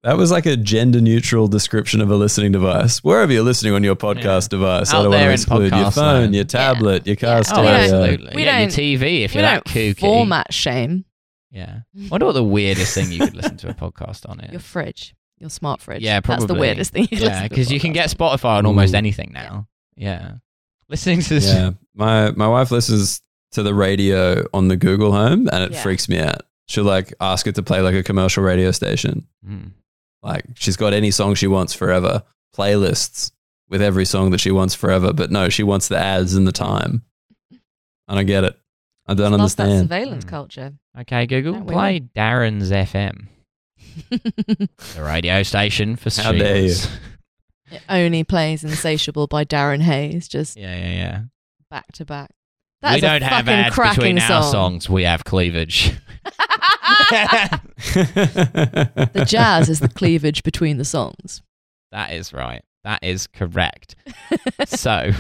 Speaker 3: That was like a gender neutral description of a listening device. Wherever you're listening on your podcast device,
Speaker 1: Out
Speaker 3: I don't want
Speaker 1: there
Speaker 3: to
Speaker 1: in
Speaker 3: exclude your
Speaker 1: podcast
Speaker 3: phone,
Speaker 1: land.
Speaker 3: your tablet, your car
Speaker 2: Oh,
Speaker 1: oh,
Speaker 2: yeah.
Speaker 1: absolutely.
Speaker 2: We
Speaker 1: yeah,
Speaker 2: don't-
Speaker 1: your TV if
Speaker 2: we
Speaker 1: you're that
Speaker 2: don't
Speaker 1: kooky.
Speaker 2: format shame
Speaker 1: Yeah. I wonder what the weirdest thing you could listen to a podcast on
Speaker 2: your
Speaker 1: is.
Speaker 2: fridge, your smart fridge.
Speaker 1: Yeah,
Speaker 2: That's the
Speaker 1: probably.
Speaker 2: weirdest thing. You
Speaker 1: Yeah, because you can get Spotify on
Speaker 3: Ooh.
Speaker 1: almost anything now. Yeah. Listening to this.
Speaker 3: Yeah, my my wife listens to the radio on the Google Home, and it
Speaker 2: Yeah.
Speaker 3: freaks me out. She'll like ask it to play like a commercial radio station.
Speaker 1: Mm.
Speaker 3: Like she's got any song she wants forever, playlists with every song that she wants forever. But no, she wants the ads and the time. I don't get it. I don't
Speaker 2: Love that
Speaker 3: understand.
Speaker 2: surveillance
Speaker 1: Mm.
Speaker 2: culture.
Speaker 1: Okay, Google,
Speaker 2: Don't we
Speaker 1: play Darren's FM, the radio station for
Speaker 3: How dare you.
Speaker 1: streamers.
Speaker 2: it only plays Insatiable by Darren Hayes, just
Speaker 1: Yeah, yeah, yeah.
Speaker 2: back to back. That
Speaker 1: we
Speaker 2: is a
Speaker 1: don't have
Speaker 2: fucking
Speaker 1: ads
Speaker 2: cracking
Speaker 1: between
Speaker 2: song.
Speaker 1: our songs. We have cleavage. that
Speaker 2: the jazz is the cleavage between the songs.
Speaker 1: is right. That is correct. so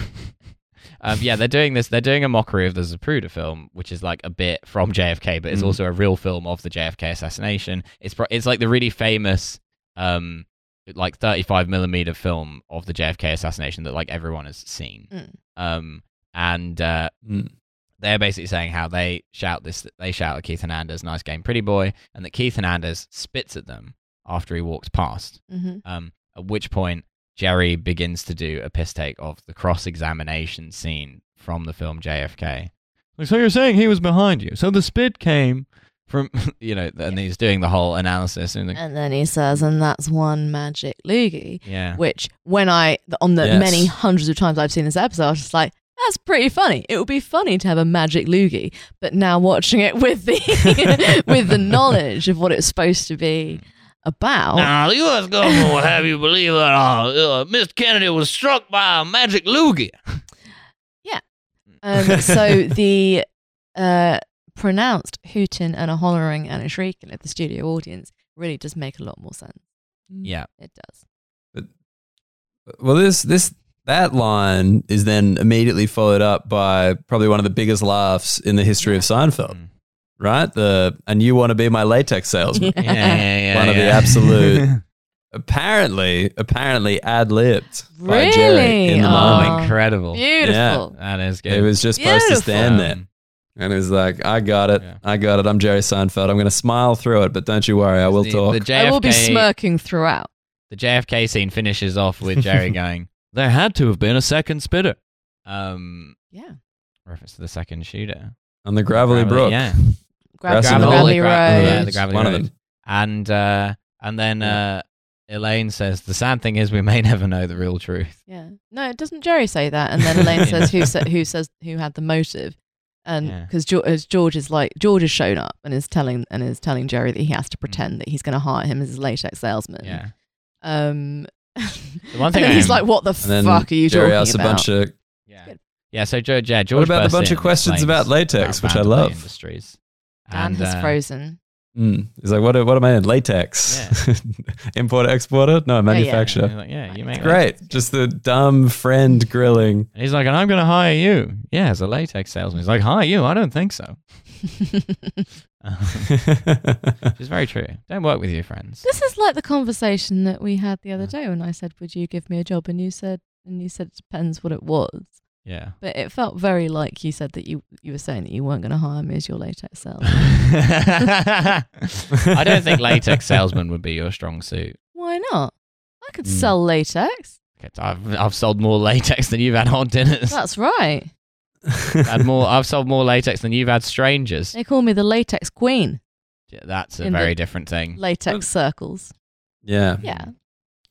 Speaker 1: um, yeah they're doing this they're doing a mockery of the zapruder film which is like a bit from jfk but it's
Speaker 3: Mm.
Speaker 1: also a real film of the jfk assassination it's pro- it's like the really famous um like 35 millimeter film of the jfk assassination that like everyone has seen
Speaker 2: Mm.
Speaker 1: um and uh
Speaker 3: Mm.
Speaker 1: they're basically saying how they shout this they shout at keith hernandez nice game pretty boy and that keith hernandez spits at them after he walks past
Speaker 2: hmm
Speaker 1: um, at which point Jerry begins to do a piss take of the cross examination scene from the film JFK. Like, so you're saying he was behind you. So the spit came from, you know, and he's doing the whole analysis. And like,
Speaker 2: And then he says, and that's one magic loogie.
Speaker 1: yeah.
Speaker 2: Which, when I, on the
Speaker 3: Yes.
Speaker 2: many hundreds of times I've seen this episode, I was just like, that's pretty funny. It would be funny to have a magic loogie, but now watching it with the with the knowledge of what it's supposed to be about,
Speaker 1: Now, the U.S. government will have you believe that uh, uh, Mr. Kennedy was struck by a magic loogie.
Speaker 2: Um, so the uh, pronounced hooting and a hollering and a shrieking of the studio audience really does make a lot more sense.
Speaker 3: Mm.
Speaker 1: Yeah.
Speaker 2: It does.
Speaker 3: Well, this this that line is then immediately followed up by probably one of the biggest laughs in the history of Seinfeld,
Speaker 1: Mm.
Speaker 3: right? The and you want to be my latex salesman.
Speaker 1: Yeah, yeah, yeah,
Speaker 3: One of the
Speaker 1: yeah.
Speaker 3: absolute- Apparently, apparently ad libbed by Jerry
Speaker 2: Really?
Speaker 3: in the
Speaker 2: Oh.
Speaker 3: moment.
Speaker 1: Oh, incredible.
Speaker 2: Beautiful.
Speaker 1: That is good. Um,
Speaker 3: It was just supposed to
Speaker 2: Beautiful.
Speaker 3: stand there. And it was like, I got it.
Speaker 1: Yeah.
Speaker 3: I got it. I'm Jerry Seinfeld. I'm going to smile through it, but don't you worry. I will
Speaker 1: the,
Speaker 3: talk.
Speaker 1: The JFK,
Speaker 2: I will be smirking throughout.
Speaker 1: the JFK scene finishes off with Jerry going, "There had to have been a second spitter." Um,
Speaker 2: Yeah.
Speaker 1: reference to the second shooter
Speaker 3: on the gravelly brook.
Speaker 1: Yeah,
Speaker 2: Grab
Speaker 3: Grass
Speaker 2: on
Speaker 3: and
Speaker 2: the
Speaker 3: all
Speaker 2: gravelly
Speaker 1: the gra-
Speaker 2: road.
Speaker 1: yeah, the gravelly
Speaker 3: One of
Speaker 1: road.
Speaker 3: them.
Speaker 1: and uh, and then uh, Elaine says, "The sad thing is, we may never know the real truth."
Speaker 2: Yeah. No, doesn't Jerry say that? And then Elaine says who sa- who says who had the motive, and
Speaker 1: Yeah.
Speaker 2: because George, is like George has shown up and is telling and is telling Jerry that he has to pretend that he's going to hire him as his latex salesman.
Speaker 1: Mm. Yeah,
Speaker 2: Um.
Speaker 1: the one
Speaker 2: And
Speaker 1: thing
Speaker 2: then
Speaker 1: I
Speaker 2: he's
Speaker 1: am-
Speaker 2: like, "What the
Speaker 3: And then
Speaker 2: fuck are you
Speaker 3: Jerry
Speaker 2: talking
Speaker 3: asks
Speaker 2: about?"
Speaker 3: a bunch of.
Speaker 1: yeah, yeah. So George, yeah, George
Speaker 3: What about
Speaker 1: bursts
Speaker 3: the bunch
Speaker 1: in
Speaker 3: of
Speaker 1: and
Speaker 3: questions about
Speaker 1: explains
Speaker 3: latex,
Speaker 1: about
Speaker 3: which I
Speaker 1: Vanderbilt
Speaker 3: love?
Speaker 1: Industries,
Speaker 2: Dan
Speaker 1: and
Speaker 2: has
Speaker 1: uh,
Speaker 2: frozen.
Speaker 3: Mm. He's like, what, what am I in? Latex. Importer, exporter? No, manufacturer.
Speaker 1: he's like, Oh, yeah, you make latex.
Speaker 3: Great. Just the dumb friend grilling.
Speaker 1: And he's like, and I'm going to hire you. Yeah, as a latex salesman. He's like, hire you? I don't think so. Which
Speaker 3: yeah.
Speaker 1: is very true. Don't work with your friends.
Speaker 2: this is like the conversation that we had the other day when I said, "Would you give me a job?" and you said, "And you said it depends what it was."
Speaker 1: Yeah.
Speaker 2: But it felt very like you said that you you were saying that you weren't going to hire me as your latex salesman.
Speaker 1: I don't think latex salesman would be your strong suit.
Speaker 2: Why not? I could
Speaker 3: Mm.
Speaker 2: sell latex.
Speaker 1: Okay, so I've, I've sold more latex than you've had hot dinners.
Speaker 2: That's right.
Speaker 1: Had more, I've sold more latex than you've had strangers.
Speaker 2: They call me the latex queen.
Speaker 1: Yeah, That's a
Speaker 2: In the-
Speaker 1: very different thing.
Speaker 2: Latex circles. Yeah.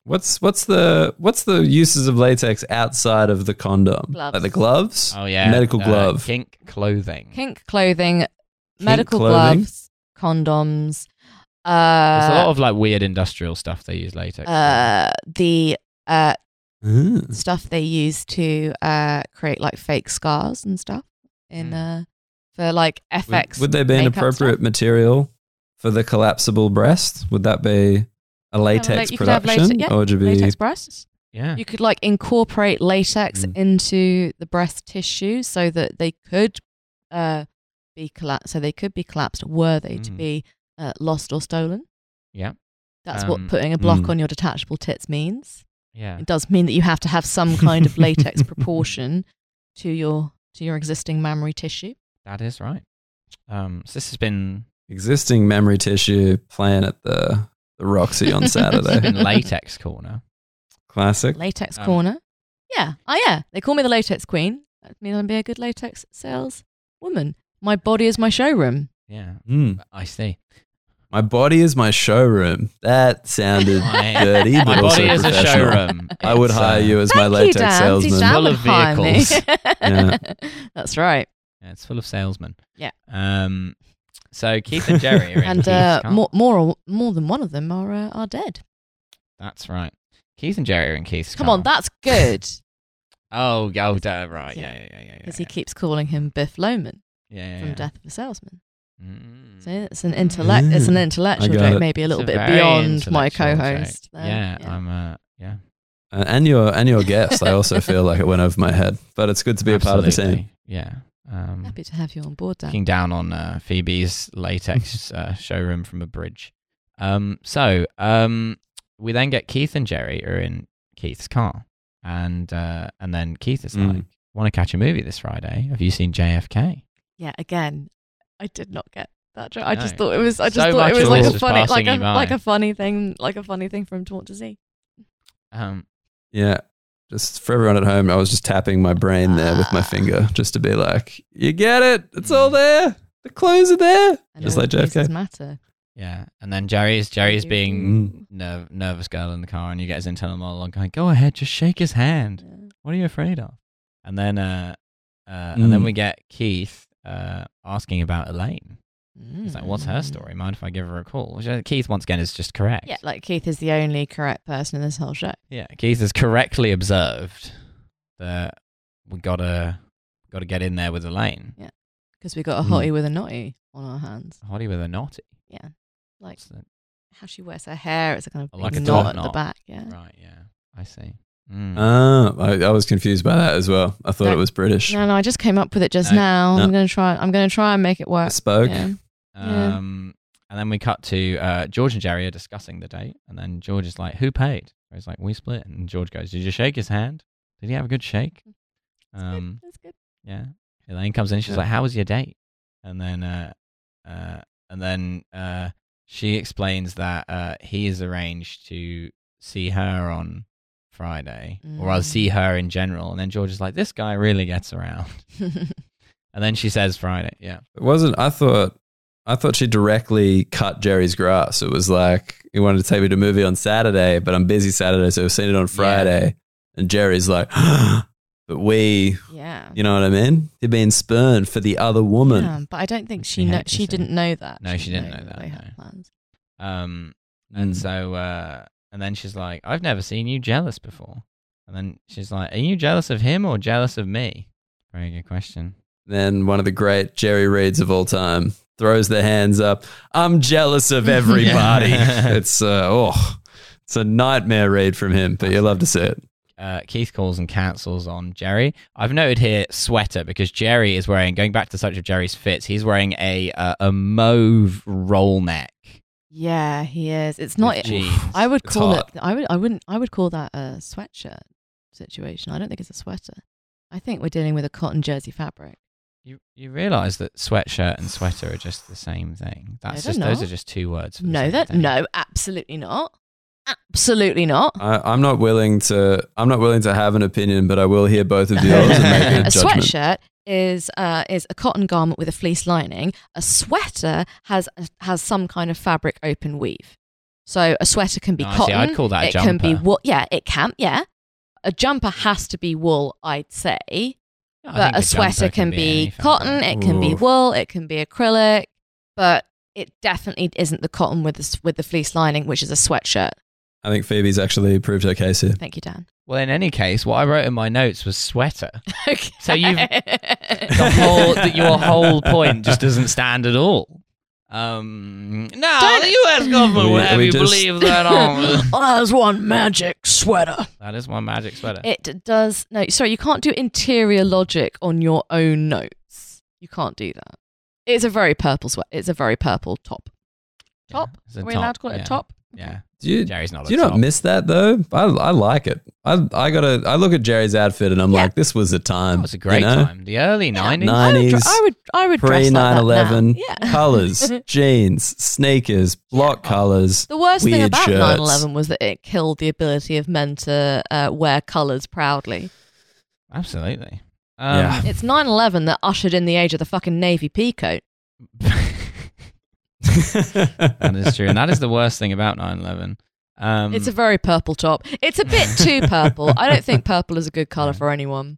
Speaker 3: What's what's the what's the uses of latex outside of the condom?
Speaker 2: Gloves.
Speaker 3: Like the gloves?
Speaker 1: Oh, yeah.
Speaker 3: Medical
Speaker 1: uh,
Speaker 3: glove.
Speaker 1: Kink clothing.
Speaker 2: Kink clothing, medical
Speaker 3: clothing?
Speaker 2: gloves, condoms.
Speaker 1: There's a lot
Speaker 2: Uh,
Speaker 1: of like weird industrial stuff they use latex. for.
Speaker 2: uh, the uh,
Speaker 3: Ah.
Speaker 2: stuff they use to uh, create like fake scars and stuff in uh, for like
Speaker 3: Would,
Speaker 2: FX.
Speaker 3: would they be an
Speaker 2: makeup
Speaker 3: appropriate material for the collapsable breast? Would that be a latex
Speaker 2: you could have
Speaker 3: production,
Speaker 2: late- yeah,
Speaker 3: or would it be
Speaker 2: latex breasts?
Speaker 1: yeah.
Speaker 2: You could like incorporate latex
Speaker 3: Mm.
Speaker 2: into the breast tissue so that they could uh, be collapsed. So they could be collapsed were they to
Speaker 1: Mm.
Speaker 2: be uh, lost or stolen.
Speaker 1: Yeah.
Speaker 2: That's
Speaker 1: Um,
Speaker 2: what putting a block
Speaker 3: Mm.
Speaker 2: on your detachable tits means.
Speaker 1: yeah.
Speaker 2: It does mean that you have to have some kind of latex proportion to your to your existing mammary tissue.
Speaker 1: That is right. Um, so this has been
Speaker 3: existing memory tissue playing at the the Roxy on Saturday?
Speaker 1: been latex corner.
Speaker 3: Classic.
Speaker 2: Latex
Speaker 1: Um,
Speaker 2: corner. Yeah. Oh yeah. They call me the latex queen. That means I'm be a good latex sales woman. My body is my showroom.
Speaker 1: Yeah,
Speaker 3: Mm.
Speaker 1: I see.
Speaker 3: My body is my showroom. That sounded
Speaker 1: My-
Speaker 3: dirty, but
Speaker 1: My
Speaker 3: also
Speaker 1: body is a
Speaker 3: professional.
Speaker 1: showroom.
Speaker 3: I would
Speaker 1: It's,
Speaker 3: hire
Speaker 1: uh,
Speaker 3: you as my
Speaker 2: Thank
Speaker 3: latex
Speaker 2: you, Dan. See,
Speaker 3: salesman.
Speaker 2: Dan
Speaker 1: Full
Speaker 2: would
Speaker 1: of
Speaker 2: hire me.
Speaker 1: vehicles.
Speaker 3: Yeah.
Speaker 2: That's right.
Speaker 1: yeah, it's full of salesmen.
Speaker 2: Yeah.
Speaker 1: Um. So Keith and Jerry are in
Speaker 2: And
Speaker 1: Keith's
Speaker 2: uh,
Speaker 1: car.
Speaker 2: more, more, more than one of them are uh, are dead.
Speaker 1: That's right. Keith and Jerry are in Keith's
Speaker 2: Come
Speaker 1: car.
Speaker 2: on, that's good.
Speaker 1: Oh, yeah, oh, da- right. Yeah, yeah, yeah, yeah. yeah,
Speaker 2: Because he keeps calling him Biff Loman
Speaker 1: yeah, yeah,
Speaker 2: from
Speaker 1: yeah.
Speaker 2: Death of a Salesman.
Speaker 1: Mm.
Speaker 2: So it's an intellect. It's an
Speaker 3: Mm.
Speaker 2: intellectual
Speaker 3: I got
Speaker 2: joke,
Speaker 3: it.
Speaker 2: maybe a little
Speaker 1: It's
Speaker 2: bit
Speaker 1: very
Speaker 2: beyond my
Speaker 1: intellectual joke.
Speaker 2: co-host. Um, there.
Speaker 1: Yeah, I'm. Uh, yeah.
Speaker 3: Uh, and your and your guest. I also feel like it went over my head, but it's good to be a part of the team.
Speaker 1: Absolutely. Yeah. Um,
Speaker 2: happy to have you on board, Dan.
Speaker 1: looking down on uh, Phoebe's latex uh, showroom from a bridge. Um, so um, we then get Keith and Jerry are in Keith's car, and uh, and then Keith is
Speaker 3: Mm.
Speaker 1: like, "Want to catch a movie this Friday? Have you seen JFK?"
Speaker 2: Yeah, again, I did not get that joke. I just
Speaker 1: No.
Speaker 2: thought it was. I just
Speaker 1: So
Speaker 2: thought it
Speaker 1: much
Speaker 2: was
Speaker 1: of
Speaker 2: like
Speaker 1: this
Speaker 2: a
Speaker 1: is
Speaker 2: funny,
Speaker 1: passing
Speaker 2: like a
Speaker 1: you by.
Speaker 2: like a funny thing, like a funny thing for him to want to see.
Speaker 1: Um,
Speaker 3: Yeah. Just for everyone at home, I was just tapping my brain there with my finger just to be like, you get it. It's all there. The clues are there.
Speaker 2: I
Speaker 3: Just
Speaker 2: know
Speaker 3: like
Speaker 2: the pieces
Speaker 3: JFK.
Speaker 2: matter.
Speaker 1: Yeah, and then Jerry's Jerry's being
Speaker 3: Mm.
Speaker 1: nerv- nervous girl in the car, and you get his internal monologue going, "Go ahead, just shake his hand. What are you afraid of?" And then, uh, uh, and then
Speaker 3: Mm.
Speaker 1: we get Keith uh, asking about Elaine. He's like, "What's her
Speaker 2: Mm.
Speaker 1: story? Mind if I give her a call?" Which uh, Keith once again is just correct.
Speaker 2: Yeah, like Keith is the only correct person in this whole show.
Speaker 1: Yeah, Keith has correctly observed that we gotta gotta get in there with Elaine.
Speaker 2: Because we got a
Speaker 1: Hmm.
Speaker 3: Mm.
Speaker 2: hottie with a naughty on our hands.
Speaker 1: Hottie with a naughty.
Speaker 2: Yeah. Like
Speaker 1: What's that?
Speaker 2: how she wears her hair, it's a kind of
Speaker 1: Like
Speaker 2: big
Speaker 3: a
Speaker 2: knot
Speaker 3: top
Speaker 2: at the
Speaker 1: knot.
Speaker 2: back. Yeah.
Speaker 1: Right. Yeah, I see. Mm.
Speaker 3: Oh, I, I was confused by that as well. I thought
Speaker 2: No.
Speaker 3: it was British.
Speaker 2: No, no, I just came up with it just
Speaker 1: No.
Speaker 2: now. I'm
Speaker 3: No.
Speaker 2: gonna try I'm gonna try and make it
Speaker 3: I
Speaker 2: work.
Speaker 3: spoke.
Speaker 2: Yeah. Yeah.
Speaker 1: Um, And then we cut to uh, George and Jerry are discussing the date. And then George is like, Who paid? He's like, We split. And George goes, Did you shake his hand? Did he have a good shake? Um,
Speaker 2: That's good.
Speaker 1: yeah. Elaine comes in. She's
Speaker 3: Yeah.
Speaker 1: like, How was your date? And then, uh, uh, and then uh, she explains that uh, he has arranged to see her on Friday, or I'll
Speaker 2: Mm.
Speaker 1: see her in general. And then George is like, This guy really gets around. And then she says Friday. Yeah.
Speaker 3: It wasn't. I thought. I thought she directly cut Jerry's grass. It was like he wanted to take me to a movie on Saturday, but I'm busy Saturday, so we've seen it on Friday. And Jerry's like, but we,
Speaker 2: yeah.
Speaker 3: you know what I mean? You're being spurned for the other woman.
Speaker 2: Yeah, but I don't think
Speaker 1: She
Speaker 2: she kno-
Speaker 1: hates
Speaker 2: she
Speaker 1: us, eh?
Speaker 2: didn't know that.
Speaker 1: No, she didn't know that,
Speaker 2: They had
Speaker 1: no.
Speaker 2: plans.
Speaker 1: Um, And so, uh, and then she's like, I've never seen you jealous before. And then she's like, Are you jealous of him or jealous of me? Very good question.
Speaker 3: then one of the great Jerry Reeds of all time throws their hands up. I'm jealous of everybody.
Speaker 1: Yeah.
Speaker 3: it's uh, oh, it's a nightmare read from him, but you love to see it.
Speaker 1: Uh, Keith calls and cancels on Jerry. I've noted here sweater because Jerry is wearing, going back to such of Jerry's fits, he's wearing a uh, a mauve roll neck.
Speaker 2: Yeah, he is. It's not
Speaker 1: with jeans.
Speaker 2: I would
Speaker 3: It's
Speaker 2: call
Speaker 3: hot.
Speaker 2: it. I would. I wouldn't. I would call that a sweatshirt situation. I don't think it's a sweater. I think we're dealing with a cotton jersey fabric.
Speaker 1: You you realize that sweatshirt and sweater are just the same thing. That's
Speaker 2: they're
Speaker 1: just those
Speaker 2: not.
Speaker 1: are just two words. For the
Speaker 2: No,
Speaker 1: same
Speaker 2: that
Speaker 1: thing.
Speaker 2: no, absolutely not. Absolutely not.
Speaker 3: I, I'm not willing to. I'm not willing to have an opinion, but I will hear both of yours and
Speaker 2: a
Speaker 3: make a judgment.
Speaker 2: sweatshirt is uh, is a cotton garment with a fleece lining. A sweater has uh, has some kind of fabric open weave. So a sweater can be
Speaker 1: No, I see.
Speaker 2: cotton.
Speaker 1: I'd call that a
Speaker 2: it can be
Speaker 1: jumper.
Speaker 2: wool. Yeah, it can. Yeah, a jumper has to be wool. I'd say.
Speaker 1: Yeah, I
Speaker 2: but
Speaker 1: think
Speaker 2: a
Speaker 1: jumper
Speaker 2: sweater can be
Speaker 1: any fabric.
Speaker 2: cotton, it can be
Speaker 3: Ooh.
Speaker 2: wool, it can be acrylic, but it definitely isn't the cotton with the, s- with the fleece lining, which is a sweatshirt.
Speaker 3: I think Phoebe's actually proved her case here.
Speaker 2: Thank you, Dan.
Speaker 1: Well, in any case, what I wrote in my notes was sweater.
Speaker 2: Okay.
Speaker 1: So you've- the whole that your whole point just doesn't stand at all. Um, no,
Speaker 2: Don't-
Speaker 1: the U.S. government
Speaker 3: We-
Speaker 1: would have
Speaker 3: we
Speaker 1: you
Speaker 3: just-
Speaker 1: believe that. on.
Speaker 2: there's one magic sweater.
Speaker 1: that is one magic sweater.
Speaker 2: It d- does. No, sorry, you can't do interior logic on your own notes. You can't do that. It's a very purple sweat. It's a very purple top.
Speaker 1: Yeah,
Speaker 2: Top?
Speaker 1: it's a
Speaker 2: Are we
Speaker 1: top,
Speaker 2: allowed to call it
Speaker 1: yeah.
Speaker 2: a top?
Speaker 1: Yeah,
Speaker 3: Do you, do
Speaker 1: Jerry's not. a
Speaker 3: you
Speaker 1: top.
Speaker 3: not miss that though? I, I like it. I I gotta. I look at Jerry's outfit and I'm
Speaker 2: Yeah.
Speaker 3: like, this was a time.
Speaker 1: That was a great
Speaker 3: you know?
Speaker 1: time. The early nineties.
Speaker 2: I would, dr-
Speaker 3: Nineties.
Speaker 2: I would, I would
Speaker 3: Pre
Speaker 2: dress like that
Speaker 3: 9/11.
Speaker 2: now. Yeah.
Speaker 3: colors, jeans, sneakers, block colors.
Speaker 2: The worst thing
Speaker 3: weird
Speaker 2: about
Speaker 3: shirts.
Speaker 2: 9 11 was that it killed the ability of men to uh, wear colours proudly.
Speaker 1: Absolutely.
Speaker 3: Yeah.
Speaker 1: Um,
Speaker 2: It's 9 11 that ushered in the age of the fucking navy peacoat.
Speaker 1: that is true, and that is the worst thing about 9-11. Um,
Speaker 2: it's a very purple top. It's a bit too purple. I don't think purple is a good colour
Speaker 1: Yeah.
Speaker 2: for anyone.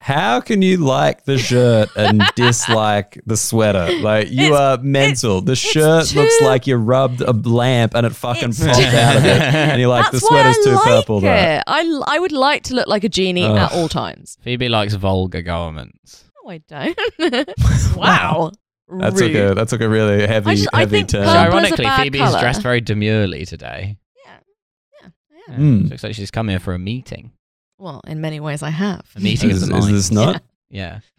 Speaker 3: How can you like the shirt and dislike the sweater? Like you
Speaker 2: It's-
Speaker 3: are mental. The shirt
Speaker 2: too-
Speaker 3: looks like you rubbed a lamp and it fucking
Speaker 2: It's
Speaker 3: popped
Speaker 2: too-
Speaker 3: out of it. And you're like,
Speaker 2: That's
Speaker 3: the
Speaker 2: why
Speaker 3: sweater's
Speaker 2: I
Speaker 3: too
Speaker 2: like
Speaker 3: purple
Speaker 2: it.
Speaker 3: though.
Speaker 2: I, l- I would like to look like a genie
Speaker 3: Ugh.
Speaker 2: at all times.
Speaker 1: Phoebe likes vulgar garments.
Speaker 2: No, I don't. wow.
Speaker 3: That took
Speaker 2: Rude.
Speaker 3: a that took a really
Speaker 2: I
Speaker 3: heavy
Speaker 2: just- I
Speaker 3: heavy
Speaker 2: think
Speaker 3: turn.
Speaker 1: So
Speaker 2: Purple's a
Speaker 1: ironically,
Speaker 2: bad
Speaker 1: Phoebe's
Speaker 2: colour.
Speaker 1: dressed very demurely today.
Speaker 2: Yeah. Yeah.
Speaker 1: Yeah.
Speaker 2: Yeah.
Speaker 3: Mm.
Speaker 1: She Looks like she's come here for a meeting.
Speaker 2: Well, in many ways, I have.
Speaker 1: A meeting
Speaker 3: Is-
Speaker 1: of the
Speaker 3: is
Speaker 1: minds.
Speaker 3: this not?
Speaker 1: Yeah.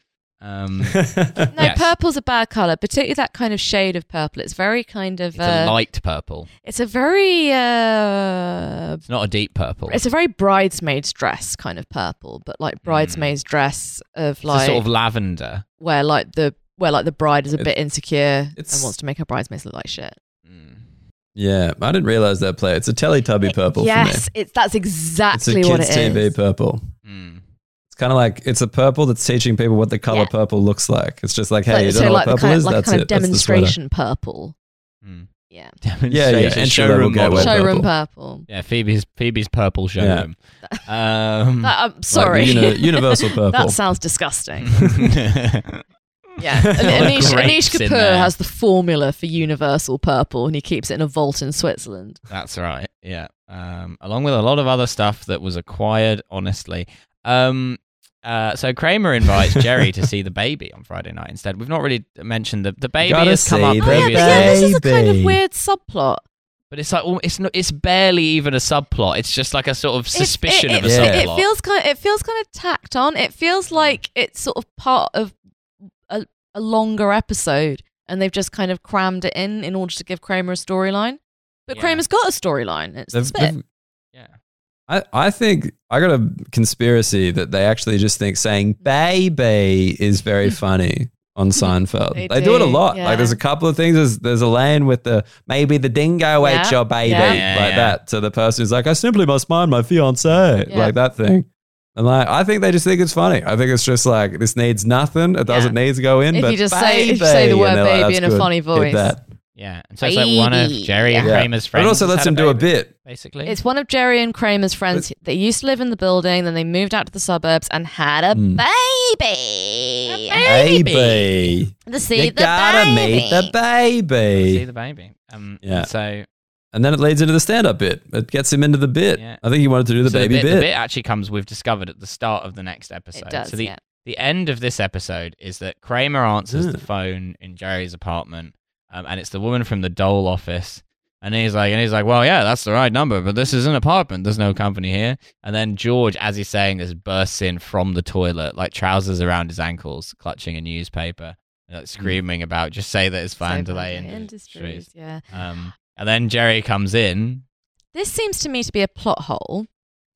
Speaker 1: Um,
Speaker 2: No,
Speaker 1: Yes.
Speaker 2: purple's a bad colour, particularly that kind of shade of purple. It's very kind of.
Speaker 1: It's
Speaker 2: uh,
Speaker 1: a light purple.
Speaker 2: It's a very uh,
Speaker 1: It's not a deep purple.
Speaker 2: it's a very bridesmaid's dress kind of purple, but like bridesmaid's dress of
Speaker 1: Hmm. It's a
Speaker 2: like
Speaker 1: sort of lavender.
Speaker 2: where like the where like the bride is a
Speaker 3: It-
Speaker 2: bit insecure and
Speaker 3: it's-
Speaker 2: wants to make her bridesmaids look like shit.
Speaker 1: Mm.
Speaker 3: Yeah, I didn't realize that play. It's a Teletubby purple. for me.
Speaker 2: yes, it's that's
Speaker 3: it's a
Speaker 2: exactly what
Speaker 3: kids
Speaker 2: it is.
Speaker 3: TV purple.
Speaker 1: Mm.
Speaker 3: It's kind of like it's a purple that's teaching people what the color
Speaker 2: Yeah.
Speaker 3: purple looks like. It's just like, hey, you
Speaker 2: Like-
Speaker 3: don't
Speaker 2: so
Speaker 3: know
Speaker 2: like
Speaker 3: what
Speaker 2: the
Speaker 3: purple
Speaker 2: kind
Speaker 3: is.
Speaker 2: of, like
Speaker 3: that's
Speaker 2: kind
Speaker 3: it.
Speaker 2: of
Speaker 3: That's the sweater.
Speaker 2: demonstration purple.
Speaker 1: Mm.
Speaker 2: Yeah,
Speaker 1: Demonstration
Speaker 3: entry-level
Speaker 1: showroom
Speaker 3: gateway
Speaker 1: model.
Speaker 3: Well,
Speaker 2: showroom
Speaker 3: purple.
Speaker 2: purple.
Speaker 1: Yeah, Phoebe's Phoebe's purple showroom. Um,
Speaker 2: That- I'm
Speaker 3: Hmm. Like
Speaker 2: sorry.
Speaker 3: the uni- universal purple.
Speaker 2: that sounds disgusting. Yeah, Anish,
Speaker 1: grapes
Speaker 2: Anish
Speaker 1: in
Speaker 2: Kapoor
Speaker 1: there.
Speaker 2: has the formula for universal purple, and he keeps it in a vault in Switzerland.
Speaker 1: That's right. Yeah. Um, along with a lot of other stuff that was acquired, honestly. Um, uh, so Kramer invites Jerry to see the baby on Friday night instead. We've not really mentioned the the baby
Speaker 3: Gotta
Speaker 1: has come up
Speaker 3: see the
Speaker 2: Oh, yeah, but
Speaker 1: previously,
Speaker 2: yeah, this is a kind of
Speaker 3: Baby.
Speaker 2: weird subplot.
Speaker 1: but it's like well, it's not, it's barely even a subplot. It's just like a sort of
Speaker 2: It-
Speaker 1: suspicion
Speaker 2: it,
Speaker 1: of a
Speaker 3: it's-
Speaker 2: it,
Speaker 1: subplot.
Speaker 2: it feels kind. Of, it feels kind of tacked on. It feels like it's sort of part of a, a longer episode, and they've just kind of crammed it in in order to give Kramer a storyline. But
Speaker 1: Yeah.
Speaker 2: Kramer's got a storyline. It's
Speaker 3: They've-
Speaker 2: a bit-
Speaker 3: they've-
Speaker 1: yeah.
Speaker 3: I, I think I got a conspiracy that they actually just think saying baby is very funny on Seinfeld. They,
Speaker 2: Mm. They
Speaker 3: do, it a
Speaker 2: do,
Speaker 3: lot.
Speaker 2: yeah.
Speaker 3: Like there's a couple of things. There's, there's a lane with the maybe the dingo ate
Speaker 2: Yeah,
Speaker 3: your baby
Speaker 2: yeah.
Speaker 1: Yeah,
Speaker 3: like
Speaker 1: yeah.
Speaker 3: that to the person who's like, I simply must mind my fiance
Speaker 2: Yeah.
Speaker 3: like that thing. And like, I think they just think it's funny. I think it's just like this needs nothing. It doesn't need to go in.
Speaker 2: if
Speaker 3: but
Speaker 2: you just say, if you
Speaker 3: baby,
Speaker 2: say the
Speaker 3: and
Speaker 2: word
Speaker 3: they're like,
Speaker 2: baby
Speaker 3: "That's
Speaker 2: in a
Speaker 3: good.
Speaker 2: funny
Speaker 3: Hit
Speaker 2: voice,
Speaker 3: that.
Speaker 1: Yeah. And so it's like one of
Speaker 2: Baby.
Speaker 1: Jerry and
Speaker 3: Yeah.
Speaker 1: Kramer's
Speaker 3: But
Speaker 1: friends.
Speaker 3: it also
Speaker 1: has
Speaker 3: lets
Speaker 1: had
Speaker 3: him do a
Speaker 1: baby,
Speaker 3: bit.
Speaker 1: basically.
Speaker 2: It's one of Jerry and Kramer's friends. They used to live in the building, then they moved out to the suburbs and had a
Speaker 3: Mm.
Speaker 2: baby.
Speaker 3: Baby.
Speaker 2: The see the
Speaker 3: You gotta
Speaker 2: baby.
Speaker 3: meet the
Speaker 1: see
Speaker 3: baby.
Speaker 1: the baby. Um,
Speaker 3: Yeah.
Speaker 1: So
Speaker 3: And then it leads into the stand up bit. It gets him into the bit.
Speaker 1: Yeah.
Speaker 3: I think he wanted to do the
Speaker 1: so
Speaker 3: baby
Speaker 1: the bit,
Speaker 3: bit.
Speaker 1: the bit actually comes we've discovered at the start of the next episode.
Speaker 2: It does.
Speaker 1: so the
Speaker 2: yeah.
Speaker 1: the end of this episode is that Kramer answers
Speaker 3: Mm.
Speaker 1: the phone in Jerry's apartment, um, and it's the woman from the Dole office. And he's like, and he's like, well, yeah, that's the right number, but this is an apartment. There's no company here. And then George, as he's saying this, bursts in from the toilet, like trousers around his ankles, clutching a newspaper, like screaming about just say that it's Van
Speaker 2: So
Speaker 1: Delay
Speaker 2: Van Delay
Speaker 1: Industries.
Speaker 2: Yeah.
Speaker 1: Um, and then Jerry comes in.
Speaker 2: This seems to me to be a plot hole.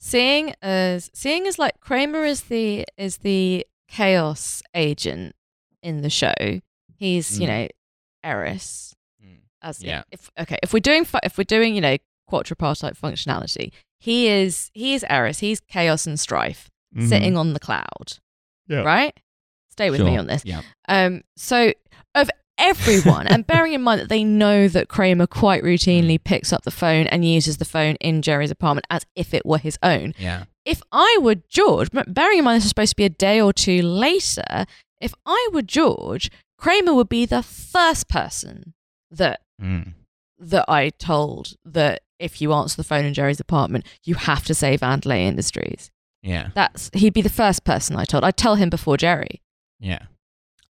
Speaker 2: Seeing as seeing as like Kramer is the is the chaos agent in the show. He's, you
Speaker 3: Mm.
Speaker 2: know, Eris.
Speaker 1: Mm.
Speaker 2: as
Speaker 1: Yeah.
Speaker 2: yeah. if, okay if we're doing fu- if we're doing you know quadripartite functionality he is he is eris he's chaos and strife sitting on the cloud
Speaker 1: Mm-hmm. Yeah.
Speaker 2: right stay with me
Speaker 1: Sure.
Speaker 2: on this
Speaker 1: Yeah.
Speaker 2: um so of everyone and bearing in mind that they know that kramer quite routinely picks up the phone and uses the phone in jerry's apartment as if it were his own
Speaker 1: Yeah.
Speaker 2: if I were George, m- bearing in mind this is supposed to be a day or two later, if I were George, Kramer would be the first person that
Speaker 1: Mm.
Speaker 2: that I told that if you answer the phone in Jerry's apartment, you have to say Vandalay Industries.
Speaker 1: Yeah.
Speaker 2: That's he'd be the first person I told. I'd tell him before Jerry.
Speaker 1: Yeah.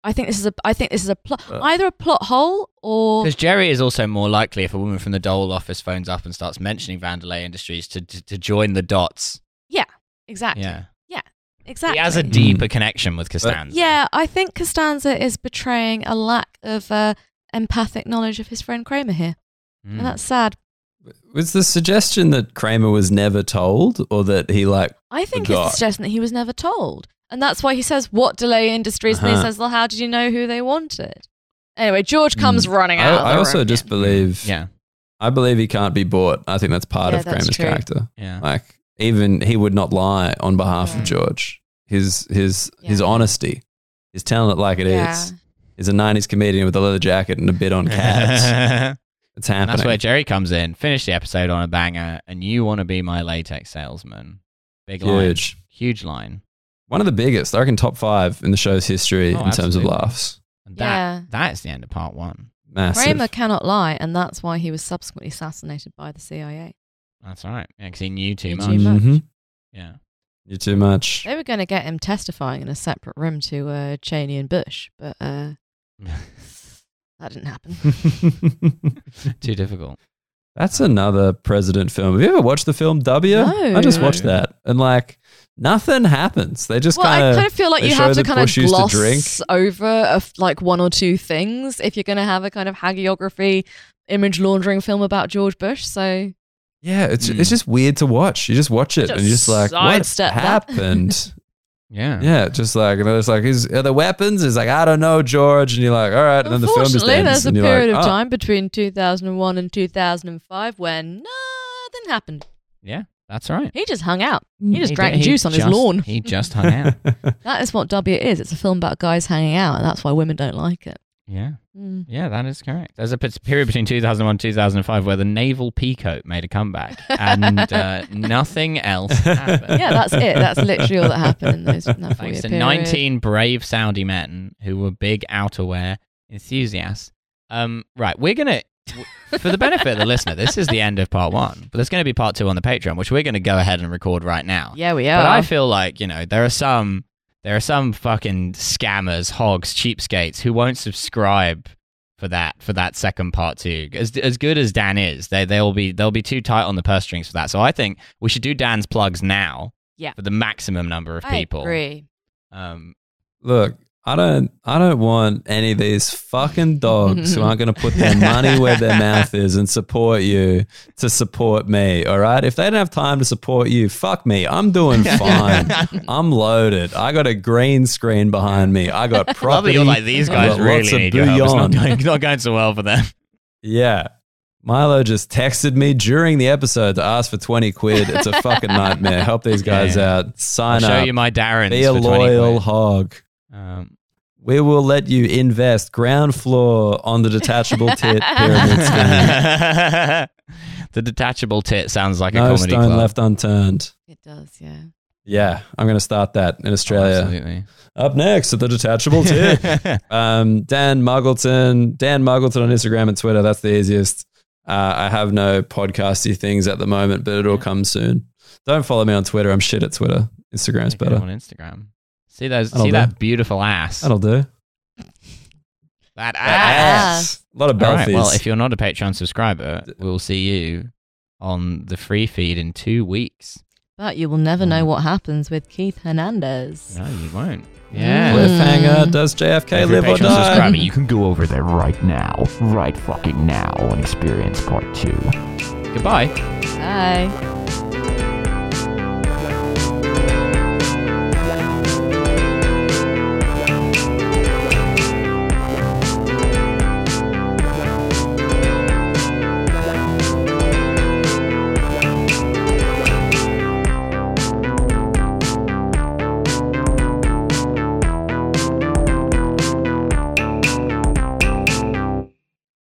Speaker 2: I think this is a I think this is a plot
Speaker 3: Uh.
Speaker 2: either a plot hole or
Speaker 1: Because Jerry is also more likely if a woman from the Dole office phones up and starts mentioning Vandalay Industries to, to, to join the dots.
Speaker 2: exactly.
Speaker 1: Yeah.
Speaker 2: Exactly.
Speaker 1: He has a deeper connection with Costanza.
Speaker 2: Yeah, I think Costanza is betraying a lack of uh, empathic knowledge of his friend Kramer here.
Speaker 1: Mm.
Speaker 3: Hmm.
Speaker 2: And that's sad.
Speaker 3: Was the suggestion that Kramer was never told or that he, like,
Speaker 2: I think
Speaker 3: guy.
Speaker 2: it's suggesting that he was never told. And that's why he says, What delay industries? And
Speaker 3: Uh-huh.
Speaker 2: he says, Well, how did you know who they wanted? Anyway, George comes running
Speaker 3: Hmm. I,
Speaker 2: out. of the
Speaker 3: I also
Speaker 2: room.
Speaker 3: just believe,
Speaker 1: Yeah.
Speaker 3: I believe he can't be bought. I think that's part
Speaker 2: Yeah,
Speaker 3: of
Speaker 2: that's
Speaker 3: Kramer's
Speaker 2: true.
Speaker 3: character.
Speaker 1: Yeah.
Speaker 3: Like, even he would not lie on behalf
Speaker 2: Yeah.
Speaker 3: of George. His, his, his
Speaker 2: Mm. Yeah.
Speaker 3: honesty, his telling it like it is.
Speaker 2: Yeah.
Speaker 3: He's a 90s comedian with a leather jacket and a bit on cats. it's
Speaker 1: and
Speaker 3: happening.
Speaker 1: that's where Jerry comes in. Finish the episode on a banger, and you want to be my latex salesman. Big line.
Speaker 3: Huge.
Speaker 1: Huge line.
Speaker 3: One of the biggest, I reckon, top five in the show's history
Speaker 1: Oh,
Speaker 3: in terms of
Speaker 1: absolutely.
Speaker 3: laughs.
Speaker 1: And that,
Speaker 2: Yeah.
Speaker 1: that is the end of part one.
Speaker 3: Massive.
Speaker 2: Kramer cannot lie, and that's why he was subsequently assassinated by the CIA.
Speaker 1: That's all right. Yeah, because he knew too
Speaker 2: Knew
Speaker 1: much.
Speaker 2: too much.
Speaker 3: Mhm.
Speaker 1: Yeah.
Speaker 3: You're too much.
Speaker 2: They were going to get him testifying in a separate room to uh, Cheney and Bush, but uh, that didn't happen.
Speaker 1: too difficult.
Speaker 3: That's another president film. Have you ever watched the film W?
Speaker 2: No.
Speaker 3: I just
Speaker 1: No.
Speaker 3: watched that, and like nothing happens. They just
Speaker 2: well, I
Speaker 3: kind
Speaker 2: kind
Speaker 3: of.
Speaker 2: of feel like
Speaker 3: they
Speaker 2: you
Speaker 3: show
Speaker 2: have to
Speaker 3: that
Speaker 2: kind of
Speaker 3: Bush used to
Speaker 2: gloss
Speaker 3: drink.
Speaker 2: over of like one or two things if you're going to have a kind of hagiography, image laundering film about George Bush. So
Speaker 3: Yeah, it's
Speaker 1: Mm.
Speaker 3: it's just weird to watch. You just watch it, and you're just like, what
Speaker 2: sidestep that.
Speaker 3: happened?
Speaker 1: Yeah.
Speaker 3: Yeah, just like and it's like, is are there weapons? It's like I don't know, George, and you're like, all right, and then the film just
Speaker 2: Unfortunately,
Speaker 3: ends,
Speaker 2: there's a
Speaker 3: and you're
Speaker 2: period
Speaker 3: like,
Speaker 2: of
Speaker 3: oh.
Speaker 2: time between 2001 and 2005 when nothing happened.
Speaker 1: Yeah. That's right.
Speaker 2: He just hung out. He just
Speaker 1: Mm, He
Speaker 2: drank
Speaker 1: did- he
Speaker 2: juice on his
Speaker 1: just-
Speaker 2: lawn.
Speaker 1: He just hung out.
Speaker 2: That is what W is. It's a film about guys hanging out, and that's why women don't like it.
Speaker 1: Yeah.
Speaker 2: Mm.
Speaker 1: Yeah, that is correct. There's a p- period between 2001 and 2005 where the naval peacoat made a comeback and uh, nothing else happened.
Speaker 2: Yeah, that's it. That's literally all that happened in those. In that
Speaker 1: Thanks
Speaker 2: four-year
Speaker 1: to
Speaker 2: period.
Speaker 1: 19 brave Saudi men who were big outerwear enthusiasts. Um, right, we're going to, for the benefit of the listener, this is the end of part one, but there's going to be part two on the Patreon, which we're going to go ahead and record right now.
Speaker 2: Yeah, we are.
Speaker 1: But I feel like, you know, there are some there are some fucking scammers, hogs, cheapskates who won't subscribe for that for that second part too. As as good as Dan is, they they'll be they'll be too tight on the purse strings for that. So I think we should do Dan's plugs now.
Speaker 2: Yeah.
Speaker 1: For the maximum number of
Speaker 2: I
Speaker 1: people.
Speaker 2: agree.
Speaker 1: Um
Speaker 3: Look, I don't I don't want any of these fucking dogs who aren't gonna put their money where their mouth is and support you to support me. All right. If they don't have time to support you, fuck me. I'm doing fine. I'm loaded. I got a green screen behind me. I
Speaker 1: Love
Speaker 3: got
Speaker 1: that
Speaker 3: property.
Speaker 1: you're like these guys
Speaker 3: Lots of
Speaker 1: really need your help. It's not
Speaker 3: bouillon.
Speaker 1: going, it's not going so well for them.
Speaker 3: Yeah. Milo just texted me during the episode to ask for 20 quid. It's a fucking nightmare. Help these guys
Speaker 1: Yeah.
Speaker 3: out.
Speaker 1: I'll
Speaker 3: Sign
Speaker 1: show
Speaker 3: up.
Speaker 1: you my Darren's
Speaker 3: Be a
Speaker 1: for 20
Speaker 3: loyal
Speaker 1: quid.
Speaker 3: hog.
Speaker 1: Um,
Speaker 3: We will let you invest ground floor on the detachable tit pyramid scheme.
Speaker 1: the detachable tit sounds like a
Speaker 3: No
Speaker 1: comedy
Speaker 3: stone
Speaker 1: club.
Speaker 3: left unturned.
Speaker 2: It does, yeah.
Speaker 3: Yeah, I'm going to start that in
Speaker 1: Oh,
Speaker 3: Australia.
Speaker 1: Absolutely.
Speaker 3: Up next, the detachable tit. um, Dan Muggleton, Dan Muggleton on Instagram and Twitter. That's the easiest. Uh, I have no podcasty things at the moment, but it'll come soon. Don't follow me on Twitter. I'm shit at Twitter. Instagram's
Speaker 1: Look at him
Speaker 3: better.
Speaker 1: on Instagram. See those?
Speaker 3: That'll
Speaker 1: see
Speaker 3: do.
Speaker 1: that beautiful ass.
Speaker 3: That'll do.
Speaker 1: That ass.
Speaker 2: ass.
Speaker 3: A lot of
Speaker 1: All
Speaker 3: belfies.
Speaker 1: right. Well, if you're not a Patreon subscriber, we'll see you on the free feed in two weeks.
Speaker 2: But you will never know what happens with Keith Hernandez.
Speaker 1: No, you won't. Yeah.
Speaker 2: Well,
Speaker 3: Cliffhanger, does JFK
Speaker 1: If you're a
Speaker 3: live or
Speaker 1: Patreon
Speaker 3: die?
Speaker 1: subscriber, you can go over there right now, right
Speaker 2: Mm.
Speaker 1: fucking now, and experience part two. Goodbye.
Speaker 2: Bye.